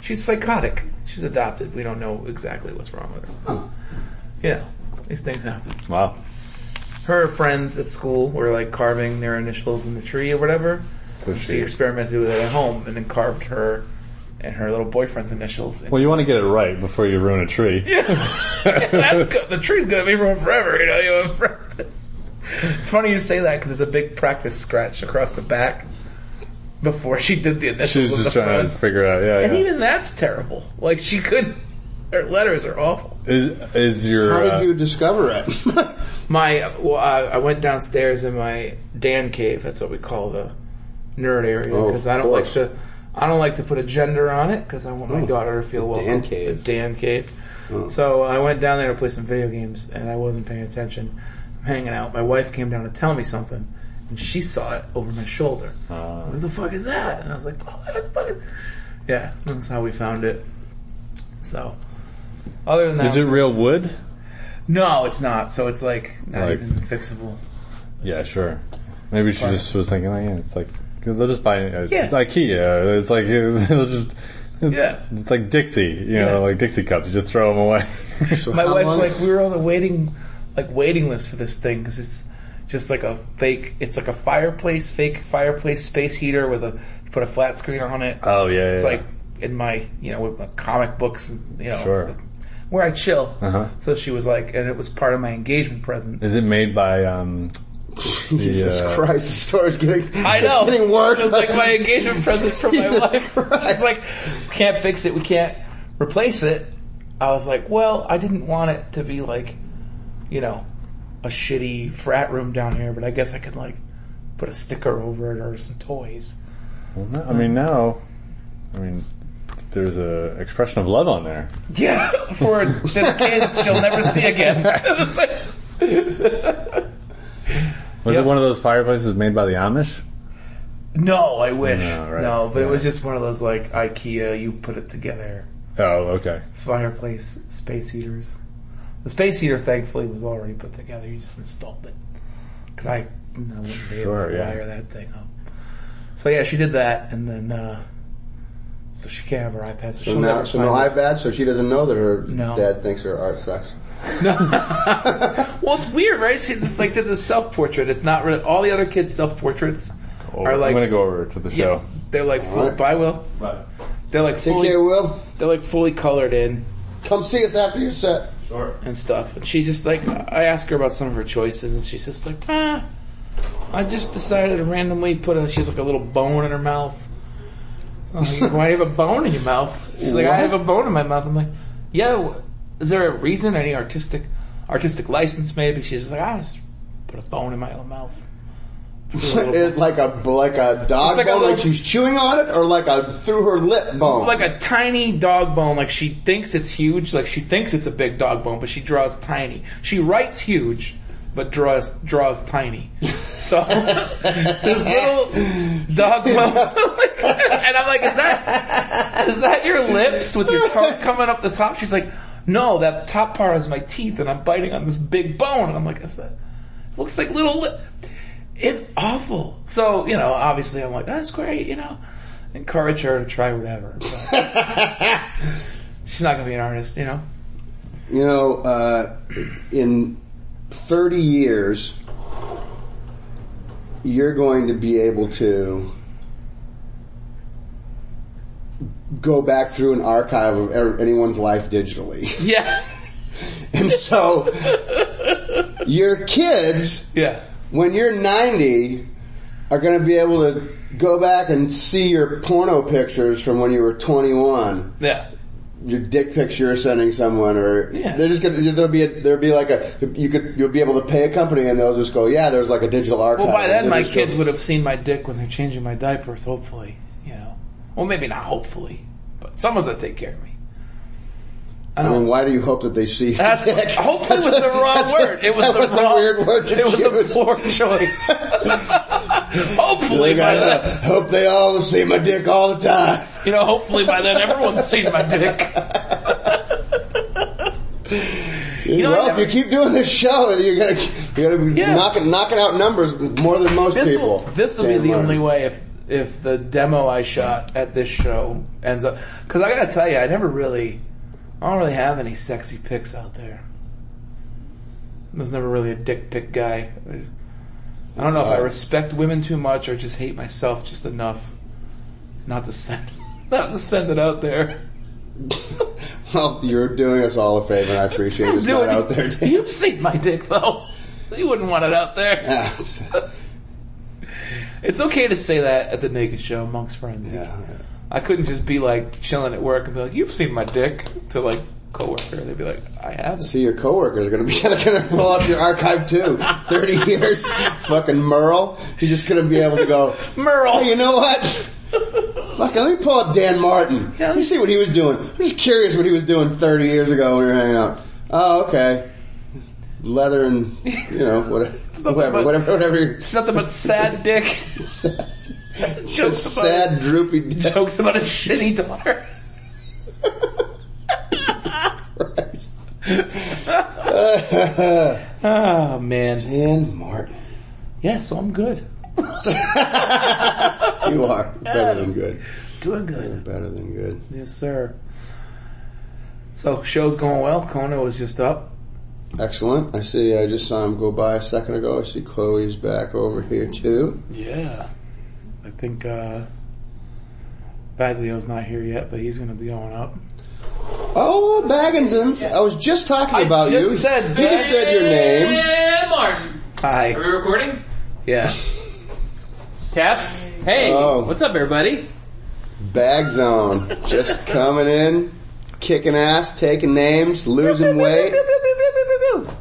[SPEAKER 7] She's psychotic. She's adopted. We don't know exactly what's wrong with her. You know, these things happen.
[SPEAKER 6] wow.
[SPEAKER 7] Her friends at school were like carving their initials in the tree or whatever.
[SPEAKER 6] So
[SPEAKER 7] She
[SPEAKER 6] she.
[SPEAKER 7] experimented with it at home and then carved her and her little boyfriend's initials. And
[SPEAKER 6] Well, you want to get it right before you ruin a tree.
[SPEAKER 7] that's good. The tree's gonna be ruined forever. You know, you have practice. It's funny you say that because there's a big practice scratch across the back before she did the initials.
[SPEAKER 6] She was
[SPEAKER 7] on
[SPEAKER 6] just
[SPEAKER 7] the
[SPEAKER 6] trying
[SPEAKER 7] front.
[SPEAKER 6] to figure it out. Yeah,
[SPEAKER 7] And
[SPEAKER 6] yeah.
[SPEAKER 7] even that's terrible. Like she could her letters are awful.
[SPEAKER 6] is is your
[SPEAKER 4] How
[SPEAKER 6] uh,
[SPEAKER 4] did you discover it?
[SPEAKER 7] My well, I, I went downstairs in my Dan cave. That's what we call the nerd area
[SPEAKER 4] Oh,
[SPEAKER 7] because I
[SPEAKER 4] of
[SPEAKER 7] don't like
[SPEAKER 4] course. Oh,
[SPEAKER 7] to. I don't like to put a gender on it because I want my daughter to feel welcome.
[SPEAKER 4] cave. Oh.
[SPEAKER 7] The Dan cave. So I went down there to play some video games and I wasn't paying attention. I'm hanging out. My wife came down to tell me something and she saw it over my shoulder.
[SPEAKER 4] Uh.
[SPEAKER 7] What the fuck is that? And I was like, oh, what the fuck? Is-? Yeah, that's how we found it. So, other than that,
[SPEAKER 6] is it real wood?
[SPEAKER 7] no, it's not. So it's like not
[SPEAKER 6] Like-
[SPEAKER 7] even fixable.
[SPEAKER 6] Yeah, sure. Maybe she just was thinking, like, yeah, it's like they'll just buy it.
[SPEAKER 7] Yeah.
[SPEAKER 6] It's IKEA. It's like they'll just.
[SPEAKER 7] Yeah.
[SPEAKER 6] It's like Dixie, you know,
[SPEAKER 7] Yeah.
[SPEAKER 6] like Dixie cups. You just throw them away.
[SPEAKER 4] So
[SPEAKER 7] My
[SPEAKER 4] how
[SPEAKER 7] wife's
[SPEAKER 4] long-
[SPEAKER 7] like, we were on the waiting, like waiting list for this thing because it's just like a fake. It's like a fireplace, fake fireplace space heater with a you put a flat screen on it.
[SPEAKER 6] oh yeah,
[SPEAKER 7] it's like in my you know with my comic books, and, you know, it's
[SPEAKER 6] Sure.
[SPEAKER 7] like where I chill.
[SPEAKER 6] Uh-huh.
[SPEAKER 7] So she was like, and it was part of my engagement present.
[SPEAKER 6] Is it made by? um uh,
[SPEAKER 4] Jesus
[SPEAKER 6] Yeah.
[SPEAKER 4] Christ, the story's getting
[SPEAKER 7] I know.
[SPEAKER 4] it's getting worse.
[SPEAKER 7] It was like my engagement present from my
[SPEAKER 4] Jesus
[SPEAKER 7] wife.
[SPEAKER 4] Christ.
[SPEAKER 7] She's like, we can't fix it. We can't replace it. I was like, well, I didn't want it to be like, you know, a shitty frat room down here, but I guess I could like put a sticker over it or some toys.
[SPEAKER 6] Well, no, I mean now, I mean, there's a expression of love on there.
[SPEAKER 7] Yeah, for this kid she'll never see again.
[SPEAKER 6] Was
[SPEAKER 7] Yep.
[SPEAKER 6] it one of those fireplaces made by the Amish?
[SPEAKER 7] No, I wish. No,
[SPEAKER 6] No, right.
[SPEAKER 7] but it was just one of those like IKEA, you put it together
[SPEAKER 6] Oh, okay.
[SPEAKER 7] fireplace space heaters. The space heater, thankfully, was already put together. You just installed it because I, I wouldn't be able
[SPEAKER 6] Sure,
[SPEAKER 7] to
[SPEAKER 6] yeah.
[SPEAKER 7] wire that thing up. So yeah, she did that, and then uh so she can't have her iPad. So,
[SPEAKER 4] So
[SPEAKER 7] she'll
[SPEAKER 4] now,
[SPEAKER 7] never
[SPEAKER 4] so
[SPEAKER 7] find
[SPEAKER 4] no
[SPEAKER 7] this.
[SPEAKER 4] iPad, so she doesn't know that her
[SPEAKER 7] No.
[SPEAKER 4] dad thinks her art sucks.
[SPEAKER 7] Well, it's weird, right? She just like did this self portrait. It's not really all the other kids' self portraits are like
[SPEAKER 6] I'm gonna go over to the
[SPEAKER 7] yeah,
[SPEAKER 6] show.
[SPEAKER 7] they're like full,
[SPEAKER 4] right.
[SPEAKER 7] bye Will.
[SPEAKER 6] But
[SPEAKER 7] They're like
[SPEAKER 4] Take
[SPEAKER 7] fully,
[SPEAKER 4] care, Will.
[SPEAKER 7] they're like fully colored in
[SPEAKER 4] Come see us after your set.
[SPEAKER 6] sure.
[SPEAKER 7] and stuff. And she's just like, I ask her about some of her choices, and she's just like, ah, I just decided to randomly put a. She has like a little bone in her mouth. I'm like, Why do you have a bone in your mouth? She's like, I have a bone in my mouth. I'm like, yeah. wh- Is there a reason? Any artistic, artistic license? Maybe she's just like, I just put a bone in my own mouth. Just a little
[SPEAKER 4] It's like a like a dog
[SPEAKER 7] It's like a
[SPEAKER 4] bone, like
[SPEAKER 7] little-
[SPEAKER 4] she's chewing on it, or like a through her lip
[SPEAKER 1] Oh.
[SPEAKER 4] bone.
[SPEAKER 7] like a tiny dog bone. Like she thinks it's huge. Like she thinks it's a big dog bone, but she draws tiny. She writes huge, but draws draws tiny. So it's this little dog bone, and I'm like, is that is that your lips with your tongue coming up the top? She's like, no, that top part is my teeth, and I'm biting on this big bone. And I'm like, is that looks like little. Li-. It's awful. So you know, obviously, I'm like, that's great. You know, encourage her to try whatever. but- she's not gonna be an artist, you know.
[SPEAKER 4] you know, uh, in 30 years, you're going to be able to go back through an archive of er- anyone's life digitally.
[SPEAKER 7] Yeah,
[SPEAKER 4] and so, your kids,
[SPEAKER 7] yeah.
[SPEAKER 4] when you're 90, are going to be able to go back and see your porno pictures from when you were 21
[SPEAKER 7] Yeah.
[SPEAKER 4] your dick picture you're sending someone, or
[SPEAKER 7] Yeah.
[SPEAKER 4] they're just gonna there'll be a, there'll be like a you could you'll be able to pay a company and they'll just go yeah there's like a digital archive.
[SPEAKER 7] Well, by then
[SPEAKER 4] They'll
[SPEAKER 7] my
[SPEAKER 4] just go-
[SPEAKER 7] kids would have seen my dick when they're changing my diapers. Hopefully, you know. Well, maybe not. Hopefully, but someone's gonna take care of me.
[SPEAKER 4] I mean, why do you hope that they see? your
[SPEAKER 7] That's
[SPEAKER 4] dick?
[SPEAKER 7] hopefully was the wrong
[SPEAKER 4] that's a-
[SPEAKER 7] word. It was
[SPEAKER 4] that
[SPEAKER 7] the
[SPEAKER 4] was a
[SPEAKER 7] wrong,
[SPEAKER 4] weird word to
[SPEAKER 7] It was
[SPEAKER 4] choose.
[SPEAKER 7] a poor choice. hopefully
[SPEAKER 4] They
[SPEAKER 7] by
[SPEAKER 4] gotta
[SPEAKER 7] then,
[SPEAKER 4] hope they all see my dick all the time.
[SPEAKER 7] you know. Hopefully by then everyone's seen my dick. know,
[SPEAKER 4] well,
[SPEAKER 7] I
[SPEAKER 4] if you
[SPEAKER 7] never-
[SPEAKER 4] keep doing this show, you're gonna you're gonna be
[SPEAKER 7] Yeah.
[SPEAKER 4] knocking knocking out numbers more than most
[SPEAKER 7] This
[SPEAKER 4] people.
[SPEAKER 7] will, this will be
[SPEAKER 4] Dan
[SPEAKER 7] the
[SPEAKER 4] Martin.
[SPEAKER 7] only way if if the demo I shot at this show ends up. Because I gotta tell you, I never really, I don't really have any sexy pics out there. I was never really a dick pic guy. I just- I don't know if I
[SPEAKER 4] God.
[SPEAKER 7] respect women too much or just hate myself just enough not to send not to send it out there.
[SPEAKER 4] Well, you're doing us all a favor, and I appreciate it's not
[SPEAKER 7] Dude,
[SPEAKER 4] out there. Dan.
[SPEAKER 7] You've seen my dick though. You wouldn't want it out there.
[SPEAKER 4] Yeah.
[SPEAKER 7] It's okay to say that at the naked show amongst friends.
[SPEAKER 4] yeah.
[SPEAKER 7] I couldn't just be like chilling at work and be like, "You've seen my dick" to like coworker. They'd be like, "I haven't."
[SPEAKER 4] See, your coworkers are gonna be gonna pull up your archive too. Thirty years, fucking Merle. You're just gonna be able to go,
[SPEAKER 7] Merle.
[SPEAKER 4] Hey, you know what? Fuck, let me pull up Dan Martin. Let me see what he was doing. I'm just curious what he was doing thirty years ago when we were hanging out. Oh, okay. Leather and you know whatever, whatever,
[SPEAKER 7] but-
[SPEAKER 4] whatever, whatever. Your
[SPEAKER 7] It's nothing but sad dick
[SPEAKER 4] sad,
[SPEAKER 7] Jokes about-
[SPEAKER 4] sad droopy. dick.
[SPEAKER 7] jokes about a shitty daughter. oh man,
[SPEAKER 4] Dan Martin,
[SPEAKER 7] yeah. So I'm good,
[SPEAKER 4] you are better than good.
[SPEAKER 7] doing good.
[SPEAKER 4] Better than good.
[SPEAKER 7] Yes, sir. So show's going well. Kona was just up.
[SPEAKER 4] Excellent. I see. I just saw him go by a second ago. I see Chloe's back over here too.
[SPEAKER 7] Yeah. I think uh Baglio's not here yet, but he's gonna be going up.
[SPEAKER 4] Oh, Bagginsons! I was just talking about
[SPEAKER 7] just
[SPEAKER 4] you.
[SPEAKER 7] said
[SPEAKER 4] you just said your name.
[SPEAKER 8] Hey, Martin. Are
[SPEAKER 7] Hi.
[SPEAKER 8] we recording?
[SPEAKER 7] Yeah.
[SPEAKER 8] Test. Hey,
[SPEAKER 4] Oh.
[SPEAKER 8] what's up, everybody?
[SPEAKER 4] Bag Zone, just coming in, kicking ass, taking names, losing weight.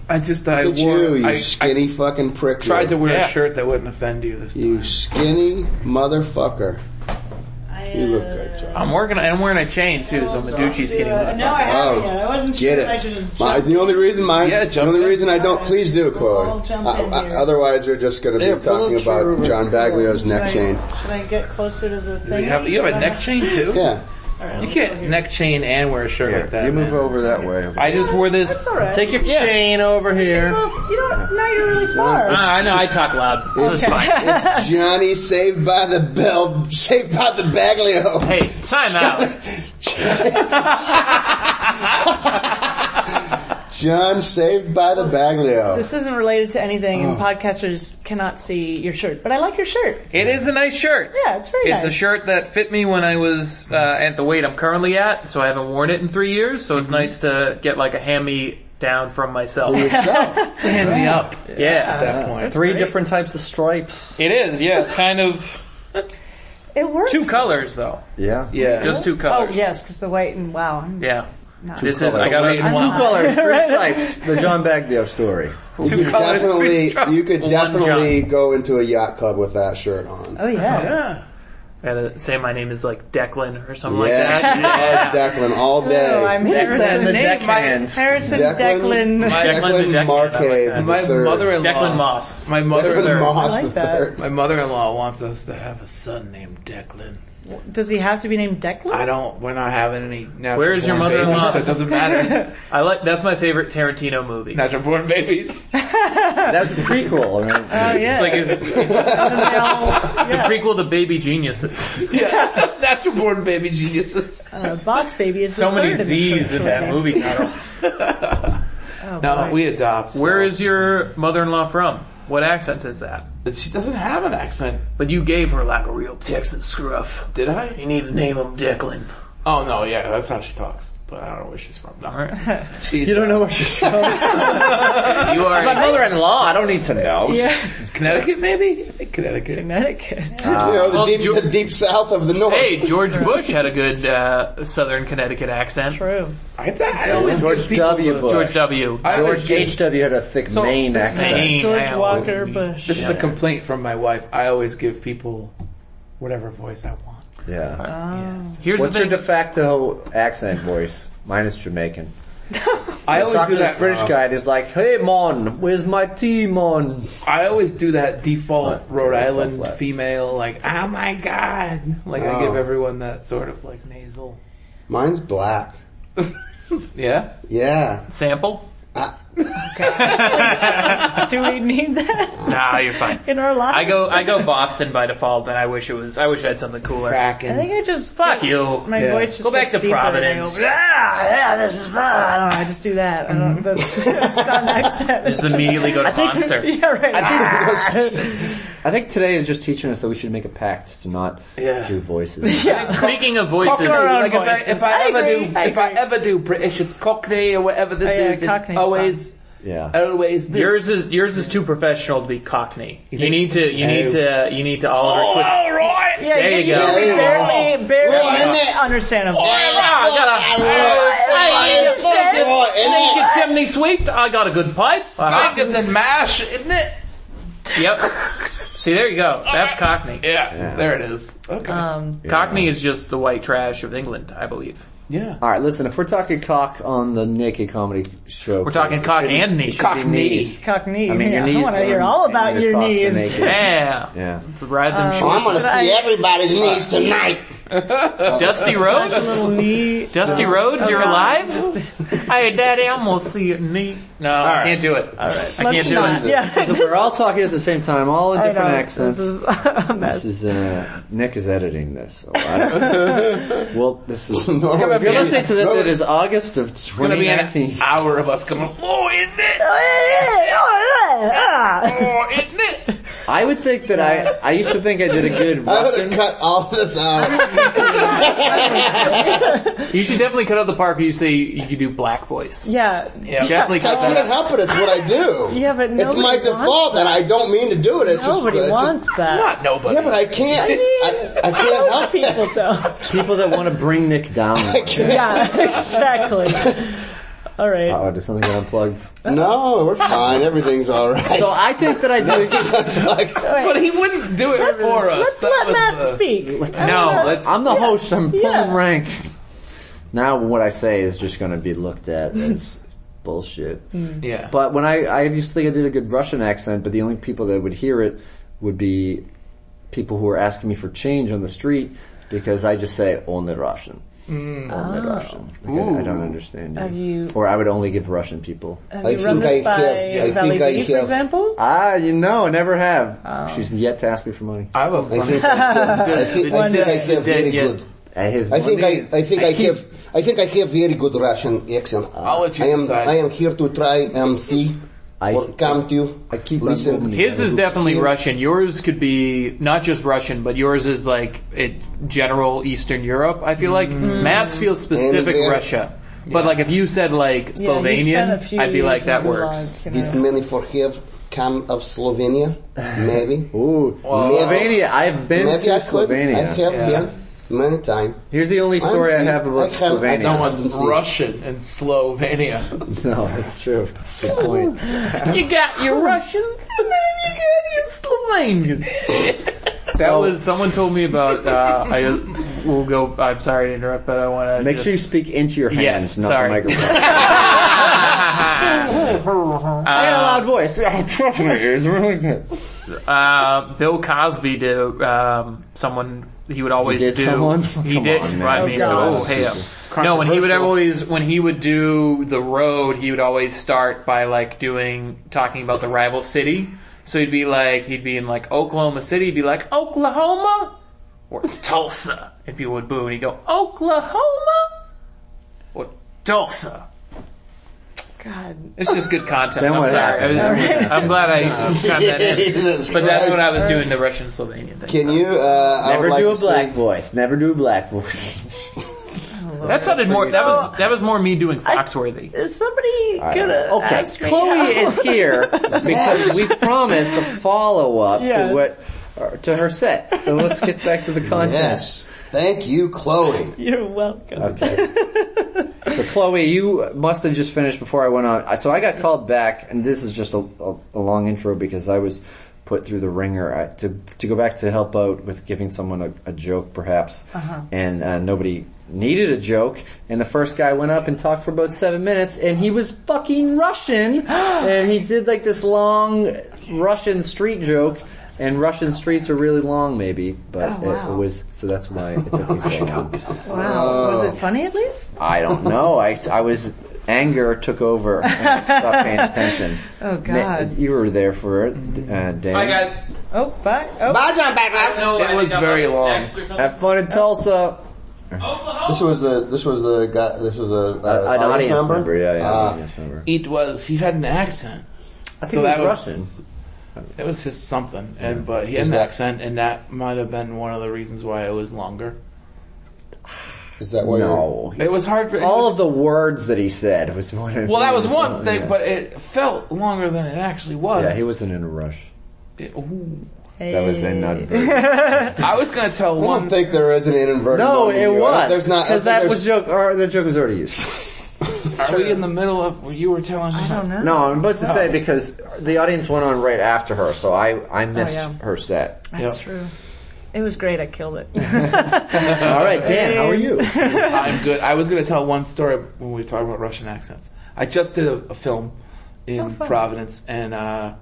[SPEAKER 7] I just I
[SPEAKER 4] Look at
[SPEAKER 7] wore
[SPEAKER 4] you, you
[SPEAKER 7] I, I
[SPEAKER 4] skinny fucking prick. you.
[SPEAKER 7] tried to wear
[SPEAKER 8] Yeah.
[SPEAKER 7] a shirt that wouldn't offend you this time.
[SPEAKER 4] You skinny motherfucker.
[SPEAKER 3] I,
[SPEAKER 4] You You look good, John.
[SPEAKER 8] I'm working. I'm wearing a chain too, so I'm a douchey skinny
[SPEAKER 3] Uh, no,
[SPEAKER 8] motherfucker.
[SPEAKER 3] I haven't
[SPEAKER 4] Oh,
[SPEAKER 3] yet. I wasn't
[SPEAKER 4] Get
[SPEAKER 3] sure if I should
[SPEAKER 4] it.
[SPEAKER 3] just
[SPEAKER 4] My, the only reason mine,
[SPEAKER 8] Yeah,
[SPEAKER 4] the
[SPEAKER 8] jump
[SPEAKER 4] only
[SPEAKER 8] in.
[SPEAKER 4] reason I don't, please do, Chloe.
[SPEAKER 3] I'll jump
[SPEAKER 4] Uh,
[SPEAKER 3] in
[SPEAKER 4] uh,
[SPEAKER 3] here.
[SPEAKER 4] otherwise, we're just going to
[SPEAKER 2] Yeah,
[SPEAKER 4] be
[SPEAKER 2] pull
[SPEAKER 4] talking
[SPEAKER 2] the trigger
[SPEAKER 4] about
[SPEAKER 2] with
[SPEAKER 4] John
[SPEAKER 2] the
[SPEAKER 4] Baglio's neck
[SPEAKER 3] Right.
[SPEAKER 4] chain.
[SPEAKER 3] Should I get closer to the thing?
[SPEAKER 8] You have, you have a neck chain too.
[SPEAKER 4] Yeah.
[SPEAKER 8] You can't neck chain and wear a shirt like that.
[SPEAKER 2] you move
[SPEAKER 8] man.
[SPEAKER 2] over that way.
[SPEAKER 8] I just wore this.
[SPEAKER 3] That's all right.
[SPEAKER 8] Take your chain over here.
[SPEAKER 3] Well, you don't. Now you're really far.
[SPEAKER 8] Ah, I know. I talk loud. So it's fine.
[SPEAKER 4] It's Johnny saved by the bell, saved by the Baglio.
[SPEAKER 8] Hey, time out.
[SPEAKER 4] John saved by the Baglio.
[SPEAKER 3] This isn't related to anything,
[SPEAKER 4] Oh.
[SPEAKER 3] and podcasters cannot see your shirt. But I like your shirt.
[SPEAKER 8] It is a nice shirt.
[SPEAKER 3] Yeah, it's very
[SPEAKER 8] It's
[SPEAKER 3] nice.
[SPEAKER 8] a shirt that fit me when I was uh, at the weight I'm currently at, so I haven't worn it in three years. So it's nice to get like a hand me down from myself.
[SPEAKER 4] Yourself.
[SPEAKER 8] hand me up. Yeah, at that point.
[SPEAKER 2] Three different types of stripes.
[SPEAKER 8] It is. Yeah, it's kind of
[SPEAKER 3] It works.
[SPEAKER 8] two colors though.
[SPEAKER 2] Yeah.
[SPEAKER 8] Yeah, just two
[SPEAKER 3] Oh
[SPEAKER 8] colors.
[SPEAKER 3] yes, because the white and wow. I'm
[SPEAKER 8] Yeah.
[SPEAKER 3] not.
[SPEAKER 8] This is I got
[SPEAKER 3] I'm
[SPEAKER 2] Two
[SPEAKER 3] not-
[SPEAKER 2] colors, three stripes. The John Baglio story.
[SPEAKER 4] You could
[SPEAKER 8] colors, three
[SPEAKER 4] definitely, you could
[SPEAKER 8] One
[SPEAKER 4] definitely go into a yacht club with that shirt on.
[SPEAKER 3] Oh yeah.
[SPEAKER 8] gotta say my name is like Declan or something
[SPEAKER 4] yeah,
[SPEAKER 8] like that.
[SPEAKER 4] you are Declan all day.
[SPEAKER 3] Oh, I'm
[SPEAKER 2] And
[SPEAKER 3] Harrison.
[SPEAKER 2] the
[SPEAKER 3] Name-
[SPEAKER 2] deck hand.
[SPEAKER 3] Harrison
[SPEAKER 4] Declan,
[SPEAKER 3] Declan.
[SPEAKER 8] My- Declan the
[SPEAKER 4] Declan
[SPEAKER 8] Declan,
[SPEAKER 4] Marquet
[SPEAKER 8] I like that.
[SPEAKER 4] the
[SPEAKER 7] My
[SPEAKER 4] third.
[SPEAKER 7] mother-in-law.
[SPEAKER 8] Declan Moss.
[SPEAKER 7] My mother.
[SPEAKER 4] Declan Moss
[SPEAKER 3] I like
[SPEAKER 4] the
[SPEAKER 3] that.
[SPEAKER 4] third.
[SPEAKER 7] My mother-in-law wants us to have a son named Declan.
[SPEAKER 3] Does he have to be named
[SPEAKER 7] I
[SPEAKER 3] Declan?
[SPEAKER 7] don't. We're not having any. Natural
[SPEAKER 8] Where is your
[SPEAKER 7] born babies,
[SPEAKER 8] mother-in-law?
[SPEAKER 7] so it doesn't matter.
[SPEAKER 8] I like that's my favorite Tarantino movie.
[SPEAKER 7] Natural born babies.
[SPEAKER 2] That's a prequel. I mean,
[SPEAKER 3] Oh yeah.
[SPEAKER 8] It's like a,
[SPEAKER 3] And they all- yeah.
[SPEAKER 8] prequel to Baby Geniuses.
[SPEAKER 7] yeah, natural born baby geniuses.
[SPEAKER 3] Uh, Boss Baby is the
[SPEAKER 8] So many
[SPEAKER 3] third in the
[SPEAKER 8] Z's in that
[SPEAKER 3] trilogy.
[SPEAKER 8] movie title.
[SPEAKER 3] Oh,
[SPEAKER 7] No,
[SPEAKER 3] boy.
[SPEAKER 7] we adopt. so-
[SPEAKER 8] Where is your mother-in-law from? What accent is that?
[SPEAKER 7] She doesn't have an accent.
[SPEAKER 8] But you gave her like a real Texas scruff.
[SPEAKER 7] Did
[SPEAKER 8] You
[SPEAKER 7] I?
[SPEAKER 8] need to name him Declan.
[SPEAKER 7] Oh no, yeah, that's how she talks. But I don't know where she's from. No.
[SPEAKER 8] Alright.
[SPEAKER 7] She's, you don't know where she's from. you are
[SPEAKER 2] my mother-in-law. I don't need to know.
[SPEAKER 3] Yeah.
[SPEAKER 7] Connecticut, maybe. I think Connecticut.
[SPEAKER 3] Connecticut.
[SPEAKER 2] Ah.
[SPEAKER 4] you know, the,
[SPEAKER 8] Well,
[SPEAKER 4] deep,
[SPEAKER 8] Ju-
[SPEAKER 4] the deep south of the north.
[SPEAKER 8] Hey, George Bush had a good uh, Southern Connecticut accent.
[SPEAKER 3] True.
[SPEAKER 7] It's, I always
[SPEAKER 2] George
[SPEAKER 7] give people
[SPEAKER 2] W.
[SPEAKER 7] the-
[SPEAKER 2] Bush.
[SPEAKER 8] George W.
[SPEAKER 7] I always
[SPEAKER 2] George
[SPEAKER 7] give-
[SPEAKER 2] H.W. had a thick Maine accent.
[SPEAKER 8] Maine.
[SPEAKER 3] George
[SPEAKER 8] I-
[SPEAKER 3] Walker Bush.
[SPEAKER 7] This is a complaint from my wife. I always give people whatever voice I want.
[SPEAKER 2] Yeah.
[SPEAKER 3] Uh,
[SPEAKER 8] Here's
[SPEAKER 2] What's
[SPEAKER 8] the
[SPEAKER 2] your
[SPEAKER 8] thing.
[SPEAKER 2] de facto accent voice? Mine is Jamaican.
[SPEAKER 7] I
[SPEAKER 2] I
[SPEAKER 7] always do that.
[SPEAKER 2] British
[SPEAKER 3] Uh,
[SPEAKER 2] guy is like, hey mon, where's my tea mon?
[SPEAKER 7] I always do that default
[SPEAKER 2] It's not-
[SPEAKER 7] Rhode
[SPEAKER 2] it's not
[SPEAKER 7] Island
[SPEAKER 2] flat.
[SPEAKER 7] female, like, oh my god. Like, I give
[SPEAKER 4] Oh.
[SPEAKER 7] everyone that sort of like nasal.
[SPEAKER 4] Mine's black.
[SPEAKER 7] Yeah?
[SPEAKER 4] Yeah.
[SPEAKER 8] Sample?
[SPEAKER 3] Do we need that
[SPEAKER 8] Nah, you're fine.
[SPEAKER 3] in our lives?
[SPEAKER 8] I go I go Boston by default, and I wish it was I wish I had something cooler.
[SPEAKER 3] I
[SPEAKER 7] Kraken.
[SPEAKER 3] think I just
[SPEAKER 8] Fuck you.
[SPEAKER 3] My
[SPEAKER 7] Yeah.
[SPEAKER 3] voice just
[SPEAKER 8] Go back
[SPEAKER 3] gets
[SPEAKER 8] to
[SPEAKER 3] deeper than I
[SPEAKER 8] Providence.
[SPEAKER 3] go, Ah, yeah, this is. Ah, I don't know. I just do that. I
[SPEAKER 2] Mm-hmm.
[SPEAKER 3] don't. That's it's not an accent.
[SPEAKER 8] Just immediately go to Monster.
[SPEAKER 3] yeah, right.
[SPEAKER 2] I think today is just teaching us that we should make a pact to not
[SPEAKER 7] Yeah.
[SPEAKER 2] do voices.
[SPEAKER 3] yeah.
[SPEAKER 8] Speaking of voices,
[SPEAKER 3] Fuck our own
[SPEAKER 7] Like, if I,
[SPEAKER 3] voices.
[SPEAKER 7] if I
[SPEAKER 3] I
[SPEAKER 7] ever
[SPEAKER 3] agree,
[SPEAKER 7] do,
[SPEAKER 3] I
[SPEAKER 7] if I
[SPEAKER 3] agree.
[SPEAKER 7] ever do British, it's Cockney or whatever this
[SPEAKER 3] Oh, yeah,
[SPEAKER 7] is. It's
[SPEAKER 3] Cockney's
[SPEAKER 7] always,
[SPEAKER 2] yeah.
[SPEAKER 7] always this.
[SPEAKER 8] yours is yours is too professional to be Cockney. You
[SPEAKER 7] think
[SPEAKER 8] need
[SPEAKER 7] so?
[SPEAKER 8] to you need to you need to Oliver Twist.
[SPEAKER 7] alright!
[SPEAKER 3] Yeah,
[SPEAKER 8] There you go.
[SPEAKER 3] Barely, barely, barely
[SPEAKER 4] isn't it?
[SPEAKER 3] understandable.
[SPEAKER 8] Ah, I got a- Oh, Hey, you said it. Think
[SPEAKER 4] Hey,
[SPEAKER 8] it's chimney sweep. I got a good pipe. Uh-huh.
[SPEAKER 7] Fingers and mash, isn't it?
[SPEAKER 8] Yep. See, there you go. That's Cockney.
[SPEAKER 7] Yeah, there it is. Okay.
[SPEAKER 8] Um, Cockney is just the white trash of England, I believe.
[SPEAKER 7] yeah.
[SPEAKER 2] Alright, listen, if we're talking cock on the naked comedy show.
[SPEAKER 8] We're talking cock and knee.
[SPEAKER 7] Cockney.
[SPEAKER 3] Cockney.
[SPEAKER 2] I mean,
[SPEAKER 3] yeah.
[SPEAKER 2] your knees.
[SPEAKER 3] I want to hear
[SPEAKER 2] are-
[SPEAKER 3] all
[SPEAKER 2] and
[SPEAKER 3] about your
[SPEAKER 2] cocks are
[SPEAKER 3] knees.
[SPEAKER 2] naked.
[SPEAKER 8] Yeah.
[SPEAKER 2] Yeah.
[SPEAKER 8] Let's ride
[SPEAKER 3] Uh,
[SPEAKER 8] them short.
[SPEAKER 4] I'm gonna see everybody's knees tonight.
[SPEAKER 8] Dusty Roads?
[SPEAKER 3] Little knee.
[SPEAKER 8] Dusty Roads, you're alive? Uh, hey, Daddy, I'm gonna see your knee. No, I can't do it. Alright. I can't
[SPEAKER 3] Let's
[SPEAKER 8] do
[SPEAKER 3] not.
[SPEAKER 8] it.
[SPEAKER 3] Yeah.
[SPEAKER 2] So we're all talking at the same time, all in
[SPEAKER 3] I
[SPEAKER 2] different
[SPEAKER 3] know,
[SPEAKER 2] accents.
[SPEAKER 3] This is a mess.
[SPEAKER 2] This is uh, Nick is editing this. A lot. well, this is. If
[SPEAKER 4] Normally,
[SPEAKER 2] you're listening to this, it is August of 2019.
[SPEAKER 7] Hour of us coming, oh, isn't it?
[SPEAKER 3] Ah.
[SPEAKER 7] Oh, isn't it?
[SPEAKER 2] I would think that I. I used to think I did a good
[SPEAKER 4] I would have
[SPEAKER 2] Russian.
[SPEAKER 4] cut all this uh, out.
[SPEAKER 8] You should definitely cut out the part where you say you could do black voice.
[SPEAKER 3] yeah.
[SPEAKER 8] Yeah. Definitely
[SPEAKER 4] I
[SPEAKER 8] cut that
[SPEAKER 4] can't help it. It's what I do.
[SPEAKER 3] Yeah, but
[SPEAKER 4] it's my
[SPEAKER 3] nobody
[SPEAKER 4] default,
[SPEAKER 3] wants
[SPEAKER 4] and I don't mean to do it. It's
[SPEAKER 3] Nobody
[SPEAKER 4] just, it's
[SPEAKER 3] wants that.
[SPEAKER 7] Not nobody.
[SPEAKER 4] Just, yeah, but I can't. I, I can't help
[SPEAKER 3] People
[SPEAKER 4] it.
[SPEAKER 3] don't.
[SPEAKER 2] People that want to bring Nick down.
[SPEAKER 4] I can't.
[SPEAKER 3] Yeah, exactly. All right.
[SPEAKER 2] Oh, did something get unplugged?
[SPEAKER 4] No, we're fine. Everything's all right.
[SPEAKER 2] so I think that I do.
[SPEAKER 4] like,
[SPEAKER 3] All right.
[SPEAKER 7] But he wouldn't do it
[SPEAKER 3] let's
[SPEAKER 7] for us.
[SPEAKER 3] let's
[SPEAKER 7] That
[SPEAKER 3] let
[SPEAKER 7] was
[SPEAKER 3] Matt
[SPEAKER 7] the-
[SPEAKER 3] speak.
[SPEAKER 8] No, let's.
[SPEAKER 2] I'm the host. I'm pulling
[SPEAKER 3] Yeah.
[SPEAKER 2] rank. Now what I say is just going to be looked at as bullshit.
[SPEAKER 7] Yeah.
[SPEAKER 2] But when I, I used to think I did a good Russian accent, but the only people that would hear it would be people who are asking me for change on the street because I just say only Russian.
[SPEAKER 4] Mm.
[SPEAKER 2] Only Russian. Like, I, I don't understand you.
[SPEAKER 3] Oh. Have you-
[SPEAKER 2] Or I would only give Russian people.
[SPEAKER 3] Have
[SPEAKER 4] I
[SPEAKER 3] you run
[SPEAKER 4] think
[SPEAKER 3] this by
[SPEAKER 4] I have- I
[SPEAKER 3] Valley
[SPEAKER 4] think I
[SPEAKER 3] Bee, for
[SPEAKER 4] have.
[SPEAKER 3] example?
[SPEAKER 8] Uh,
[SPEAKER 2] Ah, you know, I never have.
[SPEAKER 3] Oh.
[SPEAKER 2] She's yet to ask me for money.
[SPEAKER 7] I have a
[SPEAKER 4] I
[SPEAKER 7] funny.
[SPEAKER 4] think I, think, I, think I
[SPEAKER 7] Wonderful.
[SPEAKER 4] have very
[SPEAKER 7] Yeah.
[SPEAKER 4] good.
[SPEAKER 2] I have
[SPEAKER 4] I think I, I think I have I think I have very good Russian accent.
[SPEAKER 7] I'll let you
[SPEAKER 4] I am
[SPEAKER 7] decide.
[SPEAKER 4] I am here to try MC
[SPEAKER 2] I-
[SPEAKER 4] for come to
[SPEAKER 2] I keep
[SPEAKER 4] listen.
[SPEAKER 2] on-
[SPEAKER 8] His is definitely
[SPEAKER 4] Yeah.
[SPEAKER 8] Russian. Yours could be not just Russian, but yours is like it, general Eastern Europe. I feel like
[SPEAKER 4] Mm.
[SPEAKER 8] Matt's feels specific
[SPEAKER 4] Anywhere.
[SPEAKER 8] Russia. But like if you said like
[SPEAKER 3] Yeah, he spent a
[SPEAKER 8] Slovenian,
[SPEAKER 3] few
[SPEAKER 8] I'd be like
[SPEAKER 3] years
[SPEAKER 8] that
[SPEAKER 3] in Gulag,
[SPEAKER 8] works.
[SPEAKER 3] you know.
[SPEAKER 4] This many for have come of Slovenia, maybe.
[SPEAKER 2] Ooh, Slovenia. I've been
[SPEAKER 4] maybe
[SPEAKER 2] to
[SPEAKER 4] I could. I
[SPEAKER 2] Slovenia.
[SPEAKER 4] have been many times.
[SPEAKER 2] Here's the only story I
[SPEAKER 4] saying
[SPEAKER 2] have about
[SPEAKER 4] I can't- I
[SPEAKER 2] Slovenia.
[SPEAKER 4] don't
[SPEAKER 7] No
[SPEAKER 4] want-
[SPEAKER 7] one's Russian in Slovenia.
[SPEAKER 2] No, that's true. Good point.
[SPEAKER 8] You got your Russians, and then you got your Slovenians. That was someone told me about. Uh, I will go. I'm sorry to interrupt, but I want to
[SPEAKER 2] Make sure you speak into your hands,
[SPEAKER 8] Yes,
[SPEAKER 2] not
[SPEAKER 8] sorry.
[SPEAKER 2] the microphone. I got a loud voice. trust me, it's really good.
[SPEAKER 8] Uh, Bill Cosby did um, someone he would always
[SPEAKER 2] He did
[SPEAKER 8] do.
[SPEAKER 2] someone?
[SPEAKER 8] He
[SPEAKER 2] Come
[SPEAKER 8] did.
[SPEAKER 2] on, man.
[SPEAKER 8] right, I mean,
[SPEAKER 3] Oh, God.
[SPEAKER 8] oh, hey, uh, no, when he would always when he would do the road, he would always start by like doing talking about the rival city. So he'd be like, he'd be in like Oklahoma City, he'd be like Oklahoma or Tulsa, and people would boo, and he'd go Oklahoma or Tulsa.
[SPEAKER 3] God.
[SPEAKER 8] It's just good content.
[SPEAKER 2] Then
[SPEAKER 8] I'm
[SPEAKER 2] what
[SPEAKER 8] sorry. I was- I was- I'm glad I got that in.
[SPEAKER 4] Jesus
[SPEAKER 8] But that's
[SPEAKER 4] Christ.
[SPEAKER 8] what I was doing the Russian Slovenian thing.
[SPEAKER 4] Can you? Uh, I
[SPEAKER 2] Never
[SPEAKER 4] would like
[SPEAKER 2] do
[SPEAKER 4] to
[SPEAKER 2] a black
[SPEAKER 4] say-
[SPEAKER 2] voice. Never do a black voice.
[SPEAKER 8] That sounded more. That was that was more me doing Foxworthy.
[SPEAKER 3] Is somebody gonna
[SPEAKER 2] Okay,
[SPEAKER 3] ask me out?
[SPEAKER 2] Chloe is here because we promised a follow up
[SPEAKER 3] Yes.
[SPEAKER 2] to what uh, to her set. So let's get back to the content.
[SPEAKER 4] Yes. Thank you, Chloe.
[SPEAKER 3] You're welcome.
[SPEAKER 2] Uh, Okay. so Chloe, you must have just finished before I went on. So I got called back, and this is just a, a, a long intro because I was put through the ringer I, to to go back to help out with giving someone a, a joke, perhaps,
[SPEAKER 3] Uh-huh.
[SPEAKER 2] and uh, nobody needed a joke. And the first guy went up and talked for about seven minutes, and he was fucking Russian, and he did like this long Russian street joke. And Russian streets are really long, maybe, but
[SPEAKER 3] Oh, wow.
[SPEAKER 2] it, it was so that's why it took me so long.
[SPEAKER 3] Wow. Was
[SPEAKER 8] Oh.
[SPEAKER 3] it funny at least?
[SPEAKER 2] I don't know. I, I was anger took over. And I stopped paying attention.
[SPEAKER 3] Oh
[SPEAKER 2] Na-
[SPEAKER 3] God.
[SPEAKER 2] you were there for it, uh, Dan.
[SPEAKER 3] Oh, bye. Oh,
[SPEAKER 7] It was very long.
[SPEAKER 2] Have fun in Tulsa.
[SPEAKER 4] This was the this was the guy. This was a, a
[SPEAKER 2] An audience, member? yeah, yeah,
[SPEAKER 4] Uh,
[SPEAKER 2] an audience member.
[SPEAKER 7] It was. He had an accent.
[SPEAKER 2] I think
[SPEAKER 7] so
[SPEAKER 2] it was
[SPEAKER 7] that was-
[SPEAKER 2] Russian.
[SPEAKER 7] It was his something, and but he had
[SPEAKER 4] Is
[SPEAKER 7] an
[SPEAKER 4] that-
[SPEAKER 7] accent, and that might have been one of the reasons why it was longer.
[SPEAKER 4] is that why?
[SPEAKER 2] No,
[SPEAKER 7] It was hard. For, it
[SPEAKER 2] all
[SPEAKER 7] was-
[SPEAKER 2] of the words that he said was one.
[SPEAKER 7] Well, that was one thing,
[SPEAKER 2] yeah.
[SPEAKER 7] but it felt longer than it actually was.
[SPEAKER 2] yeah, he wasn't in a rush.
[SPEAKER 7] It- ooh.
[SPEAKER 3] hey.
[SPEAKER 2] That was in not.
[SPEAKER 7] I was gonna tell
[SPEAKER 4] You're, I
[SPEAKER 7] one.
[SPEAKER 4] don't think there is an inadvertent.
[SPEAKER 2] No,
[SPEAKER 4] moment
[SPEAKER 2] it
[SPEAKER 4] here.
[SPEAKER 2] was.
[SPEAKER 4] There's not. I
[SPEAKER 2] because
[SPEAKER 4] think
[SPEAKER 2] that
[SPEAKER 4] there's-
[SPEAKER 2] was joke. Or the joke was already used.
[SPEAKER 7] Are we in the middle of? You were telling.
[SPEAKER 3] I don't know.
[SPEAKER 2] No, I'm about to say because the audience went on right after her, so I I missed
[SPEAKER 3] yeah.
[SPEAKER 2] her set.
[SPEAKER 3] That's
[SPEAKER 7] Yeah.
[SPEAKER 3] true. It was great. I killed it.
[SPEAKER 2] All right, Dan, how are you?
[SPEAKER 7] I'm good. I was going to tell one story when we were talking about Russian accents. I just did a, a film in
[SPEAKER 3] fun.
[SPEAKER 7] Providence, and uh,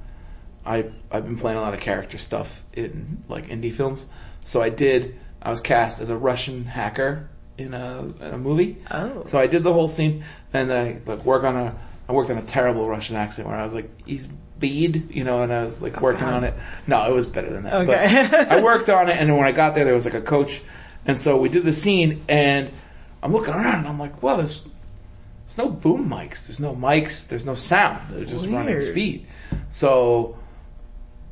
[SPEAKER 7] I I've been playing a lot of character stuff in like indie films. So I did. I was cast as a Russian hacker in a, in a movie.
[SPEAKER 3] Oh.
[SPEAKER 7] So I did the whole scene, and I like work on a. I worked on a terrible Russian accent where I was like, "He's bead," you know, and I was like working on it. No, it was better than that.
[SPEAKER 3] Okay.
[SPEAKER 7] But I worked on it, and then when I got there, there was like a coach, and so we did the scene, and I'm looking around, and I'm like, well, there's, there's no boom mics, there's no mics, there's no sound, they're just running
[SPEAKER 3] Weird.
[SPEAKER 7] speed. So,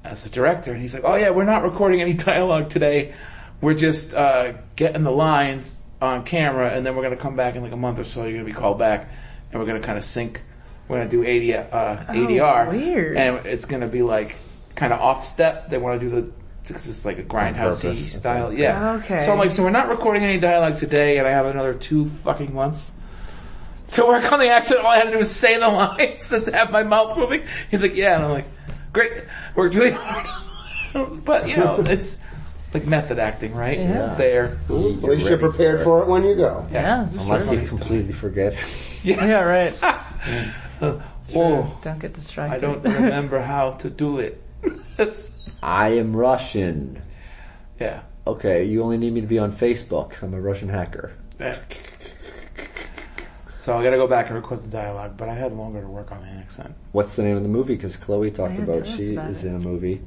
[SPEAKER 7] as the director, and he's like, oh yeah, we're not recording any dialogue today, we're just uh, getting the lines on camera, and then we're gonna come back in like a month or so, you're gonna be called back, and we're gonna kind of sync, we're gonna do AD, uh, ADR,
[SPEAKER 3] weird.
[SPEAKER 7] and it's gonna be like kind of off step. They want to do the because it's like a grindhousey
[SPEAKER 2] purpose.
[SPEAKER 7] style. Yeah.
[SPEAKER 3] Okay.
[SPEAKER 7] So I'm like, so we're not recording any dialogue today, and I have another two fucking months to work on the accent, all I had to do was say the lines and have my mouth moving. He's like, yeah, and I'm like, great, worked really hard. but you know, it's like method acting, right? It's there.
[SPEAKER 4] At least you're prepared for it when you go.
[SPEAKER 3] Yeah.
[SPEAKER 2] Unless you completely forget.
[SPEAKER 3] Yeah, right.
[SPEAKER 7] Oh,
[SPEAKER 3] Don't get distracted.
[SPEAKER 7] I don't remember how to do it. That's,
[SPEAKER 2] I am Russian.
[SPEAKER 7] yeah.
[SPEAKER 2] Okay, you only need me to be on Facebook. I'm a Russian hacker.
[SPEAKER 7] Yeah. So I gotta go back and record the dialogue, but I had longer to work on the accent.
[SPEAKER 2] What's the name of the movie? Because Chloe talked
[SPEAKER 3] Yeah,
[SPEAKER 2] about
[SPEAKER 3] tell us
[SPEAKER 2] she
[SPEAKER 3] about
[SPEAKER 2] is
[SPEAKER 3] it.
[SPEAKER 2] in a movie.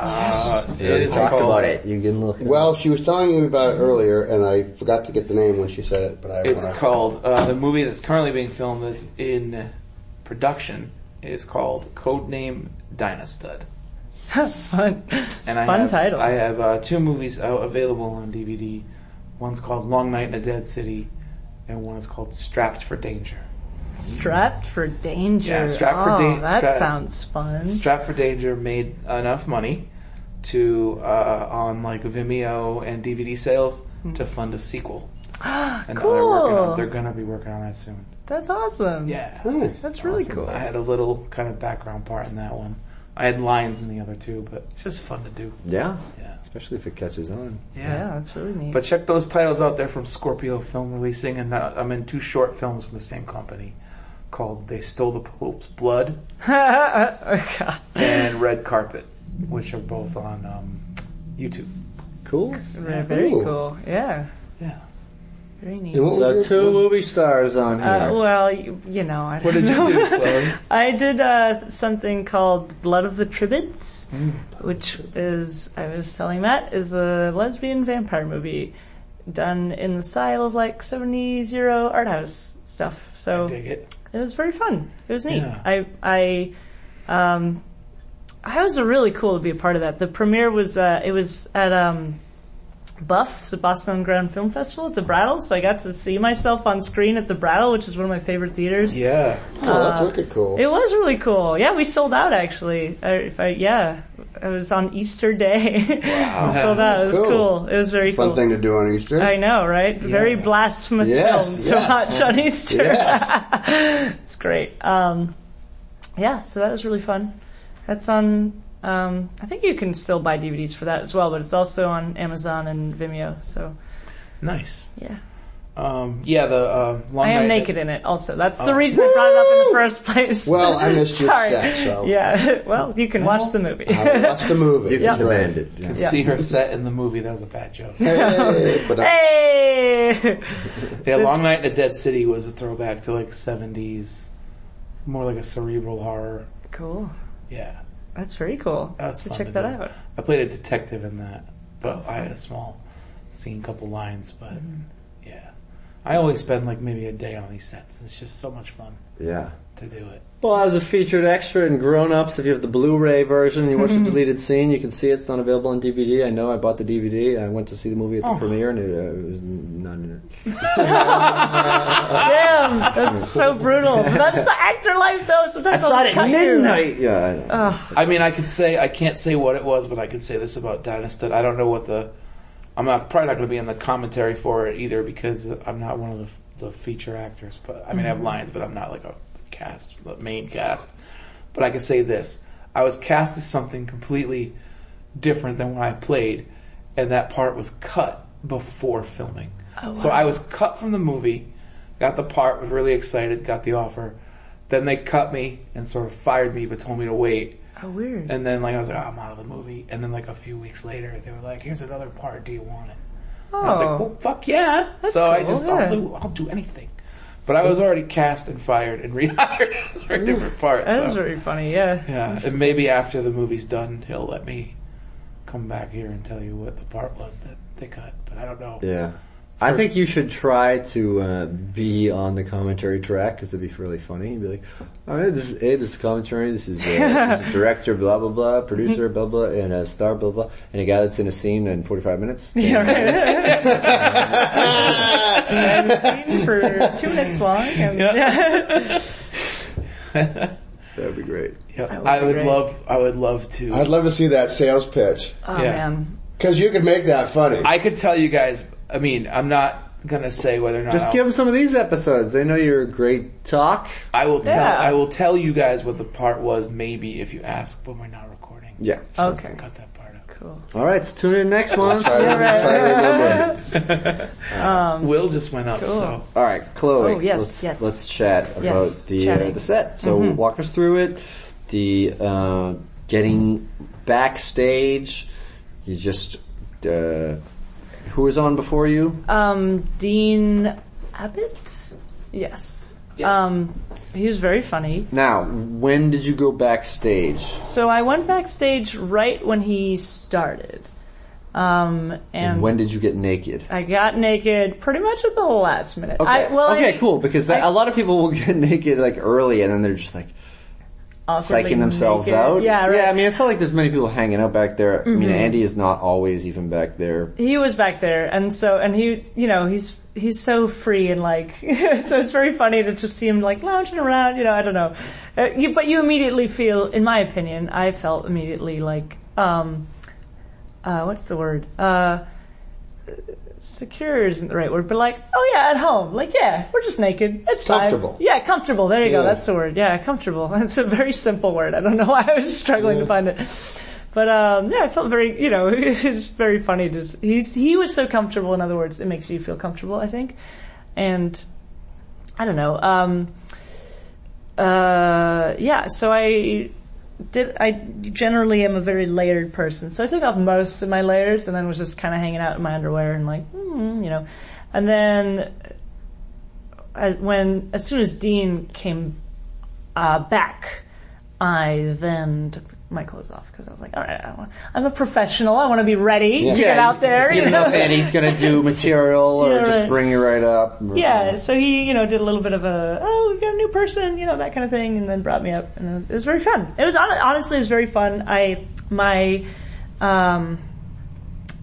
[SPEAKER 7] Uh, it
[SPEAKER 2] We
[SPEAKER 7] is
[SPEAKER 2] talked
[SPEAKER 7] called-
[SPEAKER 2] about it. You can look. it
[SPEAKER 4] Well, she was telling me about it earlier, and I forgot to get the name when she said it, but I
[SPEAKER 7] It's
[SPEAKER 4] wanna-
[SPEAKER 7] called uh, the movie that's currently being filmed is in production is called Codename Dynastud.
[SPEAKER 3] Fun.
[SPEAKER 7] And I
[SPEAKER 3] Fun
[SPEAKER 7] have,
[SPEAKER 3] title.
[SPEAKER 7] I have uh, two movies out available on DVD. One's called Long Night in a Dead City, and one is called Strapped for Danger.
[SPEAKER 3] Strapped for danger.
[SPEAKER 7] Yeah, strapped for
[SPEAKER 3] oh,
[SPEAKER 7] dan-
[SPEAKER 3] That
[SPEAKER 7] stra-
[SPEAKER 3] sounds fun.
[SPEAKER 7] Strapped for Danger made enough money to uh, on like Vimeo and DVD sales to fund a sequel. And they're
[SPEAKER 3] Hmm.
[SPEAKER 7] working
[SPEAKER 3] Cool.
[SPEAKER 7] on, they're gonna be working on that soon.
[SPEAKER 3] That's awesome.
[SPEAKER 7] Yeah.
[SPEAKER 3] That's really cool.
[SPEAKER 7] I had a little kind of background part in that one. I had lines in the other two, but it's just fun to do.
[SPEAKER 2] Yeah.
[SPEAKER 7] Yeah.
[SPEAKER 2] Especially if it catches on.
[SPEAKER 3] Yeah, that's really neat.
[SPEAKER 7] But check those titles out there from Scorpio Film Releasing, and uh, I'm in two short films from the same company called "They Stole the Pope's Blood"
[SPEAKER 3] oh, God.
[SPEAKER 7] and "Red Carpet," which are both on um, YouTube.
[SPEAKER 2] Cool.
[SPEAKER 3] Very cool. Yeah.
[SPEAKER 7] Yeah.
[SPEAKER 3] Very neat.
[SPEAKER 4] And what
[SPEAKER 2] So
[SPEAKER 4] was your-
[SPEAKER 2] two movie stars on here.
[SPEAKER 3] Uh, well, you, you know, I
[SPEAKER 7] What
[SPEAKER 3] don't
[SPEAKER 7] did you
[SPEAKER 3] know.
[SPEAKER 7] do, Chloe?
[SPEAKER 3] I did uh, something called Blood of the Tribids,
[SPEAKER 7] Mm.
[SPEAKER 3] which is I was telling Matt is a lesbian vampire movie done in the style of like seventies euro art house stuff. So
[SPEAKER 7] Dig it.
[SPEAKER 3] it was very fun. It was neat.
[SPEAKER 7] Yeah.
[SPEAKER 3] I I um I was really cool to be a part of that. The premiere was uh it was at um Buff, the Boston Underground Film Festival at the Brattle, so I got to see myself on screen at the Brattle, which is one of my favorite theaters.
[SPEAKER 7] Yeah.
[SPEAKER 4] Oh, that's wicked cool.
[SPEAKER 3] It was really cool. Yeah, we sold out actually. I, if I, yeah, it was on Easter Day. Wow. sold out. It was
[SPEAKER 4] Cool.
[SPEAKER 3] cool. It was very
[SPEAKER 4] Fun
[SPEAKER 3] cool.
[SPEAKER 4] thing to do on Easter.
[SPEAKER 3] I know, right? Very blasphemous
[SPEAKER 4] Yes,
[SPEAKER 3] film to watch
[SPEAKER 4] yes.
[SPEAKER 3] on Easter.
[SPEAKER 4] Yes.
[SPEAKER 3] It's great. Um, yeah, so that was really fun. That's on. Um, I think you can still buy DVDs for that as well, but it's also on Amazon and Vimeo. So
[SPEAKER 7] Nice.
[SPEAKER 3] yeah,
[SPEAKER 7] Um, yeah. The uh, long
[SPEAKER 3] I am
[SPEAKER 7] night
[SPEAKER 3] naked in it. Also, that's the reason I brought it up in the first place.
[SPEAKER 4] Well, I missed your
[SPEAKER 3] Sorry.
[SPEAKER 4] set, so-
[SPEAKER 3] yeah. Well, you can watch the movie.
[SPEAKER 4] I would watch the movie.
[SPEAKER 2] You can demand it. Yeah.
[SPEAKER 7] See her set in the movie. That was a bad joke.
[SPEAKER 4] Hey, but I-
[SPEAKER 3] Hey!
[SPEAKER 7] Yeah, Long Night in a Dead City was a throwback to like 70s, more like a cerebral horror.
[SPEAKER 3] cool.
[SPEAKER 7] Yeah.
[SPEAKER 3] That's very cool.
[SPEAKER 7] That was
[SPEAKER 3] so
[SPEAKER 7] fun
[SPEAKER 3] check
[SPEAKER 7] to
[SPEAKER 3] that
[SPEAKER 7] do.
[SPEAKER 3] out.
[SPEAKER 7] I played a detective in that, but I had a small scene, couple lines, but yeah. I always spend like maybe a day on these sets. It's just so much fun
[SPEAKER 2] yeah.
[SPEAKER 7] to do it.
[SPEAKER 2] Well, as a featured extra in Grown Ups, if you have the Blu-ray version, you watch the deleted scene, you can see it's not available on DVD. I know I bought the DVD. I went to see the movie at the premiere, and it, uh, it was not in it.
[SPEAKER 3] Damn, that's so brutal. But that's the actor life, though. Sometimes I'll just cut you.
[SPEAKER 2] Yeah, I know.
[SPEAKER 7] I mean, I could say, I can't say what it was, but I could say this about Dynastud. I don't know what the, I'm not, probably not going to be in the commentary for it either because I'm not one of the, the feature actors, but I mean, I have lines, but I'm not like a cast, the main cast. But I could say this. I was cast as something completely different than what I played, and that part was cut before filming. So I was cut from the movie, got the part, was really excited, got the offer. Then they cut me and sort of fired me, but told me to wait.
[SPEAKER 3] Oh, weird.
[SPEAKER 7] And then like I was like, oh, I'm out of the movie. And then like a few weeks later, they were like, here's another part. Do you want it?
[SPEAKER 3] oh.
[SPEAKER 7] And I was like, well, fuck yeah. so I
[SPEAKER 3] cool,
[SPEAKER 7] just,
[SPEAKER 3] yeah.
[SPEAKER 7] I'll do, I'll do anything. But I was already cast and fired and rehired for a different part.
[SPEAKER 3] that is
[SPEAKER 7] so-
[SPEAKER 3] very funny, yeah.
[SPEAKER 7] yeah. And maybe after the movie's done, he'll let me come back here and tell you what the part was that they cut. But I don't know.
[SPEAKER 2] Yeah. I think you should try to uh, be on the commentary track because it'd be really funny. You'd be like, "All right, this is hey, this is commentary. This is, uh, this is director, blah blah blah, producer, blah blah, and uh, star, blah blah, and a guy that's in a scene in forty five minutes."
[SPEAKER 3] Yeah, right. and the scene for two minutes long. And,
[SPEAKER 2] That'd be great.
[SPEAKER 7] Yeah,
[SPEAKER 3] would
[SPEAKER 7] I
[SPEAKER 3] be
[SPEAKER 7] would
[SPEAKER 3] great.
[SPEAKER 7] love, I would love to.
[SPEAKER 4] I'd love to see that sales pitch
[SPEAKER 3] Oh,
[SPEAKER 7] Yeah.
[SPEAKER 3] man.
[SPEAKER 4] because you could make that funny.
[SPEAKER 7] I could tell you guys. I mean, I'm not
[SPEAKER 9] gonna say whether or not
[SPEAKER 2] Just
[SPEAKER 9] I'll-
[SPEAKER 2] give them some of these episodes. They know you're a great talk.
[SPEAKER 9] I will tell.
[SPEAKER 3] Yeah.
[SPEAKER 9] I will tell you guys what the part was. Maybe if you ask, but we're not recording.
[SPEAKER 2] Yeah.
[SPEAKER 3] Okay.
[SPEAKER 9] Cut that part out.
[SPEAKER 3] Cool.
[SPEAKER 2] All right. So tune in next month.
[SPEAKER 4] Try to, try to remember.
[SPEAKER 9] Will just went up. So
[SPEAKER 2] All right, Chloe.
[SPEAKER 3] Oh, yes,
[SPEAKER 2] let's,
[SPEAKER 3] yes.
[SPEAKER 2] Let's chat about
[SPEAKER 3] Yes,
[SPEAKER 2] the uh,
[SPEAKER 3] chatting. Mm-hmm.
[SPEAKER 2] the set. So walk us through it. The uh, getting backstage. You just uh, who was on before you?
[SPEAKER 3] Um, Dean Abbott? Yes. Um, he was very funny.
[SPEAKER 2] Now, when did you go backstage?
[SPEAKER 3] So I went backstage right when he started. Um, and
[SPEAKER 2] when did you get naked?
[SPEAKER 3] I got naked pretty much at the last minute. I, well,
[SPEAKER 2] okay,
[SPEAKER 3] I
[SPEAKER 2] cool. Because that, a lot of people will get naked like early, and then they're just like
[SPEAKER 3] awkwardly
[SPEAKER 2] psyching themselves
[SPEAKER 3] naked.
[SPEAKER 2] out.
[SPEAKER 3] Yeah, right. Mm-hmm.
[SPEAKER 2] yeah. I mean, it's not like there's many people hanging out back there. I mean, Andy is not always even back there.
[SPEAKER 3] he was back there and so and he you know he's he's so free and like so it's very funny to just see him like lounging around you know i don't know uh, you, but you immediately feel in my opinion i felt immediately like um uh what's the word uh secure isn't the right word but like oh yeah at home like yeah we're just naked it's fine.
[SPEAKER 4] Comfortable.
[SPEAKER 3] yeah comfortable there you go
[SPEAKER 4] Yeah.
[SPEAKER 3] that's the word yeah comfortable it's a very simple word i don't know why i was struggling to find it but um, yeah, I felt very, you know, it's very funny. To, he's he was so comfortable. In other words, it makes you feel comfortable, I think. And I don't know. Um, uh, yeah, so I did. I generally am a very layered person, so I took off most of my layers and then was just kind of hanging out in my underwear and like, mm, you know, and then as, uh, when as soon as Dean came uh, back, I then took my clothes off because I was like, all right, I wanna, I'm a professional. I want to be ready to get out there.
[SPEAKER 2] You don't know if Andy's gonna do material or
[SPEAKER 3] Yeah,
[SPEAKER 2] just
[SPEAKER 3] right.
[SPEAKER 2] bring you right up.
[SPEAKER 3] Yeah, so he, you know, did a little bit of a, oh, we've got a new person, you know, that kind of thing, and then brought me up, and it was, it was very fun. It was hon- honestly, it was very fun. I, my, um,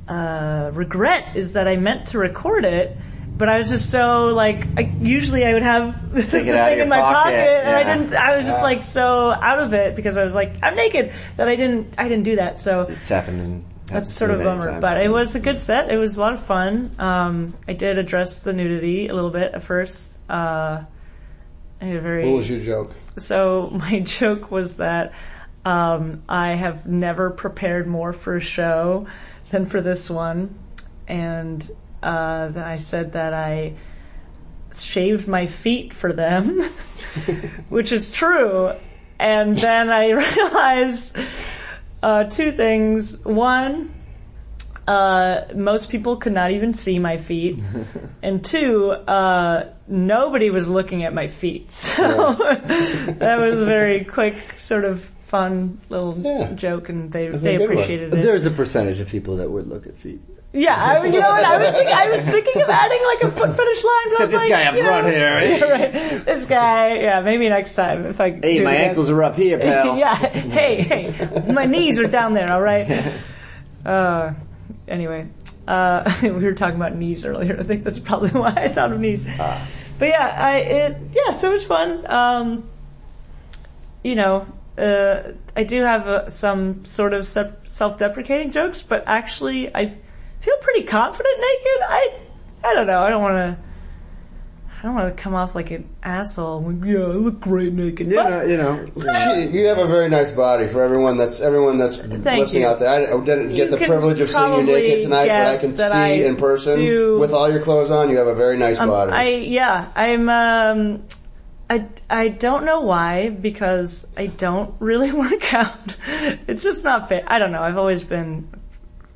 [SPEAKER 3] uh, regret is that I meant to record it, but I was just so like, I, usually I would have the thing
[SPEAKER 2] it out of your
[SPEAKER 3] in my
[SPEAKER 2] pocket,
[SPEAKER 3] pocket, and I
[SPEAKER 2] yeah.
[SPEAKER 3] didn't. I was just like so out of it because I was like, I'm naked, that I didn't, I didn't do that. So
[SPEAKER 2] It's happening.
[SPEAKER 3] that's sort of a bummer, but it was a good set. It was a lot of fun. Um, I did address the nudity a little bit at first. Uh, I had a very
[SPEAKER 4] What was your joke?
[SPEAKER 3] so my joke was that um, I have never prepared more for a show than for this one, and uh, then I said that I shaved my feet for them, which is true. And then I realized uh, two things. One, uh, most people could not even see my feet, and two, uh, nobody was looking at my feet. So that was a very quick, sort of fun little
[SPEAKER 4] Yeah.
[SPEAKER 3] joke, and they
[SPEAKER 4] a
[SPEAKER 3] they
[SPEAKER 4] good one.
[SPEAKER 3] appreciated it.
[SPEAKER 2] There's a percentage of people that would look at feet.
[SPEAKER 3] Yeah, I was, you know what? I was thinking, I was thinking of adding like a foot finish line. But I was
[SPEAKER 2] this
[SPEAKER 3] like,
[SPEAKER 2] guy up
[SPEAKER 3] you know,
[SPEAKER 2] front here, eh?
[SPEAKER 3] Yeah, right. This guy, yeah, maybe next time if I.
[SPEAKER 2] Hey, my ankles are up here, pal.
[SPEAKER 3] yeah. Hey, hey, my knees are down there. All right. Uh, anyway, uh, we were talking about knees earlier. I think that's probably why I thought of knees.
[SPEAKER 2] Ah.
[SPEAKER 3] But yeah, I it yeah, so much fun. Um, you know, uh, I do have uh, some sort of self deprecating jokes, but actually, I feel pretty confident naked. I I don't know. I don't want to. I don't want to come off like an asshole. Like, yeah, I look great naked.
[SPEAKER 2] You
[SPEAKER 3] But-
[SPEAKER 2] know, you know.
[SPEAKER 4] She- You have a very nice body for everyone that's everyone that's listening
[SPEAKER 3] you.
[SPEAKER 4] out there. I, I didn't get
[SPEAKER 3] You
[SPEAKER 4] the
[SPEAKER 3] can
[SPEAKER 4] privilege of seeing you
[SPEAKER 3] probably
[SPEAKER 4] naked tonight, but I
[SPEAKER 3] guess
[SPEAKER 4] can see
[SPEAKER 3] that I
[SPEAKER 4] in person
[SPEAKER 3] do-
[SPEAKER 4] with all your clothes on. You have a very nice
[SPEAKER 3] Um,
[SPEAKER 4] body.
[SPEAKER 3] I yeah, I'm. Um, I I don't know why because I don't really work out. It's just not fit. I don't know. I've always been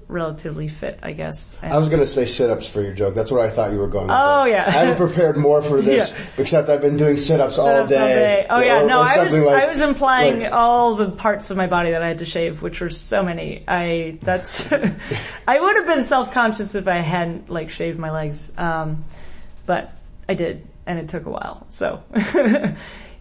[SPEAKER 3] relatively fit, I guess.
[SPEAKER 4] I was going to say sit-ups for your joke. That's what I thought you were going.
[SPEAKER 3] Oh,
[SPEAKER 4] with it.
[SPEAKER 3] yeah.
[SPEAKER 4] I haven't prepared more for this,
[SPEAKER 3] Yeah.
[SPEAKER 4] except I've been doing sit-ups, all,
[SPEAKER 3] Sit-ups
[SPEAKER 4] day,
[SPEAKER 3] Oh yeah,
[SPEAKER 4] or-
[SPEAKER 3] no,
[SPEAKER 4] or
[SPEAKER 3] I was
[SPEAKER 4] something like-
[SPEAKER 3] I was implying
[SPEAKER 4] like-
[SPEAKER 3] all the parts of my body that I had to shave, which were so many. I that's I would have been self conscious if I hadn't like shaved my legs, um, but I did, and it took a while. So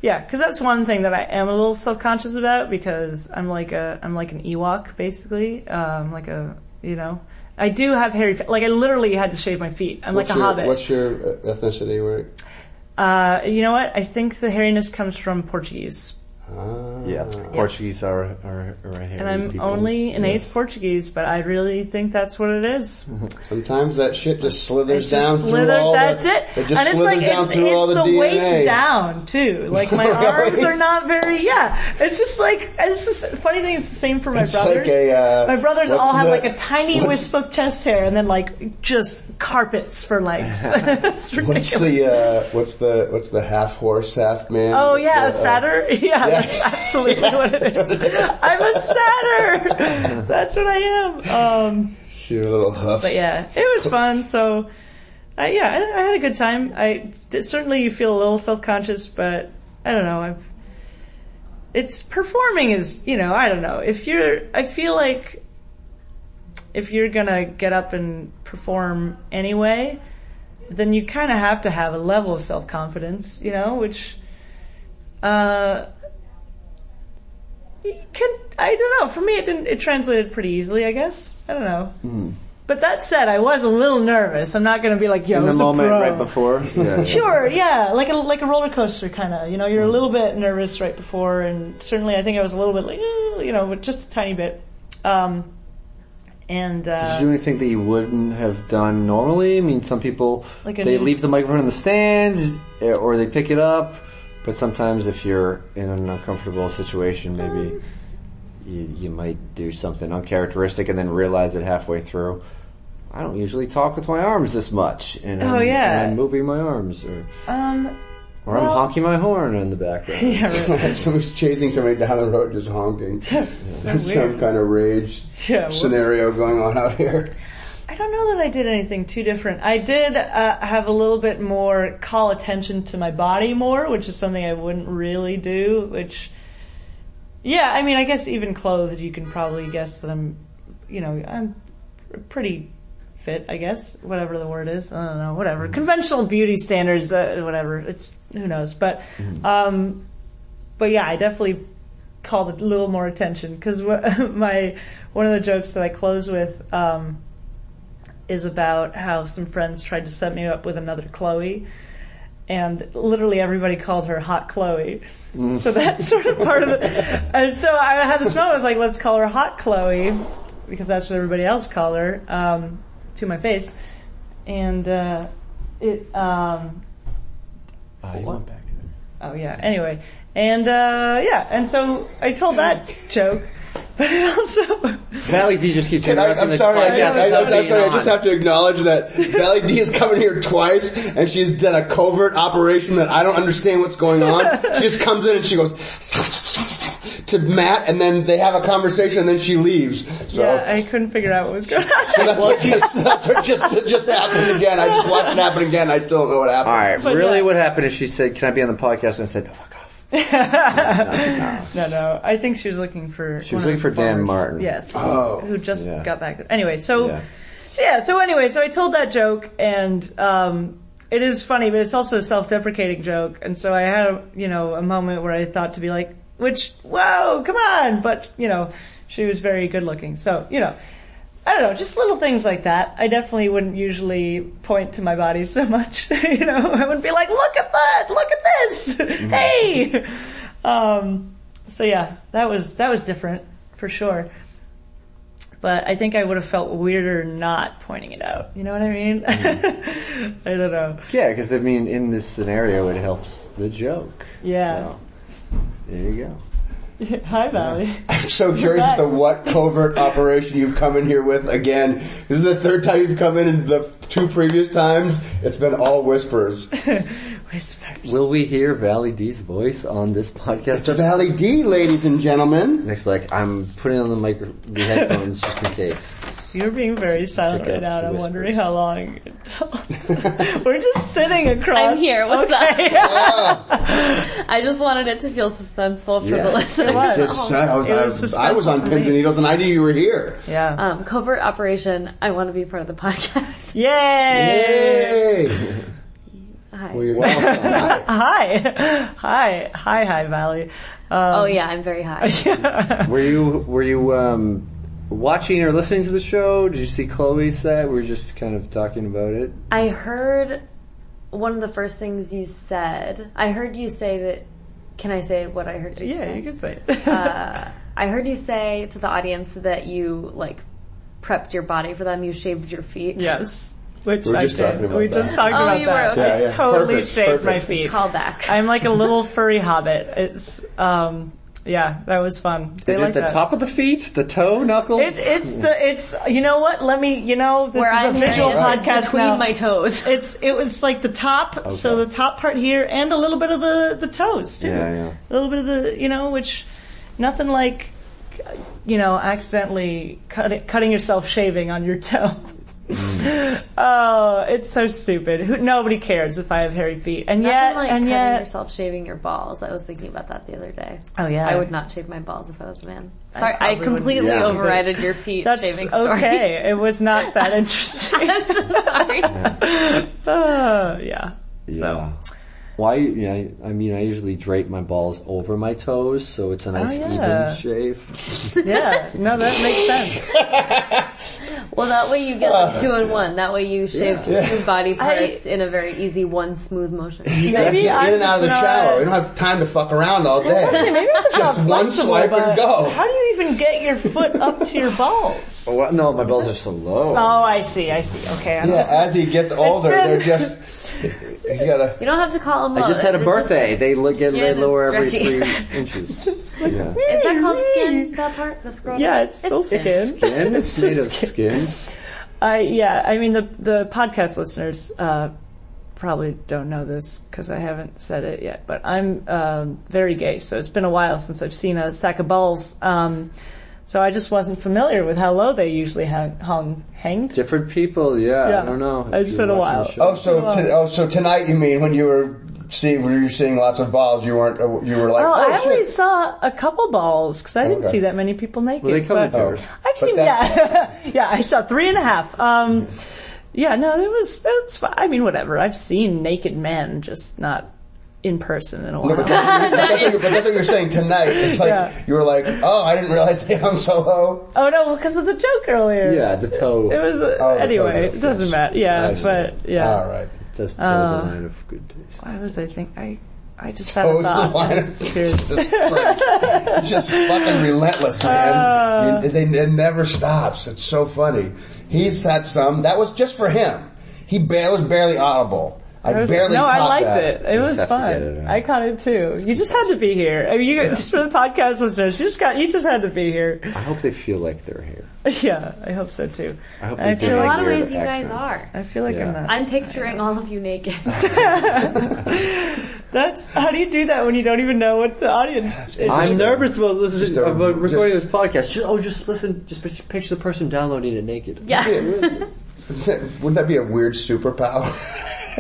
[SPEAKER 3] yeah, because that's one thing that I am a little self conscious about because I'm like a I'm like an Ewok basically, um, like a you know. I do have hairy, fe- like I literally had to shave my feet. I'm
[SPEAKER 4] what's
[SPEAKER 3] like a
[SPEAKER 4] your,
[SPEAKER 3] hobbit.
[SPEAKER 4] What's your uh, ethnicity? Right?
[SPEAKER 3] Uh, you know what? I think the hairiness comes from Portuguese.
[SPEAKER 2] Yeah,
[SPEAKER 4] Ah.
[SPEAKER 2] Portuguese are are, are hairy
[SPEAKER 3] And I'm
[SPEAKER 2] peoples.
[SPEAKER 3] only an eighth Portuguese, but I really think that's what it is.
[SPEAKER 4] Sometimes that shit just
[SPEAKER 3] It just
[SPEAKER 4] slithers down
[SPEAKER 3] slither-
[SPEAKER 4] through all
[SPEAKER 3] that's
[SPEAKER 4] the,
[SPEAKER 3] it.
[SPEAKER 4] just
[SPEAKER 3] and it's
[SPEAKER 4] slithers
[SPEAKER 3] like
[SPEAKER 4] down
[SPEAKER 3] it's,
[SPEAKER 4] through
[SPEAKER 3] it's
[SPEAKER 4] all the,
[SPEAKER 3] the
[SPEAKER 4] DNA.
[SPEAKER 3] waist down too. Like my
[SPEAKER 4] Really?
[SPEAKER 3] arms are not very. Yeah, it's just like it's just funny thing. It's the same for my
[SPEAKER 4] It's
[SPEAKER 3] brothers.
[SPEAKER 4] like a, uh,
[SPEAKER 3] my brothers
[SPEAKER 4] what's
[SPEAKER 3] all have
[SPEAKER 4] the-
[SPEAKER 3] like a tiny
[SPEAKER 4] what's-
[SPEAKER 3] wisp of chest hair, and then like just carpets for legs. it's ridiculous.
[SPEAKER 4] What's the uh, what's the what's the half horse half man?
[SPEAKER 3] Oh
[SPEAKER 4] What's
[SPEAKER 3] yeah,
[SPEAKER 4] the, uh,
[SPEAKER 3] a satyr. Yeah, that's absolutely what it is. I'm a satyr. That's what I am. Um,
[SPEAKER 4] Your little hoofs.
[SPEAKER 3] but yeah, it was fun. So, I, yeah, I, I had a good time. I d- certainly you feel a little self conscious, but I don't know. I've it's performing is you know I don't know if you're I feel like if you're gonna get up and perform anyway, then you kind of have to have a level of self confidence, you know, which. Uh, it can I don't know. For me, it didn't. It translated pretty easily, I guess. I don't know.
[SPEAKER 2] Hmm.
[SPEAKER 3] But that said, I was a little nervous. I'm not going to be like, yo,
[SPEAKER 2] in the
[SPEAKER 3] it's a
[SPEAKER 2] moment
[SPEAKER 3] pro.
[SPEAKER 2] right before. Yeah,
[SPEAKER 3] Sure, yeah, like a like a roller coaster kind of. You know,
[SPEAKER 2] Hmm.
[SPEAKER 3] you're a little bit nervous right before, and certainly I think I was a little bit like, "Eh," you know, but just a tiny bit. Um, and
[SPEAKER 2] Did
[SPEAKER 3] uh,
[SPEAKER 2] you do anything that you wouldn't have done normally? I mean, some people
[SPEAKER 3] Like a-
[SPEAKER 2] they leave the microphone on the stand eh, or they pick it up, but sometimes if you're in an uncomfortable situation,
[SPEAKER 3] Um.
[SPEAKER 2] maybe you, you might do something uncharacteristic and then realize it halfway through. I don't usually talk with my arms this much, and
[SPEAKER 3] Oh,
[SPEAKER 2] I'm, and
[SPEAKER 3] yeah.
[SPEAKER 2] I'm moving my arms, or
[SPEAKER 3] um,
[SPEAKER 2] or I'm
[SPEAKER 3] Well-
[SPEAKER 2] honking my horn in the background.
[SPEAKER 3] yeah, right.
[SPEAKER 4] Somebody's chasing somebody down the road, just honking. There's some kind of rage
[SPEAKER 3] Yeah, whoops.
[SPEAKER 4] scenario going on out here.
[SPEAKER 3] I don't know that I did anything too different. I did uh, have a little bit more call attention to my body more, which is something I wouldn't really do. Which, yeah, I mean, I guess even clothed, you can probably guess that I'm, you know, I'm pretty fit. I guess whatever the word is, I don't know, whatever conventional beauty standards, uh, whatever. It's who knows, but, um, but yeah, I definitely called a little more attention because my one of the jokes that I close with. Um, is about how some friends tried to set me up with another Chloe. And literally everybody called her Hot Chloe.
[SPEAKER 2] Mm.
[SPEAKER 3] So that's sort of part of the, and so I had this moment, I was like, let's call her Hot Chloe, because that's what everybody else called her, um, to my face. And, uh, it, um,
[SPEAKER 2] I Ah, went back there.
[SPEAKER 3] Oh yeah. Anyway, and uh, yeah, and so I told that joke, but it also
[SPEAKER 2] Valley D just keeps
[SPEAKER 4] And I,
[SPEAKER 2] interrupting
[SPEAKER 4] I'm
[SPEAKER 2] the
[SPEAKER 4] sorry, I,
[SPEAKER 2] podcast
[SPEAKER 4] I, I,
[SPEAKER 2] without
[SPEAKER 4] am sorry, I
[SPEAKER 2] being
[SPEAKER 4] just
[SPEAKER 2] on.
[SPEAKER 4] have to acknowledge that Valley D is coming here twice, and she's done a covert operation that I don't understand what's going on. She just comes in and she goes to Matt, and then they have a conversation, and then she leaves. So.
[SPEAKER 3] yeah, I couldn't figure out what was going on.
[SPEAKER 4] That's what just, that's what just, it just happened again. I just watched it happen again. I still don't know what happened.
[SPEAKER 2] All right.
[SPEAKER 3] But
[SPEAKER 2] really,
[SPEAKER 3] yeah.
[SPEAKER 2] what happened is she said, "Can I be on the podcast?" And I said, "No, fuck off."
[SPEAKER 3] No, no. I think she was looking for. She
[SPEAKER 2] was looking for Dan Martin.
[SPEAKER 3] Yes.
[SPEAKER 4] Oh.
[SPEAKER 3] Who just
[SPEAKER 2] Yeah.
[SPEAKER 3] got back there. Anyway, so.
[SPEAKER 2] Yeah.
[SPEAKER 3] So yeah, so anyway, so I told that joke and, um, it is funny, but it's also a self-deprecating joke. And so I had, a, you know, a moment where I thought to be like, which, whoa, come on. But, you know, she was very good looking. So, you know, I don't know, just little things like that. I definitely wouldn't usually point to my body so much. you know, I wouldn't be like, look at that, look at this, hey. Um, so yeah, that was that was different for sure. But I think I would have felt weirder not pointing it out. You know what I mean?
[SPEAKER 2] Mm-hmm.
[SPEAKER 3] I don't know.
[SPEAKER 2] Yeah, because I mean, in this scenario, it helps the joke.
[SPEAKER 3] Yeah.
[SPEAKER 2] So, there you go.
[SPEAKER 3] Hi, Valley.
[SPEAKER 4] I'm so curious as to what covert operation you've come in here with again. This is the third time you've come in, and the two previous times it's been all whispers.
[SPEAKER 3] Whispers.
[SPEAKER 2] Will we hear Valley D's voice on this
[SPEAKER 4] It's
[SPEAKER 2] podcast?
[SPEAKER 4] Valley D, ladies and gentlemen.
[SPEAKER 2] Next, like I'm putting on the micro, the headphones just in case.
[SPEAKER 3] You're being very silent
[SPEAKER 2] Pick up
[SPEAKER 3] right now. and
[SPEAKER 2] the
[SPEAKER 3] I'm wondering
[SPEAKER 2] whispers.
[SPEAKER 3] how long. you can tell. We're just sitting across.
[SPEAKER 10] I'm here. What's
[SPEAKER 3] Okay.
[SPEAKER 10] up? I just wanted it to feel suspenseful for
[SPEAKER 2] Yeah.
[SPEAKER 10] the listeners.
[SPEAKER 3] was.
[SPEAKER 10] at
[SPEAKER 4] It's,
[SPEAKER 10] home.
[SPEAKER 4] I, was,
[SPEAKER 3] It
[SPEAKER 4] I,
[SPEAKER 3] was
[SPEAKER 4] was, I was on
[SPEAKER 3] suspenseful for
[SPEAKER 4] pins
[SPEAKER 3] me.
[SPEAKER 4] and needles, and I knew you were here.
[SPEAKER 3] Yeah.
[SPEAKER 10] Um, covert operation. I want to be part of the podcast.
[SPEAKER 3] Yay!
[SPEAKER 4] Hey.
[SPEAKER 10] Hi.
[SPEAKER 4] Well, you're welcome.
[SPEAKER 3] Hi, hi, hi, hi, Valley. Um,
[SPEAKER 10] oh yeah, I'm very high.
[SPEAKER 2] Were you were you um, watching or listening to the show? Did you see Chloe's set? We were just kind of talking about it.
[SPEAKER 10] I heard one of the first things you said. I heard you say that Can I say what I heard you
[SPEAKER 3] Yeah,
[SPEAKER 10] say?
[SPEAKER 3] you can say it.
[SPEAKER 10] I heard you say to the audience that you like prepped your body for them. You shaved your feet.
[SPEAKER 3] yes. Which
[SPEAKER 4] We were
[SPEAKER 3] I
[SPEAKER 4] just
[SPEAKER 3] did.
[SPEAKER 4] talking about
[SPEAKER 3] we
[SPEAKER 4] that.
[SPEAKER 3] just talked
[SPEAKER 10] Oh,
[SPEAKER 3] about
[SPEAKER 10] you were-
[SPEAKER 3] that.
[SPEAKER 10] okay.
[SPEAKER 4] Yeah, yeah,
[SPEAKER 3] I
[SPEAKER 4] it's
[SPEAKER 3] totally
[SPEAKER 4] perfect,
[SPEAKER 3] shaved my
[SPEAKER 4] perfect.
[SPEAKER 3] feet.
[SPEAKER 10] Call back.
[SPEAKER 3] I'm like a little furry hobbit. It's um yeah, that was fun. They
[SPEAKER 2] Is
[SPEAKER 3] like
[SPEAKER 2] it the
[SPEAKER 3] that.
[SPEAKER 2] top of the feet, the toe, knuckles?
[SPEAKER 3] It's it's the it's you know what? Let me you know this
[SPEAKER 10] Where
[SPEAKER 3] is a
[SPEAKER 10] I'm
[SPEAKER 3] visual
[SPEAKER 10] hearing is, like,
[SPEAKER 3] podcast
[SPEAKER 10] between
[SPEAKER 3] now.
[SPEAKER 10] my toes.
[SPEAKER 3] It's it was like the top, so the top part here, and a little bit of the the toes. too.
[SPEAKER 2] yeah, yeah.
[SPEAKER 3] A little bit of the you know, which nothing like you know, accidentally cutting cutting yourself shaving on your toe. oh, it's so stupid. Who, nobody cares if I have hairy feet, and yet
[SPEAKER 10] Nothing like
[SPEAKER 3] and
[SPEAKER 10] cutting
[SPEAKER 3] yet
[SPEAKER 10] yourself shaving your balls. I was thinking about that the other day.
[SPEAKER 3] Oh, yeah.
[SPEAKER 10] I would not shave my balls if I was a man. Sorry, I,
[SPEAKER 3] probably wouldn't
[SPEAKER 10] completely
[SPEAKER 4] either.
[SPEAKER 10] overrided your feet
[SPEAKER 3] that's
[SPEAKER 10] shaving story.
[SPEAKER 3] okay. It was not that interesting.
[SPEAKER 10] I'm so sorry.
[SPEAKER 3] Uh, yeah.
[SPEAKER 2] Yeah. Why? yeah, I- I mean, I usually drape my balls over my toes, so it's a nice
[SPEAKER 3] Oh, yeah.
[SPEAKER 2] even shave.
[SPEAKER 3] Yeah, no, that makes sense.
[SPEAKER 10] Well, that way you get
[SPEAKER 2] Uh,
[SPEAKER 10] like two in one. That way you shave two body parts in a very easy one smooth motion.
[SPEAKER 4] Yeah,
[SPEAKER 3] Maybe
[SPEAKER 4] get in and out of the
[SPEAKER 3] I'm
[SPEAKER 4] shower.
[SPEAKER 3] not-
[SPEAKER 4] We don't have time to fuck around all day.
[SPEAKER 3] Maybe I'm just,
[SPEAKER 4] Just
[SPEAKER 3] not
[SPEAKER 4] one
[SPEAKER 3] flexible,
[SPEAKER 4] swipe
[SPEAKER 3] but
[SPEAKER 4] and go.
[SPEAKER 3] How do you even get your foot up to your balls?
[SPEAKER 2] Oh, Well, no, my balls are so low.
[SPEAKER 3] Oh, I see, I see. Okay, I'm
[SPEAKER 4] Yeah,
[SPEAKER 3] just-
[SPEAKER 4] as he gets older,
[SPEAKER 3] been-
[SPEAKER 4] they're just he's got a
[SPEAKER 10] You don't have to call them.
[SPEAKER 2] I just had a birthday. they look get
[SPEAKER 10] yours
[SPEAKER 2] they
[SPEAKER 10] is
[SPEAKER 2] lower every
[SPEAKER 10] stretchy.
[SPEAKER 2] three inches. yeah.
[SPEAKER 10] is that called skin? That part, the scrotum.
[SPEAKER 3] yeah, it's still skin.
[SPEAKER 2] Skin? It's made
[SPEAKER 3] just
[SPEAKER 2] of skin.
[SPEAKER 3] I yeah, I mean the the podcast listeners uh, probably don't know this because I haven't said it yet, but I'm um, very gay, so it's been a while since I've seen a sack of balls. Um, so I just wasn't familiar with how low they usually hang, hung hanged.
[SPEAKER 2] Different people. Yeah,
[SPEAKER 3] Yeah.
[SPEAKER 2] I don't know.
[SPEAKER 3] It's
[SPEAKER 2] You
[SPEAKER 3] been a
[SPEAKER 2] watch my
[SPEAKER 3] while.
[SPEAKER 2] show.
[SPEAKER 4] Oh, so t- oh, so tonight you mean when you were see when you were seeing lots of balls, you weren't you were like,
[SPEAKER 3] Oh,
[SPEAKER 4] oh,
[SPEAKER 3] I
[SPEAKER 4] shit.
[SPEAKER 3] only saw a couple balls because I didn't
[SPEAKER 4] Okay.
[SPEAKER 3] see that many people naked.
[SPEAKER 2] Well, they come in
[SPEAKER 3] but
[SPEAKER 2] pairs.
[SPEAKER 3] I've seen yeah, yeah. I saw three and a half. Um, yeah, no, it was. It's, fi- I mean, whatever. I've seen naked men, just not in person in a while.
[SPEAKER 4] But that's, but that's what you, but that's what you're saying tonight. It's like
[SPEAKER 3] Yeah.
[SPEAKER 4] you were like, oh, I didn't realize they hung so low.
[SPEAKER 3] Oh no, because of the joke earlier.
[SPEAKER 2] Yeah, the toe.
[SPEAKER 3] It was uh,
[SPEAKER 4] Oh, the
[SPEAKER 3] anyway.
[SPEAKER 4] joke.
[SPEAKER 3] It doesn't matter. Yeah,
[SPEAKER 4] see.
[SPEAKER 3] but yeah.
[SPEAKER 4] All right.
[SPEAKER 2] That's toe the line of good taste.
[SPEAKER 3] Why was I think I? I just had
[SPEAKER 4] Oh,
[SPEAKER 3] a
[SPEAKER 4] it's the
[SPEAKER 3] thought. and
[SPEAKER 4] line
[SPEAKER 3] it
[SPEAKER 4] of
[SPEAKER 3] disappeared.
[SPEAKER 4] Jesus Christ. You're just fucking relentless, man.
[SPEAKER 3] Uh.
[SPEAKER 4] You- they, it never stops. It's so funny. He's had some. That was just for him. He ba- was barely audible. I
[SPEAKER 3] I was-
[SPEAKER 4] barely
[SPEAKER 3] no, I
[SPEAKER 4] caught
[SPEAKER 3] liked
[SPEAKER 4] that.
[SPEAKER 3] it. It was
[SPEAKER 2] have to
[SPEAKER 3] fun.
[SPEAKER 2] get it out.
[SPEAKER 3] I caught it too. You just had to be here. I mean, you just for the podcast listeners, you just got you just had to be here.
[SPEAKER 2] I hope they feel like they're here.
[SPEAKER 3] yeah, I hope so too.
[SPEAKER 2] I hope
[SPEAKER 3] I
[SPEAKER 2] they feel
[SPEAKER 3] feel
[SPEAKER 10] In a
[SPEAKER 2] like
[SPEAKER 10] lot of
[SPEAKER 2] we're the
[SPEAKER 10] ways, you guys
[SPEAKER 2] accents.
[SPEAKER 10] are.
[SPEAKER 3] I feel like
[SPEAKER 2] Yeah.
[SPEAKER 3] I'm not.
[SPEAKER 10] I'm picturing all of you naked.
[SPEAKER 3] That's how do you do that when you don't even know what the audience? is?
[SPEAKER 2] I'm nervous about listening
[SPEAKER 4] a-
[SPEAKER 2] about
[SPEAKER 4] just-
[SPEAKER 2] recording this podcast. Just, oh, just listen. Just pic- picture the person downloading it naked.
[SPEAKER 10] Yeah.
[SPEAKER 4] Wouldn't that be a weird superpower?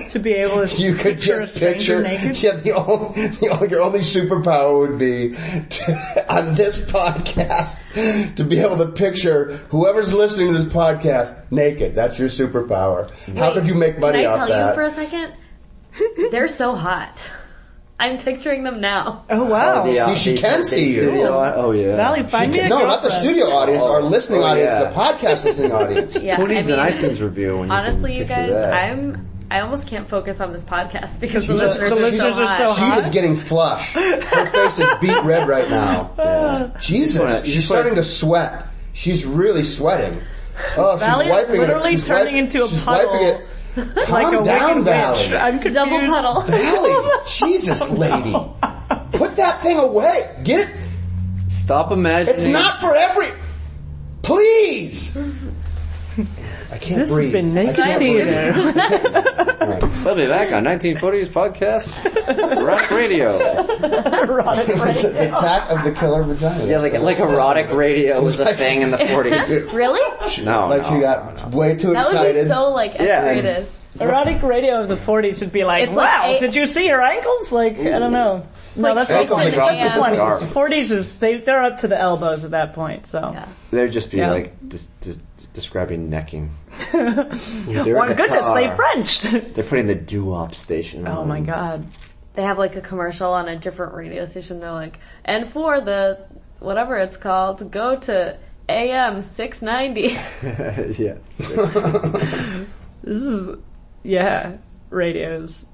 [SPEAKER 3] to be able to
[SPEAKER 4] You could
[SPEAKER 3] picture a
[SPEAKER 4] just
[SPEAKER 3] stranger
[SPEAKER 4] picture.
[SPEAKER 3] naked.
[SPEAKER 4] Yeah, the only, the only, your only superpower would be to, on this podcast to be able to picture whoever's listening to this podcast naked. That's your superpower. How could you make money
[SPEAKER 10] Can I
[SPEAKER 4] off
[SPEAKER 10] tell you for
[SPEAKER 4] that?
[SPEAKER 10] a second? They're so hot. I'm picturing them now.
[SPEAKER 3] Oh wow!
[SPEAKER 2] Yeah,
[SPEAKER 4] See, she can see you.
[SPEAKER 2] studio- Oh yeah.
[SPEAKER 3] Valley, find me a
[SPEAKER 4] No, not the
[SPEAKER 3] girlfriend.
[SPEAKER 4] studio audience, our listening
[SPEAKER 2] Oh,
[SPEAKER 4] audience,
[SPEAKER 2] yeah.
[SPEAKER 4] the podcast listening audience.
[SPEAKER 10] Yeah,
[SPEAKER 2] Who needs
[SPEAKER 10] I mean,
[SPEAKER 2] an iTunes review? When
[SPEAKER 10] Honestly,
[SPEAKER 2] you,
[SPEAKER 10] you
[SPEAKER 2] can picture
[SPEAKER 10] guys,
[SPEAKER 2] that?
[SPEAKER 10] I'm. I almost can't focus on this podcast because the
[SPEAKER 4] Jesus
[SPEAKER 10] listeners,
[SPEAKER 4] Christ.
[SPEAKER 10] are, so
[SPEAKER 3] Listeners are so
[SPEAKER 10] hot.
[SPEAKER 4] She is getting flush. Her face is beat red right now. Jesus,
[SPEAKER 2] wanna- you
[SPEAKER 4] she's
[SPEAKER 2] just wanna-
[SPEAKER 4] starting to sweat. She's really sweating. Oh, she's
[SPEAKER 3] Valley is
[SPEAKER 4] wiping
[SPEAKER 3] literally
[SPEAKER 4] it. She's
[SPEAKER 3] turning
[SPEAKER 4] wiping-
[SPEAKER 3] into a
[SPEAKER 4] she's
[SPEAKER 3] puddle.
[SPEAKER 4] Wiping it. Calm
[SPEAKER 3] like a
[SPEAKER 4] down,
[SPEAKER 3] wicked
[SPEAKER 4] Valley.
[SPEAKER 3] witch. I'm confused.
[SPEAKER 10] Double puddle.
[SPEAKER 4] Valley, Jesus, lady, put that thing away. Get it.
[SPEAKER 2] Stop imagining.
[SPEAKER 4] It's not for every. Please. I can't
[SPEAKER 3] This has
[SPEAKER 4] breathe.
[SPEAKER 3] been
[SPEAKER 4] I
[SPEAKER 3] naked
[SPEAKER 4] can't breathe.
[SPEAKER 3] theater.
[SPEAKER 2] Let me back on 1940s podcast, rock radio.
[SPEAKER 3] Erotic
[SPEAKER 4] It's
[SPEAKER 3] radio.
[SPEAKER 4] the attack of the killer vagina.
[SPEAKER 2] Yeah, like like erotic radio was a thing in the 40s.
[SPEAKER 10] really?
[SPEAKER 2] No,
[SPEAKER 4] Like
[SPEAKER 2] no,
[SPEAKER 4] she got way too
[SPEAKER 10] That would
[SPEAKER 4] excited.
[SPEAKER 10] be so like X-rated.
[SPEAKER 3] Erotic radio of the 40s would be like,
[SPEAKER 10] It's like
[SPEAKER 3] wow,
[SPEAKER 10] eight-
[SPEAKER 3] did you see her ankles? Like, I don't know. No,
[SPEAKER 10] Like
[SPEAKER 3] that's like
[SPEAKER 10] section
[SPEAKER 4] Ankles
[SPEAKER 3] that's the
[SPEAKER 10] and-
[SPEAKER 3] 20s.
[SPEAKER 2] Dark.
[SPEAKER 3] 40s is, they, they're up to the elbows at that point, so.
[SPEAKER 10] Yeah.
[SPEAKER 2] They'd just be
[SPEAKER 3] Yeah.
[SPEAKER 2] like dis- dis- describing necking. They're
[SPEAKER 3] My
[SPEAKER 2] in the
[SPEAKER 3] goodness, they
[SPEAKER 2] car.
[SPEAKER 3] Frenched!
[SPEAKER 2] They're putting the doo-wop station on.
[SPEAKER 3] oh my god.
[SPEAKER 10] They have like a commercial on a different radio station. They're like, and for the whatever it's called, go to AM 690.
[SPEAKER 2] yeah.
[SPEAKER 3] This is, yeah, radios.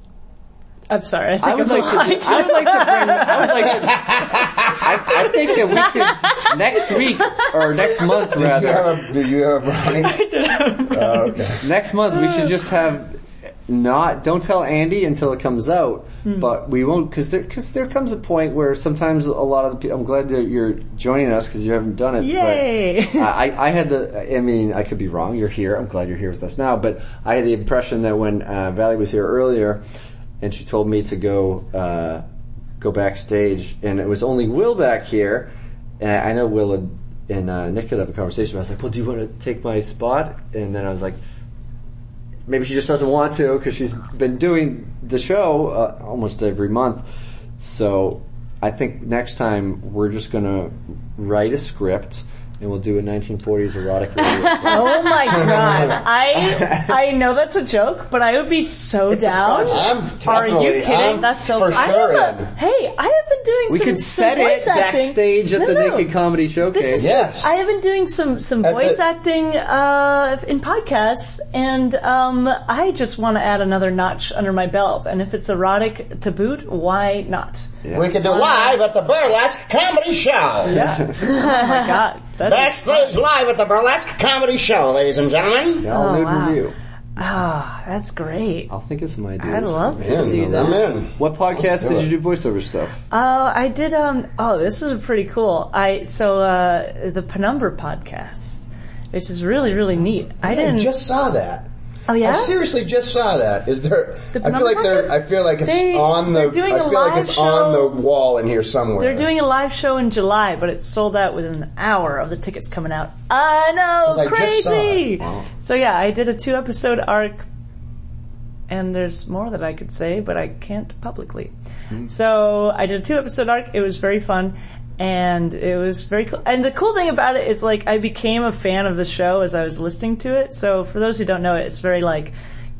[SPEAKER 3] I'm sorry. I think I
[SPEAKER 9] would
[SPEAKER 3] am
[SPEAKER 9] like to.
[SPEAKER 3] lying to
[SPEAKER 9] I would like to bring. I would like to. I, I think that we could next week or next month
[SPEAKER 4] Did you
[SPEAKER 9] rather.
[SPEAKER 4] have a, did you have a brownie? Oh, okay.
[SPEAKER 2] Next month we should just have not don't tell Andy until it comes out,
[SPEAKER 3] Hmm.
[SPEAKER 2] but we won't because there because there comes a point where sometimes a lot of the people. I'm glad that you're joining us because you haven't done it.
[SPEAKER 3] Yay.
[SPEAKER 2] But I, I I had the I mean I could be wrong. You're here. I'm glad you're here with us now. But I had the impression that when uh, Valley was here earlier, and she told me to go uh, go backstage, and it was only Will back here, and I, I know Will and. And uh, Nick had have a conversation. I was like, "Well, do you want to take my spot?" And then I was like, maybe she just doesn't want to because she's been doing the show uh, almost every month. So I think next time we're just going to write a script and we'll do a 1940s erotic radio.
[SPEAKER 3] Oh my god. I I know that's a joke, but I would be so down.
[SPEAKER 4] I'm
[SPEAKER 3] Are you
[SPEAKER 4] definitely-
[SPEAKER 3] kidding?
[SPEAKER 4] I'm
[SPEAKER 3] that's so
[SPEAKER 4] for
[SPEAKER 3] I have
[SPEAKER 4] sure
[SPEAKER 3] a-
[SPEAKER 4] in.
[SPEAKER 3] Hey, I have been doing
[SPEAKER 2] we
[SPEAKER 3] some
[SPEAKER 2] could
[SPEAKER 3] some
[SPEAKER 2] set it
[SPEAKER 3] voice acting.
[SPEAKER 2] backstage at
[SPEAKER 3] No,
[SPEAKER 2] the
[SPEAKER 3] no.
[SPEAKER 2] Naked Comedy Showcase.
[SPEAKER 3] This is
[SPEAKER 4] Yes.
[SPEAKER 3] I have been doing some some
[SPEAKER 4] At
[SPEAKER 3] voice
[SPEAKER 4] the-
[SPEAKER 3] acting uh, in podcasts, and um, I just want to add another notch under my belt. And if it's erotic to boot, why not?
[SPEAKER 1] We can do live at the Burlesque Comedy Show.
[SPEAKER 3] Yeah. oh my god, that's
[SPEAKER 1] Backstage live at the Burlesque Comedy Show, ladies and gentlemen.
[SPEAKER 2] All
[SPEAKER 3] Oh,
[SPEAKER 2] nude
[SPEAKER 3] wow.
[SPEAKER 2] review.
[SPEAKER 3] ah, that's great.
[SPEAKER 2] I'll think of some ideas.
[SPEAKER 3] I love
[SPEAKER 4] I'm
[SPEAKER 3] to do
[SPEAKER 4] in.
[SPEAKER 3] that.
[SPEAKER 4] I'm in.
[SPEAKER 2] What podcast
[SPEAKER 4] do
[SPEAKER 2] did
[SPEAKER 4] it.
[SPEAKER 2] you do voiceover stuff?
[SPEAKER 3] Uh, I did. Um, oh, this is pretty cool. I so uh, the Penumbra podcast, which is really really neat. I
[SPEAKER 4] I
[SPEAKER 3] didn't.
[SPEAKER 4] just saw that.
[SPEAKER 3] oh yeah.
[SPEAKER 4] I seriously just saw that. Is there? I feel like
[SPEAKER 3] Penumbra
[SPEAKER 4] there. I feel like it's
[SPEAKER 3] They-
[SPEAKER 4] on the.
[SPEAKER 3] they're doing
[SPEAKER 4] I
[SPEAKER 3] a
[SPEAKER 4] feel like
[SPEAKER 3] live
[SPEAKER 4] it's on
[SPEAKER 3] show.
[SPEAKER 4] the wall in here somewhere.
[SPEAKER 3] They're doing a live show in July, but it's sold out within an hour of the tickets coming out. I know,
[SPEAKER 4] I just saw
[SPEAKER 3] crazy.
[SPEAKER 4] it. Wow.
[SPEAKER 3] So yeah, I did a two episode arc, and there's more that I could say, but I can't publicly.
[SPEAKER 4] Hmm.
[SPEAKER 3] So I did a two episode arc. It was very fun. And it was very cool. And the cool thing about it is like I became a fan of the show as I was listening to it. So for those who don't know it, it's very like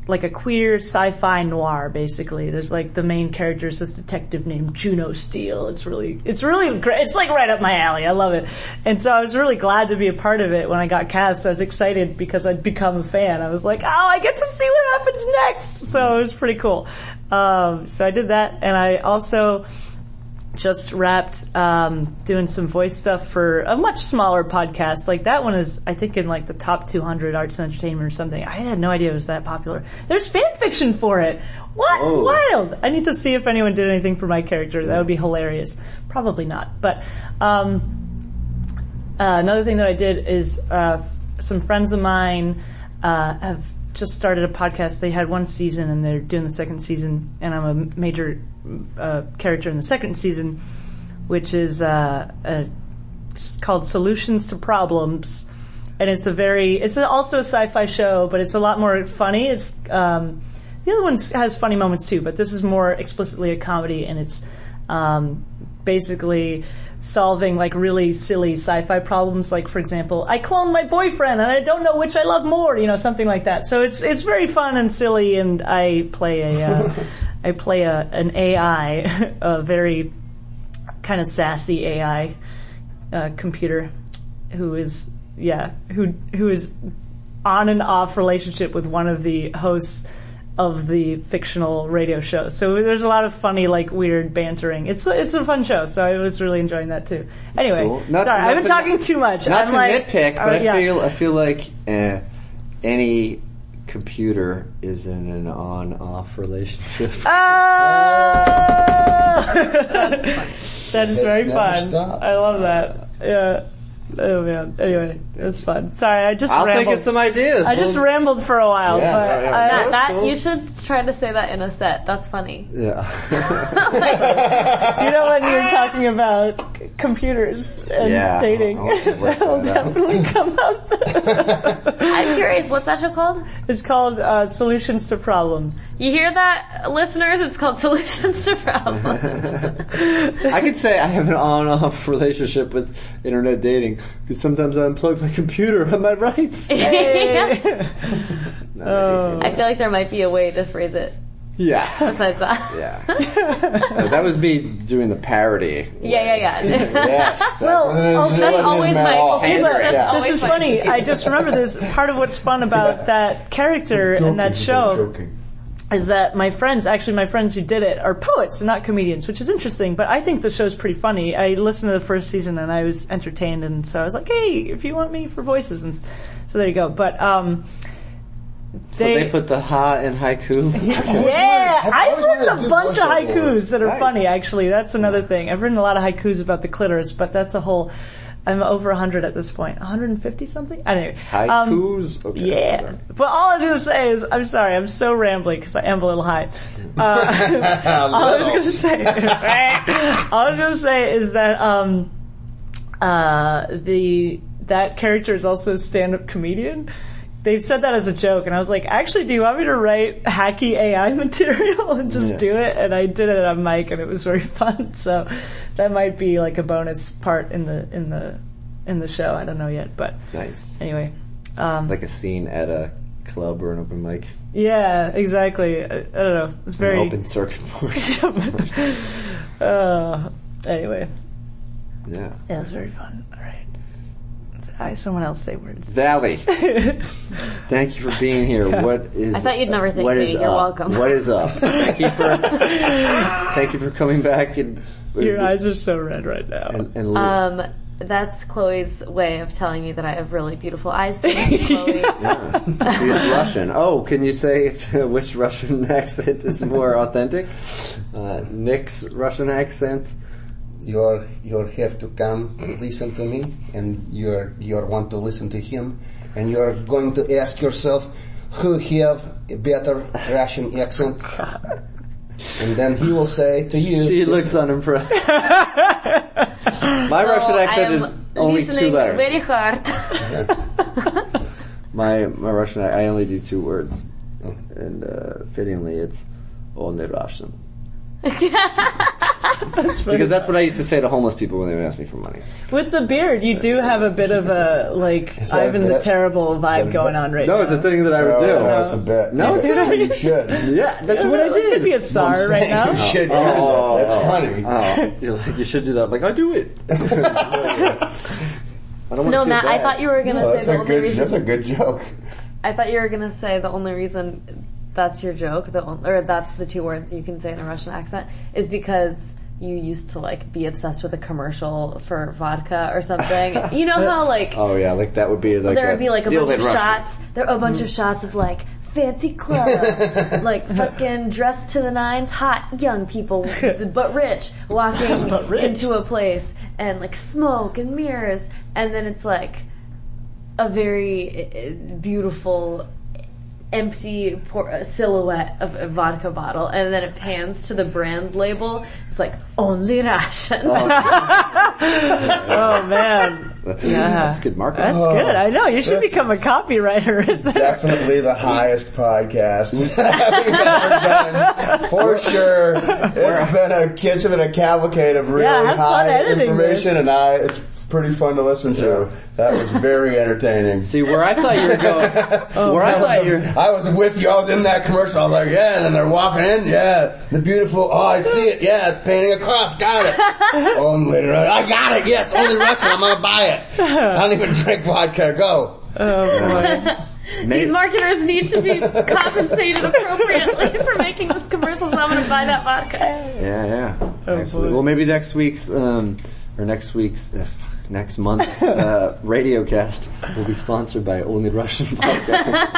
[SPEAKER 3] like a queer sci-fi noir basically. There's like the main character is this detective named Juno Steele. It's really it's really great. It's like right up my alley. I love it. And so I was really glad to be a part of it when I got cast. I was excited because I'd become a fan. I was like, "Oh, I get to see what happens next." So it was pretty cool. Um, so I did that and I also just wrapped um, doing some voice stuff for a much smaller podcast. Like that one is, I think, in like the top 200 arts and entertainment or something. I had no idea it was that popular. There's fan fiction for it. What
[SPEAKER 2] Whoa.
[SPEAKER 3] wild! I need to see if anyone did anything for my character. That would be hilarious. Probably not, but. Um, uh, another thing that I did is uh, some friends of mine uh, have just started a podcast. They had one season and they're doing the second season, and I'm a major uh, character in the second season, which is uh, a, it's called Solutions to Problems, and it's a very it's a, also a sci-fi show, but it's a lot more funny. It's um, the other one has funny moments too, but this is more explicitly a comedy, and it's um, basically solving like really silly sci-fi problems. Like for example, I clone my boyfriend and I don't know which I love more. You know, something like that. So it's it's very fun and silly, and I play a uh, I play a an AI, a very kind of sassy AI uh, computer who is yeah who who is on and off relationship with one of the hosts of the fictional radio show. So there's a lot of funny like weird bantering. It's it's a fun show. So I was really enjoying that too. Anyway,
[SPEAKER 2] cool. Not to-
[SPEAKER 3] sorry,
[SPEAKER 2] not
[SPEAKER 3] I've been
[SPEAKER 2] to-
[SPEAKER 3] talking too much.
[SPEAKER 2] Not
[SPEAKER 3] I'm
[SPEAKER 2] to
[SPEAKER 3] like,
[SPEAKER 2] nitpick,
[SPEAKER 3] all
[SPEAKER 2] but
[SPEAKER 3] right,
[SPEAKER 2] I
[SPEAKER 3] yeah.
[SPEAKER 2] feel I feel like eh, any computer is in an on-off relationship.
[SPEAKER 3] Oh! that is very
[SPEAKER 4] never
[SPEAKER 3] fun.
[SPEAKER 4] stop.
[SPEAKER 3] I love that. Yeah. Oh man. Anyway, it's fun. Sorry, I just
[SPEAKER 2] I'll
[SPEAKER 3] rambled.
[SPEAKER 2] think of some ideas.
[SPEAKER 3] I just
[SPEAKER 2] We'll-
[SPEAKER 3] rambled for a while,
[SPEAKER 4] Yeah,
[SPEAKER 3] but
[SPEAKER 4] yeah,
[SPEAKER 3] I,
[SPEAKER 10] That, that
[SPEAKER 2] cool.
[SPEAKER 10] you should try to say that in a set. That's funny.
[SPEAKER 2] yeah.
[SPEAKER 3] you know when you're talking about c- computers and
[SPEAKER 2] Yeah, Oh,
[SPEAKER 3] dating,
[SPEAKER 2] I'll- I'll work
[SPEAKER 3] that'll
[SPEAKER 2] that out.
[SPEAKER 3] definitely come up.
[SPEAKER 10] I'm curious, what's that show called?
[SPEAKER 3] it's called uh, Solutions to Problems.
[SPEAKER 10] You hear that, listeners? It's called Solutions to Problems.
[SPEAKER 2] I could say I have an on-off relationship with internet dating because sometimes I unplug my computer. Am I right?
[SPEAKER 3] Oh.
[SPEAKER 10] I feel like there might be a way to phrase it
[SPEAKER 2] yeah,
[SPEAKER 10] besides that.
[SPEAKER 2] yeah. Uh, that was me doing the parody.
[SPEAKER 10] Yeah, yeah, yeah.
[SPEAKER 4] Yes. That
[SPEAKER 3] Well,
[SPEAKER 4] wasn't
[SPEAKER 3] oh, that's
[SPEAKER 4] his- it wasn't his
[SPEAKER 10] always
[SPEAKER 4] at
[SPEAKER 10] my-
[SPEAKER 4] all.
[SPEAKER 10] okay,
[SPEAKER 3] But
[SPEAKER 10] That's
[SPEAKER 4] Yeah.
[SPEAKER 3] this
[SPEAKER 10] always
[SPEAKER 3] is
[SPEAKER 10] fun.
[SPEAKER 3] funny. I just remember this. Part of what's fun about that character and that show
[SPEAKER 4] Joking.
[SPEAKER 3] is that my friends, actually my friends who did it, are poets and not comedians, which is interesting. But I think the show's pretty funny. I listened to the first season and I was entertained, and so I was like, hey, if you want me for voices, and so there you go. But um,
[SPEAKER 2] So they put the ha in haiku.
[SPEAKER 3] yeah,
[SPEAKER 4] I've
[SPEAKER 3] I've
[SPEAKER 4] always wanted to
[SPEAKER 3] written
[SPEAKER 4] do
[SPEAKER 3] a bunch of
[SPEAKER 4] voiceover.
[SPEAKER 3] haikus that are
[SPEAKER 2] Nice.
[SPEAKER 3] funny. Actually, that's another thing. I've written a lot of haikus about the clitoris, but that's a whole. I'm over 100 at this point. 150 something? Anyway. um,
[SPEAKER 2] Haikus. okay,
[SPEAKER 3] yeah.
[SPEAKER 2] sorry.
[SPEAKER 3] But all I was going to say is, I'm sorry, I'm so rambling because I am a little high. Uh, all I was going to say, all I was going to say is that, um, uh, the, that character is also a stand-up comedian. They said that as a joke and I was like, actually, do you want me to write hacky AI material and just do it? And I did it on mic and it was very fun. So that might be like a bonus part in the, in the, in the show. I don't know yet, but
[SPEAKER 2] Nice.
[SPEAKER 3] anyway. Um,
[SPEAKER 2] Like a scene at a club or an open mic,
[SPEAKER 3] Yeah, exactly. I, I don't know. It's
[SPEAKER 2] an
[SPEAKER 3] very.
[SPEAKER 2] open circuit board.
[SPEAKER 3] uh, anyway,
[SPEAKER 2] yeah.
[SPEAKER 3] yeah, it was very fun. All right. So I someone else say words.
[SPEAKER 2] Sally, thank you for being here. What is?
[SPEAKER 10] I thought you'd never thank
[SPEAKER 2] what
[SPEAKER 10] me.
[SPEAKER 2] is
[SPEAKER 10] You're
[SPEAKER 2] up?
[SPEAKER 10] welcome.
[SPEAKER 2] What is up? Thank you for thank you for coming back and
[SPEAKER 3] Your eyes are so red right now.
[SPEAKER 2] and, and
[SPEAKER 10] Um, that's Chloe's way of telling me that I have really beautiful eyes. Thank you, Chloe.
[SPEAKER 2] She's Russian. Oh, can you say which Russian accent is more authentic? Uh, Nick's Russian accent.
[SPEAKER 1] You're you're have to come listen to me, and you're you're want to listen to him, and you're going to ask yourself who have a better Russian accent, and then he will say to you,
[SPEAKER 2] She looks unimpressed. My Russian
[SPEAKER 10] Oh, I
[SPEAKER 2] accent
[SPEAKER 10] am
[SPEAKER 2] is only two
[SPEAKER 10] listening
[SPEAKER 2] letters.
[SPEAKER 10] Very hard.
[SPEAKER 2] My my Russian, I only do two words, and uh, fittingly, it's only Russian. because that's what I used to say to homeless people when they would ask me for money.
[SPEAKER 3] With the beard, you do have a bit of a like
[SPEAKER 4] that a
[SPEAKER 3] Ivan the
[SPEAKER 4] bit?
[SPEAKER 3] Terrible vibe going on right
[SPEAKER 2] No,
[SPEAKER 3] now.
[SPEAKER 2] it's a thing that I
[SPEAKER 4] Oh,
[SPEAKER 2] would do.
[SPEAKER 4] that was a bit.
[SPEAKER 2] No,
[SPEAKER 3] See what I mean?
[SPEAKER 4] you should.
[SPEAKER 2] yeah, that's
[SPEAKER 3] Yeah,
[SPEAKER 2] what I
[SPEAKER 3] like,
[SPEAKER 2] did.
[SPEAKER 3] Could be a
[SPEAKER 4] I'm
[SPEAKER 3] czar right
[SPEAKER 4] saying
[SPEAKER 3] now.
[SPEAKER 4] You should.
[SPEAKER 2] Oh,
[SPEAKER 4] use it. That's
[SPEAKER 2] oh,
[SPEAKER 4] funny.
[SPEAKER 2] Oh, you're like, you should do that. I'm like, I do it. I don't wanna
[SPEAKER 10] no,
[SPEAKER 2] feel
[SPEAKER 10] Matt, I
[SPEAKER 2] bad.
[SPEAKER 10] thought you were gonna
[SPEAKER 4] Oh, that's
[SPEAKER 10] say the
[SPEAKER 4] a
[SPEAKER 10] only
[SPEAKER 4] good.
[SPEAKER 10] reason.
[SPEAKER 4] That's a good joke.
[SPEAKER 10] I thought you were gonna say the only reason that's your joke, the on- or that's the two words you can say in a Russian accent, is because you used to like be obsessed with a commercial for vodka or something. you know how like
[SPEAKER 2] Oh yeah, like that would be like
[SPEAKER 10] there
[SPEAKER 2] a,
[SPEAKER 10] would be like a
[SPEAKER 2] the
[SPEAKER 10] bunch
[SPEAKER 2] old
[SPEAKER 10] of
[SPEAKER 2] Russian. Mm.
[SPEAKER 10] shots. There are a bunch of shots of like fancy club, like fucking dressed to the nines, hot young people, but rich, walking
[SPEAKER 3] But rich.
[SPEAKER 10] into a place and like smoke and mirrors, and then it's like a very eh, eh, beautiful. Empty por- uh, silhouette of a vodka bottle, and then it pans to the brand label. It's like only Russian.
[SPEAKER 3] Oh man,
[SPEAKER 2] That's, that's good marketing.
[SPEAKER 3] that's good. I know you should become a copywriter.
[SPEAKER 4] Definitely the highest podcast we've ever done for sure. It's been a it's been a cavalcade of really
[SPEAKER 3] Yeah, have fun
[SPEAKER 4] high
[SPEAKER 3] editing
[SPEAKER 4] information,
[SPEAKER 3] this.
[SPEAKER 4] and I it's pretty fun to listen to. That was very entertaining.
[SPEAKER 2] See where I thought you were going.
[SPEAKER 10] Oh,
[SPEAKER 2] where I thought you.
[SPEAKER 4] I was with you. I was in that commercial. I was like, yeah. And then they're walking in. Yeah, the beautiful. Oh, I see it. Yeah, it's painting across. Got it. only Russian. I got it. Yes, only Russian. I'm gonna buy it. I don't even drink vodka. Go.
[SPEAKER 10] These marketers need to be compensated appropriately for making those commercials. I'm going to buy that vodka.
[SPEAKER 2] Yeah, yeah. Absolutely. Well, maybe next week's um, or next week's. Uh, fuck, Next month's uh, radio cast will be sponsored by Only Russian Vodka.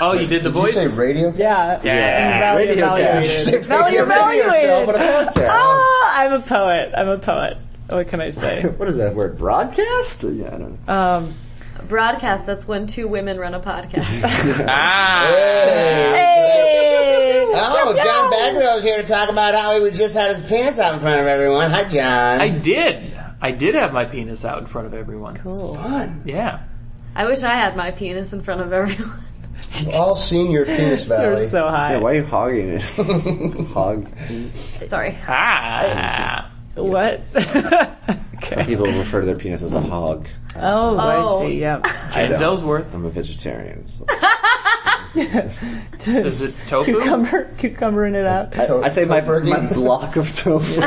[SPEAKER 8] Oh, you did the voice.
[SPEAKER 4] Say radio.
[SPEAKER 3] yeah,
[SPEAKER 8] yeah.
[SPEAKER 3] value
[SPEAKER 2] Radio
[SPEAKER 3] evaluated.
[SPEAKER 4] Say
[SPEAKER 3] Value
[SPEAKER 4] radio.
[SPEAKER 2] show, but
[SPEAKER 3] evaluated.
[SPEAKER 2] a podcast.
[SPEAKER 3] Ah, I'm a poet. I'm a poet. What can I say?
[SPEAKER 2] What is that word? Broadcast? Yeah, I don't know.
[SPEAKER 3] Um,
[SPEAKER 10] Broadcast, that's when two women run a podcast.
[SPEAKER 4] Ah,
[SPEAKER 3] hey!
[SPEAKER 1] Oh, John Bagwell's here to talk about how he was just had his penis out in front of everyone. Hi, John.
[SPEAKER 8] I did. I did have my penis out in front of everyone.
[SPEAKER 4] Fun.
[SPEAKER 8] Yeah.
[SPEAKER 10] I wish I had my penis in front of everyone.
[SPEAKER 4] All senior penis
[SPEAKER 3] You're
[SPEAKER 4] valley.
[SPEAKER 3] so high.
[SPEAKER 2] Yeah, why are you hogging it? Hog.
[SPEAKER 10] Sorry.
[SPEAKER 8] Ah.
[SPEAKER 3] What?
[SPEAKER 2] Some people refer to their penis as a hog.
[SPEAKER 3] oh,
[SPEAKER 10] Oh.
[SPEAKER 3] I see. Yeah.
[SPEAKER 8] James Ellsworth.
[SPEAKER 2] I'm a vegetarian. So.
[SPEAKER 8] Is it tofu?
[SPEAKER 3] Cucumber, cucumbering it out.
[SPEAKER 2] I, I say my, my block of tofu.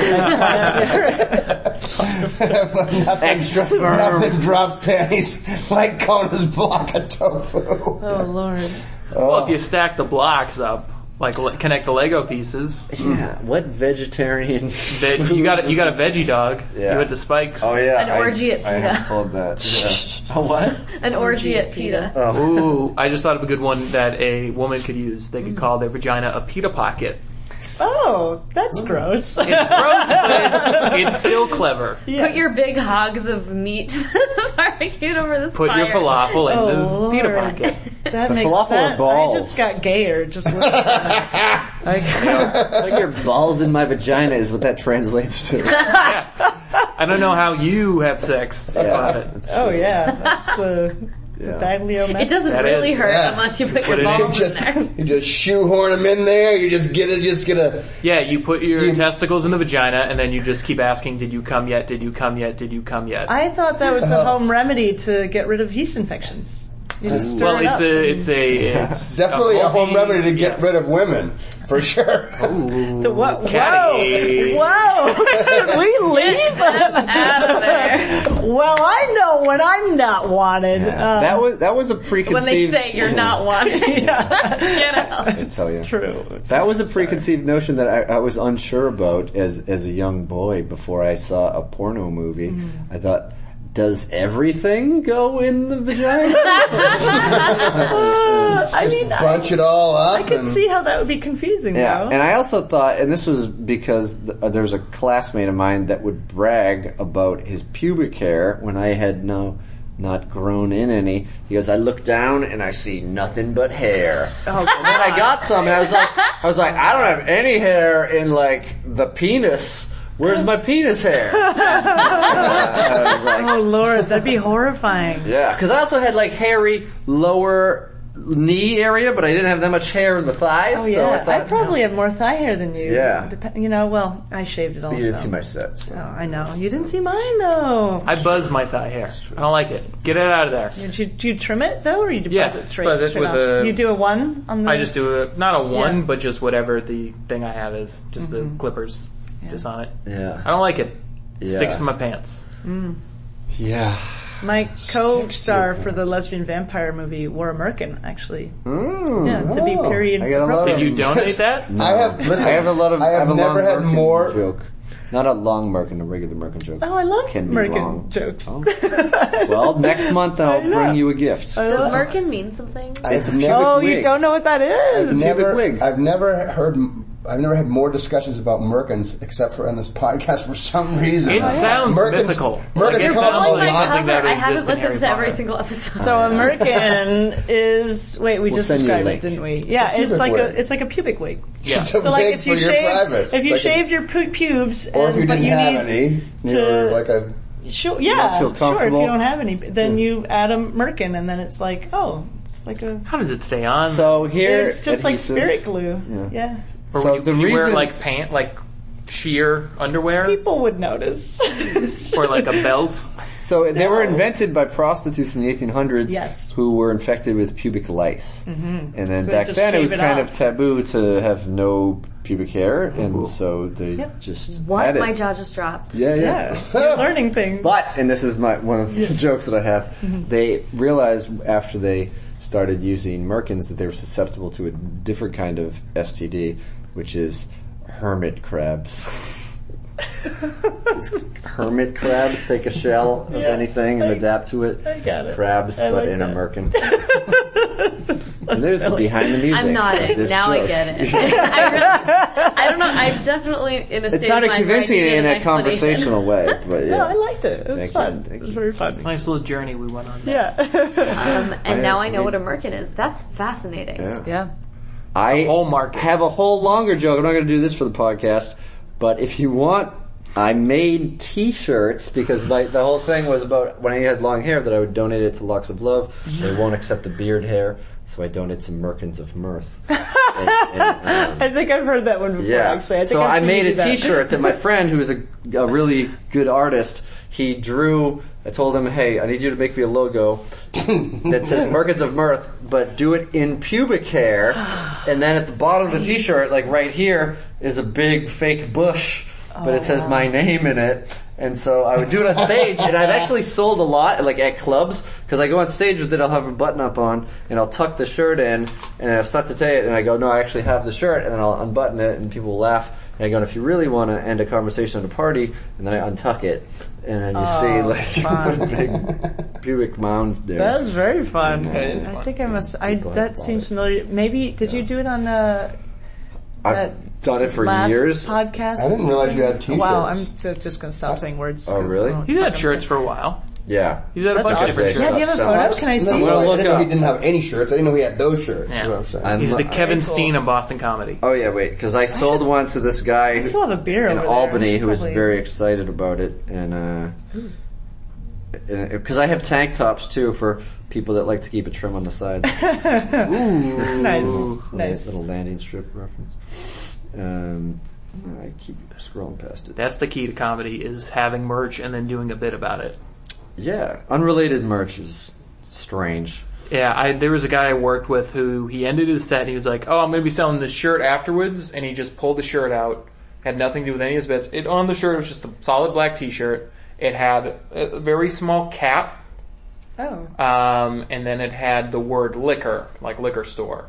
[SPEAKER 4] Extra
[SPEAKER 2] firm.
[SPEAKER 4] Nothing drops panties like Kona's block of tofu.
[SPEAKER 3] Oh Lord.
[SPEAKER 8] Well, if you stack the blocks up, Like le- connect the Lego pieces.
[SPEAKER 2] Yeah, what vegetarian?
[SPEAKER 8] They- you got a, you got a veggie dog.
[SPEAKER 2] Yeah.
[SPEAKER 8] You had the spikes.
[SPEAKER 2] Oh yeah,
[SPEAKER 10] An
[SPEAKER 2] I-
[SPEAKER 10] orgy at
[SPEAKER 2] I
[SPEAKER 10] PETA.
[SPEAKER 2] am told that. Yeah. A what?
[SPEAKER 10] An orgy at PETA.
[SPEAKER 8] Oh. Ooh, I just thought of a good one that a woman could use. They could call their vagina a pita pocket.
[SPEAKER 3] Oh, that's gross.
[SPEAKER 8] It's gross, but it's, it's still clever.
[SPEAKER 10] Put your big hogs of meat to the barbecue over this
[SPEAKER 8] Put
[SPEAKER 10] fire.
[SPEAKER 8] your falafel in the
[SPEAKER 3] Oh,
[SPEAKER 8] pita
[SPEAKER 3] Lord.
[SPEAKER 8] pocket.
[SPEAKER 3] That makes
[SPEAKER 2] falafel
[SPEAKER 3] that,
[SPEAKER 2] are balls.
[SPEAKER 3] I just got gayer. Just looking at that. I,
[SPEAKER 2] Put your balls in my vagina is what that translates to.
[SPEAKER 10] Uh,
[SPEAKER 8] I don't know how you have sex.
[SPEAKER 2] Yeah,
[SPEAKER 8] But
[SPEAKER 2] it's-
[SPEAKER 3] oh yeah, that's the, the Baglio
[SPEAKER 10] It doesn't
[SPEAKER 8] That
[SPEAKER 10] really
[SPEAKER 8] is-
[SPEAKER 10] hurt
[SPEAKER 4] Yeah.
[SPEAKER 10] unless you put
[SPEAKER 8] Put
[SPEAKER 10] your
[SPEAKER 8] it in.
[SPEAKER 10] balls
[SPEAKER 4] Just
[SPEAKER 10] in there.
[SPEAKER 4] you just shoehorn them in there. You just get it. Just get a.
[SPEAKER 8] yeah, you put your testicles in the vagina and then you just keep asking, did you come yet? Did you come yet? Did you come yet?
[SPEAKER 3] I thought that was the home remedy to get rid of yeast infections. You just stir
[SPEAKER 8] well,
[SPEAKER 3] it
[SPEAKER 8] it's
[SPEAKER 3] up.
[SPEAKER 8] a, it's a, it's
[SPEAKER 4] Definitely a home
[SPEAKER 8] multi-
[SPEAKER 4] remedy to get
[SPEAKER 8] yeah.
[SPEAKER 4] rid of women, for sure.
[SPEAKER 3] The what?
[SPEAKER 8] Caddy.
[SPEAKER 3] Whoa! Whoa! Should we leave?
[SPEAKER 10] Out of there.
[SPEAKER 3] well, I know when I'm not wanted.
[SPEAKER 2] Yeah.
[SPEAKER 3] Uh,
[SPEAKER 2] that was that was a
[SPEAKER 10] When they
[SPEAKER 2] preconceived.
[SPEAKER 10] say you're not wanted, get out.
[SPEAKER 2] I tell you.
[SPEAKER 3] true.
[SPEAKER 2] That was a preconceived notion that I, I was unsure about as as a young boy before I saw a porno movie.
[SPEAKER 10] Mm.
[SPEAKER 2] I thought, does everything go in the vagina?
[SPEAKER 3] Uh, I mean, I
[SPEAKER 4] Bunch it all up.
[SPEAKER 3] can
[SPEAKER 4] and,
[SPEAKER 3] see how that would be confusing.
[SPEAKER 2] yeah,
[SPEAKER 3] though.
[SPEAKER 2] and I also thought, and this was because th- uh, there was a classmate of mine that would brag about his pubic hair when I had no. Not grown in any. He goes, I look down and I see nothing but hair. and
[SPEAKER 3] Oh,
[SPEAKER 2] then I got some and I was like, I was like, I don't have any hair in like the penis. Where's my penis hair? I was like,
[SPEAKER 3] Oh Lord, that'd be horrifying.
[SPEAKER 2] Yeah, because I also had like hairy lower knee area, but I didn't have that much hair in the thighs. so
[SPEAKER 3] Oh, yeah,
[SPEAKER 2] I thought,
[SPEAKER 3] I probably have more thigh hair than you.
[SPEAKER 2] Yeah.
[SPEAKER 3] Dep- you know, well, I shaved it also.
[SPEAKER 2] you didn't see my set. so.
[SPEAKER 3] Oh, I know. You didn't see mine though.
[SPEAKER 8] I buzz my thigh hair. I don't like it. Get it out of there.
[SPEAKER 3] Did you, do you trim it though, or you do
[SPEAKER 8] Yeah,
[SPEAKER 3] buzz it straight?
[SPEAKER 8] buzz it
[SPEAKER 3] straight
[SPEAKER 8] with
[SPEAKER 3] off?
[SPEAKER 8] a-
[SPEAKER 3] You do a one on the.
[SPEAKER 8] I just do a, not a
[SPEAKER 3] Hmm.
[SPEAKER 8] one,
[SPEAKER 3] Yeah. Mm-hmm.
[SPEAKER 8] but just whatever the thing I have is. Just the clippers. Just on it. I
[SPEAKER 2] Yeah.
[SPEAKER 8] don't like it.
[SPEAKER 2] Yeah.
[SPEAKER 8] Sticks to my pants.
[SPEAKER 2] Yeah.
[SPEAKER 3] My co-star for the lesbian vampire movie wore a merkin actually.
[SPEAKER 2] Mm.
[SPEAKER 3] Yeah, to be
[SPEAKER 4] Oh,
[SPEAKER 3] period.
[SPEAKER 2] I got a lot of-
[SPEAKER 8] Did you donate
[SPEAKER 4] Just-
[SPEAKER 8] that?
[SPEAKER 4] I have. Listen,
[SPEAKER 2] I have a lot of.
[SPEAKER 4] I have,
[SPEAKER 2] a
[SPEAKER 4] never
[SPEAKER 2] long
[SPEAKER 4] had
[SPEAKER 2] Merkin
[SPEAKER 4] more.
[SPEAKER 2] joke. Not a long merkin, a regular merkin joke.
[SPEAKER 3] Oh, I love
[SPEAKER 2] Can be long.
[SPEAKER 3] merkin jokes.
[SPEAKER 2] Oh. Well, next month I'll
[SPEAKER 3] know. Um,
[SPEAKER 2] bring you a gift.
[SPEAKER 3] I
[SPEAKER 10] Does
[SPEAKER 3] love-
[SPEAKER 10] merkin mean something?
[SPEAKER 4] I've never.
[SPEAKER 3] oh, you
[SPEAKER 2] wig.
[SPEAKER 3] don't know what that is?
[SPEAKER 4] never,
[SPEAKER 2] wig.
[SPEAKER 4] I've never heard. I've never had more discussions about Merkins except for on this podcast for some reason.
[SPEAKER 8] It sounds
[SPEAKER 4] Merkins,
[SPEAKER 8] mythical. Like,
[SPEAKER 4] Merkins
[SPEAKER 8] it
[SPEAKER 4] come
[SPEAKER 8] sounds
[SPEAKER 4] up a
[SPEAKER 8] like
[SPEAKER 4] lot.
[SPEAKER 8] something that
[SPEAKER 10] I haven't
[SPEAKER 8] exists in
[SPEAKER 10] listened to
[SPEAKER 8] Harry
[SPEAKER 10] every
[SPEAKER 8] Potter.
[SPEAKER 10] single episode.
[SPEAKER 3] So a merkin is wait, we just
[SPEAKER 2] send you a
[SPEAKER 3] described it,
[SPEAKER 2] link.
[SPEAKER 3] didn't we? Yeah, it's,
[SPEAKER 4] pubic
[SPEAKER 3] like
[SPEAKER 4] wig.
[SPEAKER 3] a it's like a pubic wig.
[SPEAKER 4] Just a
[SPEAKER 3] So like
[SPEAKER 4] wig
[SPEAKER 3] if
[SPEAKER 4] for
[SPEAKER 3] you
[SPEAKER 4] your
[SPEAKER 3] shaved,
[SPEAKER 4] privates.
[SPEAKER 3] if you
[SPEAKER 4] Like a-
[SPEAKER 3] shaved your pu- pubes,
[SPEAKER 4] or if
[SPEAKER 3] and,
[SPEAKER 4] you
[SPEAKER 3] but
[SPEAKER 4] didn't
[SPEAKER 3] you
[SPEAKER 4] have
[SPEAKER 3] need,
[SPEAKER 4] any, you're
[SPEAKER 3] to-
[SPEAKER 4] like a
[SPEAKER 3] Sure, yeah,
[SPEAKER 2] feel
[SPEAKER 3] sure. If
[SPEAKER 2] comfortable.
[SPEAKER 3] you don't have any, then you add a merkin, and then it's like, oh, it's like a.
[SPEAKER 8] How does it stay on?
[SPEAKER 2] So here,
[SPEAKER 3] It's just like
[SPEAKER 2] adhesive.
[SPEAKER 3] spirit glue.
[SPEAKER 2] Yeah.
[SPEAKER 3] Yeah.
[SPEAKER 8] or
[SPEAKER 2] so
[SPEAKER 8] when you,
[SPEAKER 2] the
[SPEAKER 8] you wear
[SPEAKER 2] reason-
[SPEAKER 8] like pant, like sheer underwear,
[SPEAKER 3] People would notice.
[SPEAKER 8] or like a belt.
[SPEAKER 2] So they were invented by prostitutes in the 1800s
[SPEAKER 3] Yes. Mm-hmm.
[SPEAKER 2] who were infected with pubic lice. And then
[SPEAKER 3] So
[SPEAKER 2] back
[SPEAKER 3] just
[SPEAKER 2] then it
[SPEAKER 3] shave
[SPEAKER 2] was
[SPEAKER 3] it
[SPEAKER 2] kind
[SPEAKER 3] off.
[SPEAKER 2] of taboo to have no pubic hair, and so they just
[SPEAKER 10] What?
[SPEAKER 2] had it.
[SPEAKER 10] My jaw just dropped.
[SPEAKER 2] yeah, yeah.
[SPEAKER 3] yeah. You're learning things.
[SPEAKER 2] But, and this is my one of the jokes that I have,
[SPEAKER 3] Mm-hmm.
[SPEAKER 2] they realized after they started using merkins that they were susceptible to a different kind of STD, which is hermit crabs. hermit crabs take a shell of anything and adapt to it.
[SPEAKER 3] I got it.
[SPEAKER 2] Crabs,
[SPEAKER 3] I
[SPEAKER 2] but
[SPEAKER 3] like
[SPEAKER 2] in a
[SPEAKER 3] that.
[SPEAKER 2] merkin. And there's the behind the music.
[SPEAKER 10] I'm nodding.
[SPEAKER 2] of this
[SPEAKER 10] Now I
[SPEAKER 2] joke.
[SPEAKER 10] get it. I, really, I don't know. I'm definitely in a state
[SPEAKER 2] It's not a
[SPEAKER 10] of mind where I
[SPEAKER 2] convincing in
[SPEAKER 10] need an
[SPEAKER 2] a
[SPEAKER 10] explanation.
[SPEAKER 2] conversational way, but yeah.
[SPEAKER 3] No, I liked it. It was
[SPEAKER 2] Thank you,
[SPEAKER 3] fun.
[SPEAKER 2] thank
[SPEAKER 3] It was
[SPEAKER 2] you.
[SPEAKER 3] very fun.
[SPEAKER 8] Nice little journey we went on.
[SPEAKER 3] Yeah.
[SPEAKER 8] Uh,
[SPEAKER 10] Um, and
[SPEAKER 2] I-
[SPEAKER 10] now I know what a merkin is. That's fascinating.
[SPEAKER 2] Yeah.
[SPEAKER 3] yeah.
[SPEAKER 2] I
[SPEAKER 8] whole market.
[SPEAKER 2] have a whole longer joke. I'm not going to do this for the podcast, but if you want, I made T-shirts because my, the whole thing was about when I had long hair that I would donate it to Lux of Love. They won't accept the beard hair, so I donate some Merkins of Mirth. And- and, um,
[SPEAKER 3] I think I've heard that one before.
[SPEAKER 2] yeah.
[SPEAKER 3] Actually, I think
[SPEAKER 2] so
[SPEAKER 3] I've
[SPEAKER 2] I
[SPEAKER 3] seen
[SPEAKER 2] made
[SPEAKER 3] you
[SPEAKER 2] a
[SPEAKER 3] do that.
[SPEAKER 2] T-shirt that my friend, who is a, a really good artist, he drew. I told him, "Hey, I need you to make me a logo that says Merkins of Mirth, but do it in pubic hair." And then at the bottom of the
[SPEAKER 3] Oh,
[SPEAKER 2] T-shirt, like right here, is a big fake bush, but it says my name in it. And so I would do it on stage, and I've actually sold a lot, like at clubs, because I go on stage with it, I'll have a button up on, and I'll tuck the shirt in, and I'll start to take it, and I go, no, I actually have the shirt, and then I'll unbutton it, and people will laugh, and I go, if you really want to end a conversation at a party, and then I untuck it, and then you see like
[SPEAKER 3] Oh, fun.
[SPEAKER 2] the big pubic mound there.
[SPEAKER 3] That was very fun.
[SPEAKER 8] is
[SPEAKER 3] I
[SPEAKER 8] fun.
[SPEAKER 3] think I must. I
[SPEAKER 2] People have
[SPEAKER 3] that
[SPEAKER 2] bought
[SPEAKER 3] seems
[SPEAKER 2] it.
[SPEAKER 3] familiar. Maybe did you do it on the
[SPEAKER 2] I've
[SPEAKER 3] that
[SPEAKER 2] done it Uh, for
[SPEAKER 3] last
[SPEAKER 2] years.
[SPEAKER 3] podcast?
[SPEAKER 4] I didn't realize you had t-shirts.
[SPEAKER 3] Wow, I'm so just gonna stop saying words.
[SPEAKER 2] Oh,
[SPEAKER 3] 'cause
[SPEAKER 2] really?
[SPEAKER 3] I don't know
[SPEAKER 8] He's
[SPEAKER 3] what
[SPEAKER 8] had
[SPEAKER 3] I'm
[SPEAKER 8] shirts
[SPEAKER 3] saying.
[SPEAKER 8] for a while.
[SPEAKER 2] Yeah.
[SPEAKER 8] He's had a
[SPEAKER 3] That's
[SPEAKER 8] bunch of
[SPEAKER 3] awesome.
[SPEAKER 8] different
[SPEAKER 2] Yeah,
[SPEAKER 8] shirts.
[SPEAKER 3] Yeah, do you have a
[SPEAKER 2] Some-
[SPEAKER 3] photo? Can I
[SPEAKER 4] No,
[SPEAKER 3] see?
[SPEAKER 4] I
[SPEAKER 2] look
[SPEAKER 4] didn't know he
[SPEAKER 2] up.
[SPEAKER 4] didn't have any shirts. I didn't know he had those shirts. That's
[SPEAKER 8] Yeah.
[SPEAKER 4] what I'm saying.
[SPEAKER 2] I'm
[SPEAKER 8] He's the
[SPEAKER 2] not-
[SPEAKER 8] Kevin
[SPEAKER 3] cool.
[SPEAKER 8] Steen of Boston comedy.
[SPEAKER 2] Oh yeah, wait, because I sold one to this guy
[SPEAKER 3] I still have a beer
[SPEAKER 2] in
[SPEAKER 3] over there.
[SPEAKER 2] Albany who was
[SPEAKER 3] Probably.
[SPEAKER 2] very excited about it, and uh, because I have tank tops too for people that like to keep it trim on the sides.
[SPEAKER 3] nice.
[SPEAKER 2] little
[SPEAKER 3] Nice.
[SPEAKER 2] landing strip reference. Um, I keep scrolling past it.
[SPEAKER 8] That's the key to comedy is having merch and then doing a bit about it.
[SPEAKER 2] Yeah, unrelated merch is strange.
[SPEAKER 8] Yeah, I, there was a guy I worked with who he ended his set and he was like, "Oh, I'm going to be selling this shirt afterwards," and he just pulled the shirt out, had nothing to do with any of his bits. It on the shirt was just a solid black T-shirt. It had a very small cap,
[SPEAKER 3] Oh,
[SPEAKER 8] um, and then it had the word liquor, like liquor store.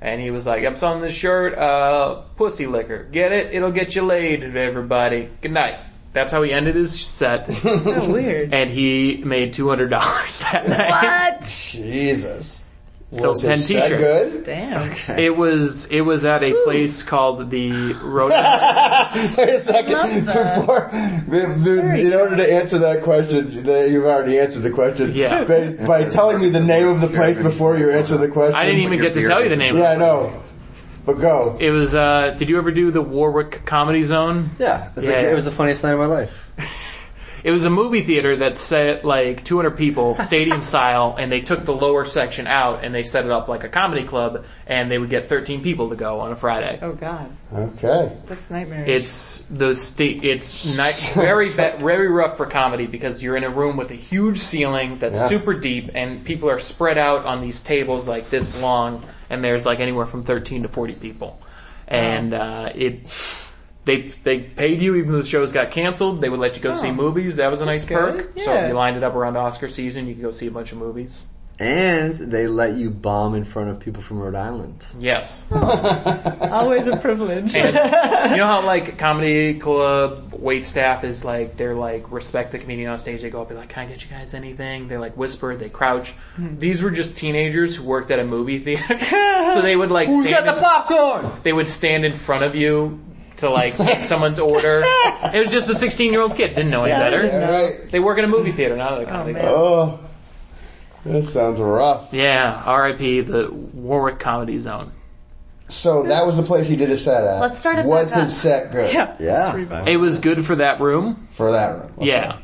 [SPEAKER 8] And he was like, "I'm selling this shirt, uh, pussy liquor. Get it? It'll get you laid, everybody. Good night." That's how he ended his set,
[SPEAKER 3] so weird.
[SPEAKER 8] and he made two hundred dollars that night.
[SPEAKER 3] What?
[SPEAKER 4] Jesus.
[SPEAKER 8] Sold ten
[SPEAKER 4] Is that
[SPEAKER 8] T-shirts.
[SPEAKER 4] good?
[SPEAKER 3] Damn.
[SPEAKER 8] It was it was at a place called the Rhode.
[SPEAKER 4] Wait a second. Before, in order to answer that question, that you've already answered the question.
[SPEAKER 8] Yeah.
[SPEAKER 4] By, by telling me the name of the place before you answer the question.
[SPEAKER 8] I didn't even get to tell you the name.
[SPEAKER 4] Yeah, I know. But go.
[SPEAKER 8] It was. uh Did you ever do the Warwick Comedy Zone?
[SPEAKER 2] Yeah, it's
[SPEAKER 8] Yeah.
[SPEAKER 2] Like, it was the funniest night of my life.
[SPEAKER 8] It was a movie theater that set like 200 people, stadium style, and they took the lower section out and they set it up like a comedy club, and they would get 13 people to go on a Friday.
[SPEAKER 3] Oh God,
[SPEAKER 4] Okay.
[SPEAKER 3] that's nightmare.
[SPEAKER 8] It's the sta- it's night very ba- very rough for comedy because you're in a room with a huge ceiling that's
[SPEAKER 4] Yeah.
[SPEAKER 8] super deep and people are spread out on these tables like this long and there's like anywhere from 13 to 40 people. And uh, it they they paid you even though the shows got canceled, they would let you go see movies. That was a nice
[SPEAKER 3] Oh. good.
[SPEAKER 8] perk. So if
[SPEAKER 3] Yeah.
[SPEAKER 8] you lined it up around Oscar season, you could go see a bunch of movies.
[SPEAKER 2] And they let you bomb in front of people from Rhode Island.
[SPEAKER 8] Yes.
[SPEAKER 3] Always a privilege.
[SPEAKER 8] you know how like comedy club wait staff is like they're like respect the comedian on stage. They go up and like, can I get you guys anything? They like whisper, they crouch. These were just teenagers who worked at a movie theater, so they would like stand. in-
[SPEAKER 2] popcorn?
[SPEAKER 8] they would stand in front of you to like take someone's order. It was just a sixteen year old kid didn't know any better.
[SPEAKER 4] All right.
[SPEAKER 8] They work in a movie theater, not at a comedy club.
[SPEAKER 4] Oh, that sounds rough.
[SPEAKER 8] Yeah, R.I.P. the Warwick Comedy Zone.
[SPEAKER 4] So that was the place he did his set at.
[SPEAKER 10] Let's start it
[SPEAKER 4] Was
[SPEAKER 10] back
[SPEAKER 4] his
[SPEAKER 10] up.
[SPEAKER 4] set good
[SPEAKER 3] yeah.
[SPEAKER 2] Yeah.
[SPEAKER 8] It was good for that room.
[SPEAKER 4] for that room? Okay.
[SPEAKER 8] Yeah.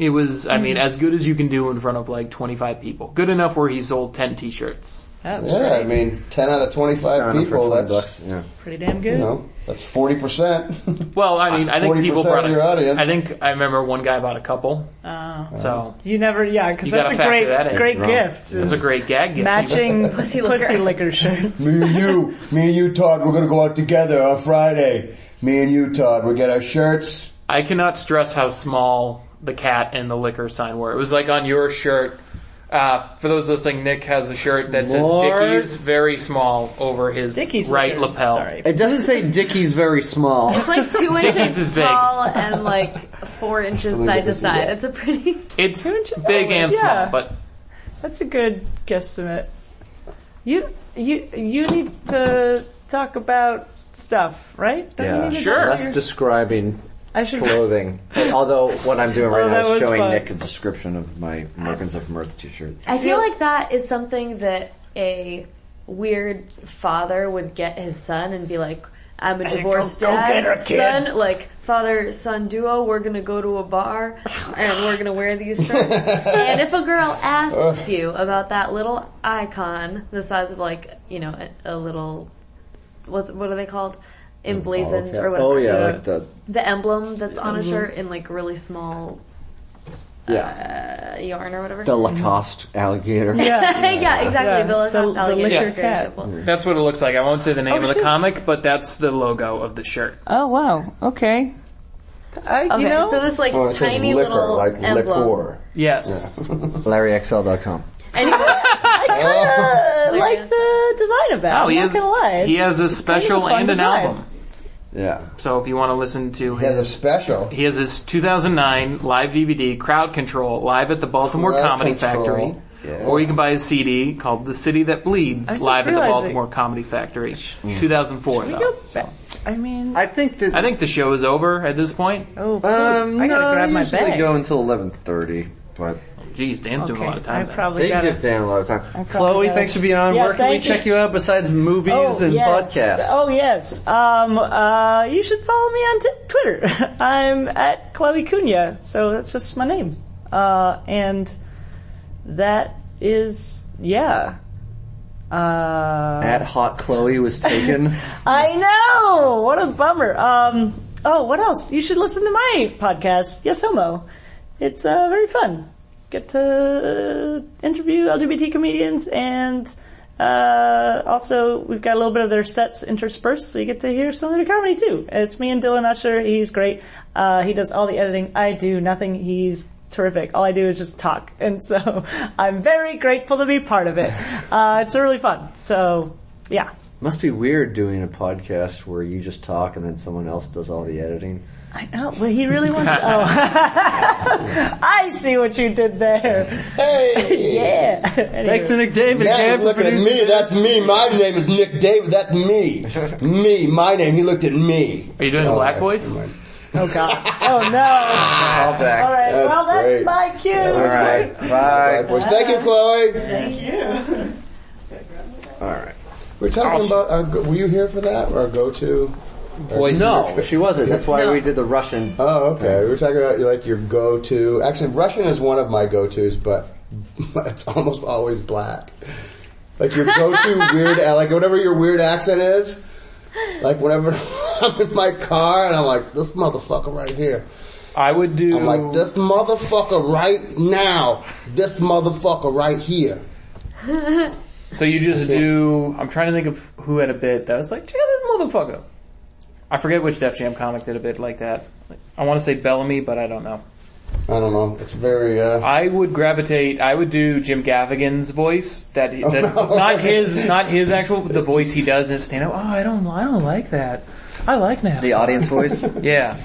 [SPEAKER 8] It was, I
[SPEAKER 3] Mm-hmm.
[SPEAKER 8] mean, as good as you can do in front of like 25 people. Good enough where he sold 10 t-shirts.
[SPEAKER 3] That's
[SPEAKER 4] Yeah, I
[SPEAKER 3] great.
[SPEAKER 4] mean, 10 out of 25 people, that's,
[SPEAKER 2] yeah.
[SPEAKER 3] pretty damn good.
[SPEAKER 4] you know, that's 40%.
[SPEAKER 8] Well, I mean, I think
[SPEAKER 4] 40%
[SPEAKER 8] people brought
[SPEAKER 4] of
[SPEAKER 8] a-
[SPEAKER 4] your audience.
[SPEAKER 8] I think I remember one guy bought a couple.
[SPEAKER 3] Oh.
[SPEAKER 8] So,
[SPEAKER 3] You never, yeah, because
[SPEAKER 8] You
[SPEAKER 3] that's
[SPEAKER 8] gotta
[SPEAKER 3] a
[SPEAKER 8] factor
[SPEAKER 3] great,
[SPEAKER 8] that in.
[SPEAKER 3] great
[SPEAKER 2] Drunk.
[SPEAKER 3] gift.
[SPEAKER 8] it's a great gag gift.
[SPEAKER 3] matching
[SPEAKER 10] Pussy
[SPEAKER 3] pussy
[SPEAKER 10] liquor.
[SPEAKER 3] liquor, shirts.
[SPEAKER 4] me and you, me and you, Todd, we're gonna go out together on Friday. Me and you, Todd, we get our shirts.
[SPEAKER 8] I cannot stress how small the cat and the liquor sign were. It was like on your shirt. Uh, for those listening, Nick has a shirt that says
[SPEAKER 2] Lord.
[SPEAKER 8] Dickies, very small over his
[SPEAKER 3] Dickies
[SPEAKER 8] right
[SPEAKER 3] liquor.
[SPEAKER 8] lapel.
[SPEAKER 3] Sorry.
[SPEAKER 2] It doesn't say Dickie's very small.
[SPEAKER 10] It's like two
[SPEAKER 8] Dickens is
[SPEAKER 10] inches
[SPEAKER 8] big.
[SPEAKER 10] tall and like four inches
[SPEAKER 4] me
[SPEAKER 10] side
[SPEAKER 4] get
[SPEAKER 10] to
[SPEAKER 4] this in
[SPEAKER 10] side.
[SPEAKER 4] there.
[SPEAKER 10] It's a pretty.
[SPEAKER 8] It's
[SPEAKER 3] inches?
[SPEAKER 8] big and
[SPEAKER 3] oh, Yeah.
[SPEAKER 8] small, but
[SPEAKER 3] That's a good guesstimate. You you you need to talk about stuff, right? Don't you
[SPEAKER 2] Yeah.
[SPEAKER 3] need to
[SPEAKER 8] Sure.
[SPEAKER 3] talk
[SPEAKER 2] Less
[SPEAKER 3] about your-
[SPEAKER 2] describing
[SPEAKER 3] I should.
[SPEAKER 2] clothing. Although what I'm doing right
[SPEAKER 3] Oh,
[SPEAKER 2] now
[SPEAKER 3] that
[SPEAKER 2] is
[SPEAKER 3] was
[SPEAKER 2] showing
[SPEAKER 3] fun.
[SPEAKER 2] Nick a description of my Merkins of Mirth t-shirt.
[SPEAKER 10] I feel like that is something that a weird father would get his son and be like, "I'm a divorced
[SPEAKER 3] go
[SPEAKER 10] dad,
[SPEAKER 3] get her, kid."
[SPEAKER 10] son." Like father son duo, we're gonna go to a bar and we're gonna wear these shirts. and if a girl asks you about that little icon, the size of like you know a, a little, what's what are they called? Emblazoned
[SPEAKER 2] Okay.
[SPEAKER 10] or whatever.
[SPEAKER 2] Oh yeah, like the Mm-hmm.
[SPEAKER 10] The emblem that's on a shirt in like really small
[SPEAKER 2] yeah
[SPEAKER 10] uh, yarn or whatever.
[SPEAKER 2] the Lacoste alligator.
[SPEAKER 10] yeah, exactly.
[SPEAKER 3] Yeah.
[SPEAKER 10] The
[SPEAKER 3] The-
[SPEAKER 10] Holocaust
[SPEAKER 3] the
[SPEAKER 10] alligator.
[SPEAKER 3] liquor
[SPEAKER 10] for
[SPEAKER 3] cat.
[SPEAKER 10] example.
[SPEAKER 8] That's what it looks like. I won't say the name
[SPEAKER 3] Oh,
[SPEAKER 8] of the
[SPEAKER 3] shit.
[SPEAKER 8] comic, but that's the logo of the shirt.
[SPEAKER 3] Oh wow. Oh, Okay. I,
[SPEAKER 10] Okay,
[SPEAKER 3] you know,
[SPEAKER 10] so this like
[SPEAKER 4] Oh, it says
[SPEAKER 10] tiny
[SPEAKER 4] liquor,
[SPEAKER 10] little
[SPEAKER 4] like
[SPEAKER 10] emblem.
[SPEAKER 4] liqueur.
[SPEAKER 9] Yes.
[SPEAKER 2] LarryXL.com.
[SPEAKER 10] Anyway,
[SPEAKER 3] I like the design of that.
[SPEAKER 8] Oh,
[SPEAKER 3] I'm
[SPEAKER 8] he
[SPEAKER 3] not
[SPEAKER 8] has,
[SPEAKER 3] gonna lie. It's
[SPEAKER 8] he has a special
[SPEAKER 3] fun
[SPEAKER 8] and an
[SPEAKER 3] design.
[SPEAKER 8] album.
[SPEAKER 4] Yeah.
[SPEAKER 8] So if you want to listen to
[SPEAKER 4] He has
[SPEAKER 8] his,
[SPEAKER 4] a special.
[SPEAKER 8] he has his 2009 live DVD, Crowd Control, live at the Baltimore
[SPEAKER 4] Crowd
[SPEAKER 8] Comedy
[SPEAKER 4] Control.
[SPEAKER 8] Factory. Or you can buy a CD called The City That Bleeds,
[SPEAKER 3] just
[SPEAKER 8] live at the
[SPEAKER 3] realized
[SPEAKER 8] Baltimore Comedy Factory, 2004 though.
[SPEAKER 3] Go back. I mean,
[SPEAKER 2] I think that
[SPEAKER 8] I think the show is over at this point.
[SPEAKER 3] oh, food.
[SPEAKER 2] um,
[SPEAKER 3] I gotta
[SPEAKER 2] no,
[SPEAKER 3] grab my
[SPEAKER 2] usually
[SPEAKER 3] bag.
[SPEAKER 2] go until eleven thirty, but
[SPEAKER 8] Geez, Dan's doing a lot of
[SPEAKER 3] okay, I
[SPEAKER 8] time. then.
[SPEAKER 3] probably
[SPEAKER 2] they
[SPEAKER 3] got
[SPEAKER 2] give
[SPEAKER 3] it.
[SPEAKER 2] Dan a lot of time. Chloe,
[SPEAKER 3] gotta-
[SPEAKER 2] thanks for being on.
[SPEAKER 3] Yeah,
[SPEAKER 2] Where can we
[SPEAKER 3] thank
[SPEAKER 2] check you out besides movies and podcasts?
[SPEAKER 3] Oh yes. Um, uh, you should follow me on t- Twitter. I'm at Chloe Cunha, so that's just my name. Uh, and that is yeah. Uh,
[SPEAKER 2] At Hot Chloe was taken.
[SPEAKER 3] I know. What a bummer. Um, oh, what else? You should listen to my podcast, Yes Homo. It's uh, very fun. Get to interview LGBT comedians and uh, also we've got a little bit of their sets interspersed, so you get to hear some of their comedy too. It's me and Dylan Usher. He's great. Uh, he does all the editing. I do nothing. He's terrific. All I do is just talk, and so I'm very grateful to be part of it. Uh, it's really fun. So yeah.
[SPEAKER 2] Must be weird doing a podcast where you just talk and then someone else does all the editing.
[SPEAKER 3] I know. Well, he really wants. Oh, I see what you did there.
[SPEAKER 4] Hey!
[SPEAKER 3] Yeah. Anyway.
[SPEAKER 2] Thanks to Nick David,
[SPEAKER 4] Matt
[SPEAKER 2] man,
[SPEAKER 4] was
[SPEAKER 2] for
[SPEAKER 4] looking at
[SPEAKER 2] producing.
[SPEAKER 4] me. That's me. My name is Nick David. That's me. Me. My name. He looked at me.
[SPEAKER 8] Are you doing a black
[SPEAKER 4] okay,
[SPEAKER 8] voice?
[SPEAKER 4] never mind.
[SPEAKER 3] Oh no.
[SPEAKER 2] Callback.
[SPEAKER 3] All right.
[SPEAKER 4] That's
[SPEAKER 3] well, that's
[SPEAKER 4] great.
[SPEAKER 3] my cue.
[SPEAKER 2] All right.
[SPEAKER 4] Black
[SPEAKER 2] Bye.
[SPEAKER 4] voice. Thank you, Chloe.
[SPEAKER 3] Thank you.
[SPEAKER 2] All right.
[SPEAKER 4] We're talking about. Our, go- were you here for that? Our go-to.
[SPEAKER 2] No, she wasn't. That's why we did the Russian.
[SPEAKER 4] Oh, okay. We were talking about like your go-to. Actually, Russian is one of my go-tos, but it's almost always black. Like your go-to weird, uh, like whatever your weird accent is. Like whenever I'm in my car and I'm like, this motherfucker right here.
[SPEAKER 9] I would do.
[SPEAKER 4] I'm like, this motherfucker right now. This motherfucker right here.
[SPEAKER 9] So you just do. I'm trying to think of who had a bit that was like, check out this motherfucker.
[SPEAKER 8] I forget which Def Jam comic did a bit like that. I want to say Bellamy, but I don't know.
[SPEAKER 4] I don't know. It's very. uh
[SPEAKER 8] I would gravitate. I would do Jim Gaffigan's voice. That,
[SPEAKER 2] Oh,
[SPEAKER 8] that
[SPEAKER 4] no.
[SPEAKER 8] not his, not his actual. The voice he does in stand up. Oh, I don't, I don't like that. I like NASCAR.
[SPEAKER 2] The audience voice.
[SPEAKER 8] yeah,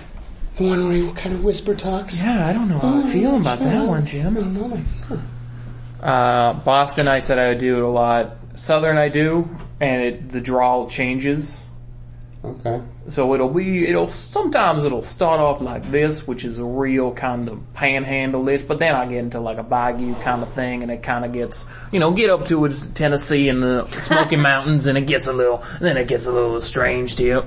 [SPEAKER 4] I'm wondering what kind of whisper talks.
[SPEAKER 8] yeah. I don't know how
[SPEAKER 2] Oh,
[SPEAKER 8] I feel about that one,
[SPEAKER 4] I
[SPEAKER 8] Jim.
[SPEAKER 4] don't know, my
[SPEAKER 8] Uh, Boston, I said I would do it a lot. Southern, I do, and it, the drawl changes.
[SPEAKER 4] Okay.
[SPEAKER 8] So it'll be, it'll, sometimes it'll start off like this, which is a real kind of panhandle-ish, but then I get into like a Bayou kind of thing and it kind of gets, you know, get up towards Tennessee and the Smoky Mountains and it gets a little, then it gets a little strange to you.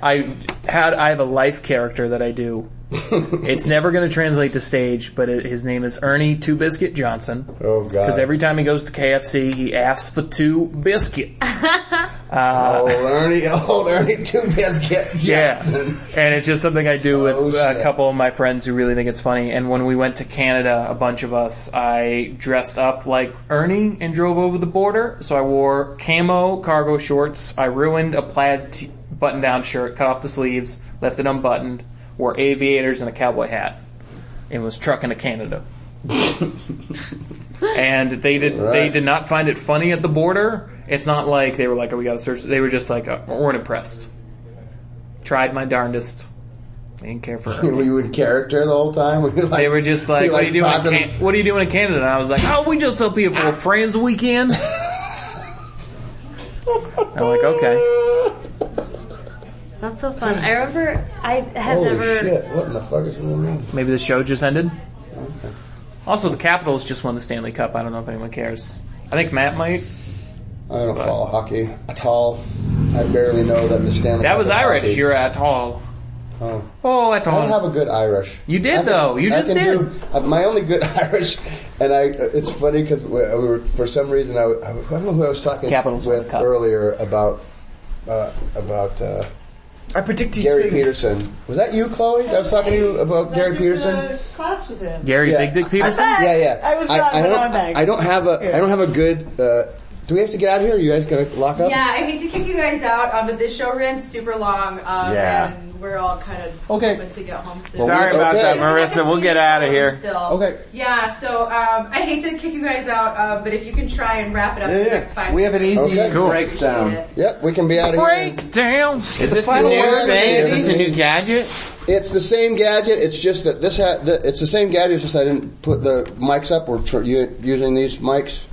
[SPEAKER 8] I had, I have a life character that I do. it's never going to translate to stage, but it, his name is Ernie Two Biscuit Johnson.
[SPEAKER 4] Oh god.
[SPEAKER 8] Because every time he goes to KFC, he asks for two biscuits.
[SPEAKER 4] old Ernie, old Ernie Two Biscuit
[SPEAKER 8] Yeah,
[SPEAKER 4] Johnson.
[SPEAKER 8] and it's just something I do with
[SPEAKER 4] Oh,
[SPEAKER 8] a
[SPEAKER 4] shit.
[SPEAKER 8] couple of my friends who really think it's funny. And when we went to Canada, a bunch of us, I dressed up like Ernie and drove over the border. So I wore camo cargo shorts. I ruined a plaid t- button-down shirt, cut off the sleeves, left it unbuttoned, wore aviators and a cowboy hat, and was trucking to Canada. and they did they did not find it funny at the border. It's not like they were like, "Oh, we got to search." They were just like, uh, "Weren't impressed." Tried my darndest. They didn't care for her.
[SPEAKER 4] Were you in character the whole time? Were you like,
[SPEAKER 8] They were just like,
[SPEAKER 4] you,
[SPEAKER 8] "What are you doing?
[SPEAKER 4] talked
[SPEAKER 8] In
[SPEAKER 4] to
[SPEAKER 8] Can- what are you doing in Canada?" And I was like, "Oh, we just up here for a friends weekend." I'm like, "Okay."
[SPEAKER 10] that's so fun. I remember I had
[SPEAKER 4] Holy
[SPEAKER 10] never.
[SPEAKER 4] shit! What in the fuck is going on?
[SPEAKER 8] Maybe the show just ended. Also, the Capitals just won the Stanley Cup. I don't know if anyone cares. I think Matt might.
[SPEAKER 4] I don't follow hockey at all. I barely know that the Stanley.
[SPEAKER 8] That
[SPEAKER 4] Cup
[SPEAKER 8] was
[SPEAKER 4] is
[SPEAKER 8] Irish.
[SPEAKER 4] hockey.
[SPEAKER 8] You're at all.
[SPEAKER 4] Oh.
[SPEAKER 8] Oh, at
[SPEAKER 4] I don't have
[SPEAKER 8] all.
[SPEAKER 4] a good Irish.
[SPEAKER 8] You did,
[SPEAKER 4] I can-
[SPEAKER 8] though. You
[SPEAKER 4] I
[SPEAKER 8] just
[SPEAKER 4] can
[SPEAKER 8] did.
[SPEAKER 4] do- uh, my only good Irish, and I. uh, It's funny because we, we were for some reason I, w- I w- I don't know who I was talking
[SPEAKER 8] Capitals won the
[SPEAKER 4] with
[SPEAKER 8] cup.
[SPEAKER 4] earlier about uh, about uh,
[SPEAKER 8] I predicted
[SPEAKER 4] Gary Peterson. Was that you, Chloe? That I was talking to you about Gary Peterson.
[SPEAKER 3] Class with him.
[SPEAKER 8] Gary
[SPEAKER 4] Yeah.
[SPEAKER 8] Big Dick Peterson.
[SPEAKER 4] Yeah, yeah.
[SPEAKER 3] I was not-
[SPEAKER 4] I
[SPEAKER 3] I'm
[SPEAKER 4] don't,
[SPEAKER 3] not back.
[SPEAKER 4] I don't have a. I don't have a good uh,
[SPEAKER 11] Do we have to get out of here? Are you guys gonna lock up?
[SPEAKER 12] Yeah, I hate to kick you guys out, um, but this show ran super long, um,
[SPEAKER 13] Yeah.
[SPEAKER 12] and we're all kind of
[SPEAKER 11] Okay.
[SPEAKER 12] hoping to get home soon.
[SPEAKER 11] Well,
[SPEAKER 12] Sorry. I
[SPEAKER 11] we-
[SPEAKER 8] Sorry about
[SPEAKER 11] Okay.
[SPEAKER 8] that,
[SPEAKER 12] think I
[SPEAKER 8] Marissa.
[SPEAKER 12] can
[SPEAKER 8] We'll get
[SPEAKER 12] leave
[SPEAKER 8] out of here.
[SPEAKER 12] Still.
[SPEAKER 2] Okay.
[SPEAKER 12] Yeah, so um, I hate to kick you guys out, uh, but if you can try and wrap it up in the next five
[SPEAKER 2] We have an easy
[SPEAKER 11] Okay. Cool.
[SPEAKER 2] breakdown.
[SPEAKER 12] minutes.
[SPEAKER 11] Yep, we can be out of here.
[SPEAKER 8] Breakdown.
[SPEAKER 2] Is this
[SPEAKER 11] final word.
[SPEAKER 8] gadget?
[SPEAKER 11] It's the same gadget. It's just that this ha- the, it's the same gadget. It's just I didn't put the mics up. We're tr- u- using these mics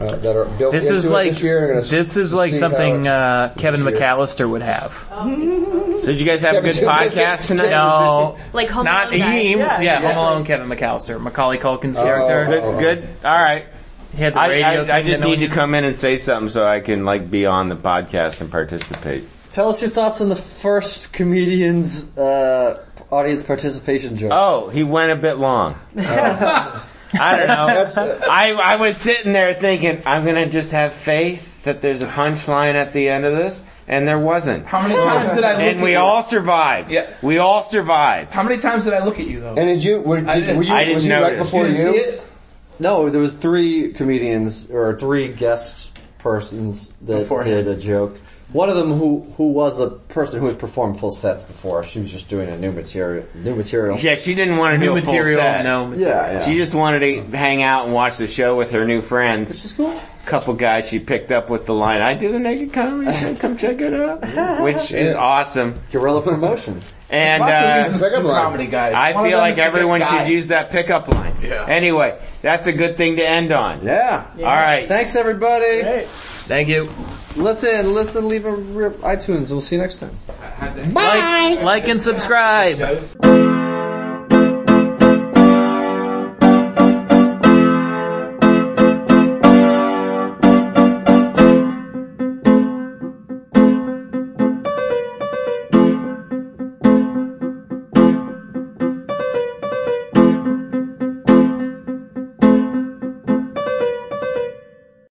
[SPEAKER 11] uh, that are built
[SPEAKER 8] This
[SPEAKER 11] into
[SPEAKER 8] is
[SPEAKER 11] it
[SPEAKER 8] like
[SPEAKER 11] this year. I'm gonna s-
[SPEAKER 8] this is like
[SPEAKER 11] see how
[SPEAKER 8] something
[SPEAKER 11] it's-
[SPEAKER 8] uh, Kevin
[SPEAKER 11] this year. Oh,
[SPEAKER 8] McAllister would have. Did you guys have
[SPEAKER 11] Kevin-
[SPEAKER 8] a good podcast tonight? No,
[SPEAKER 10] Like Home
[SPEAKER 8] not
[SPEAKER 10] Alone guy.
[SPEAKER 8] Eam.
[SPEAKER 3] Yeah,
[SPEAKER 8] Yeah,
[SPEAKER 3] yeah.
[SPEAKER 8] Home Alone. Kevin McAllister, Macaulay Culkin's character.
[SPEAKER 11] oh, oh.
[SPEAKER 8] Good, good.
[SPEAKER 14] All right.
[SPEAKER 8] He had the
[SPEAKER 4] I,
[SPEAKER 8] radio.
[SPEAKER 4] I, I
[SPEAKER 8] thing
[SPEAKER 4] just
[SPEAKER 8] going.
[SPEAKER 4] need to come in and say something so I can like be on the podcast and participate.
[SPEAKER 2] Tell us your thoughts on the first comedian's uh, audience participation joke.
[SPEAKER 4] Oh, he went a bit long. I don't
[SPEAKER 11] That's,
[SPEAKER 4] know.
[SPEAKER 11] uh,
[SPEAKER 4] I, I was sitting there thinking, I'm gonna just have faith that there's a punchline at the end of this, and there wasn't.
[SPEAKER 7] How many times did I look
[SPEAKER 4] And
[SPEAKER 7] at
[SPEAKER 4] we
[SPEAKER 7] you?
[SPEAKER 4] all survived.
[SPEAKER 7] Yeah.
[SPEAKER 4] We all survived.
[SPEAKER 7] How many times did I look at you though?
[SPEAKER 11] and did you were,
[SPEAKER 7] I
[SPEAKER 11] did,
[SPEAKER 7] didn't-
[SPEAKER 11] were you
[SPEAKER 4] I didn't
[SPEAKER 11] was he right
[SPEAKER 4] notice.
[SPEAKER 11] before
[SPEAKER 7] you
[SPEAKER 11] you?
[SPEAKER 7] didn't see it?
[SPEAKER 2] No, there was three comedians or three guest persons that
[SPEAKER 7] Beforehand.
[SPEAKER 2] did a joke. One of them who who was a person who had performed full sets before. She was just doing a new material. New material.
[SPEAKER 4] Yeah, she didn't want to do
[SPEAKER 8] new
[SPEAKER 4] a full
[SPEAKER 8] material.
[SPEAKER 4] set.
[SPEAKER 8] No, material.
[SPEAKER 2] yeah. yeah.
[SPEAKER 4] She just wanted to hang out and watch the show with her new friends.
[SPEAKER 2] Which is cool.
[SPEAKER 4] couple guys she picked up with the line, I do the naked comedy show, come check it out. Which is awesome.
[SPEAKER 2] Guerrilla promotion.
[SPEAKER 4] And
[SPEAKER 7] Lots of
[SPEAKER 4] uh,
[SPEAKER 7] reasons
[SPEAKER 11] Pickup
[SPEAKER 7] to
[SPEAKER 11] line.
[SPEAKER 7] comedy guys.
[SPEAKER 4] I
[SPEAKER 7] One of
[SPEAKER 4] feel
[SPEAKER 7] them
[SPEAKER 4] like
[SPEAKER 7] is to get
[SPEAKER 4] everyone should
[SPEAKER 7] guys.
[SPEAKER 4] use that pickup line.
[SPEAKER 7] Yeah.
[SPEAKER 4] Anyway, that's a good thing to end on.
[SPEAKER 2] Yeah.
[SPEAKER 4] Alright.
[SPEAKER 2] Thanks everybody.
[SPEAKER 8] Thank you.
[SPEAKER 2] Listen, listen, leave a rip iTunes. We'll see you next time.
[SPEAKER 8] Like, like and subscribe.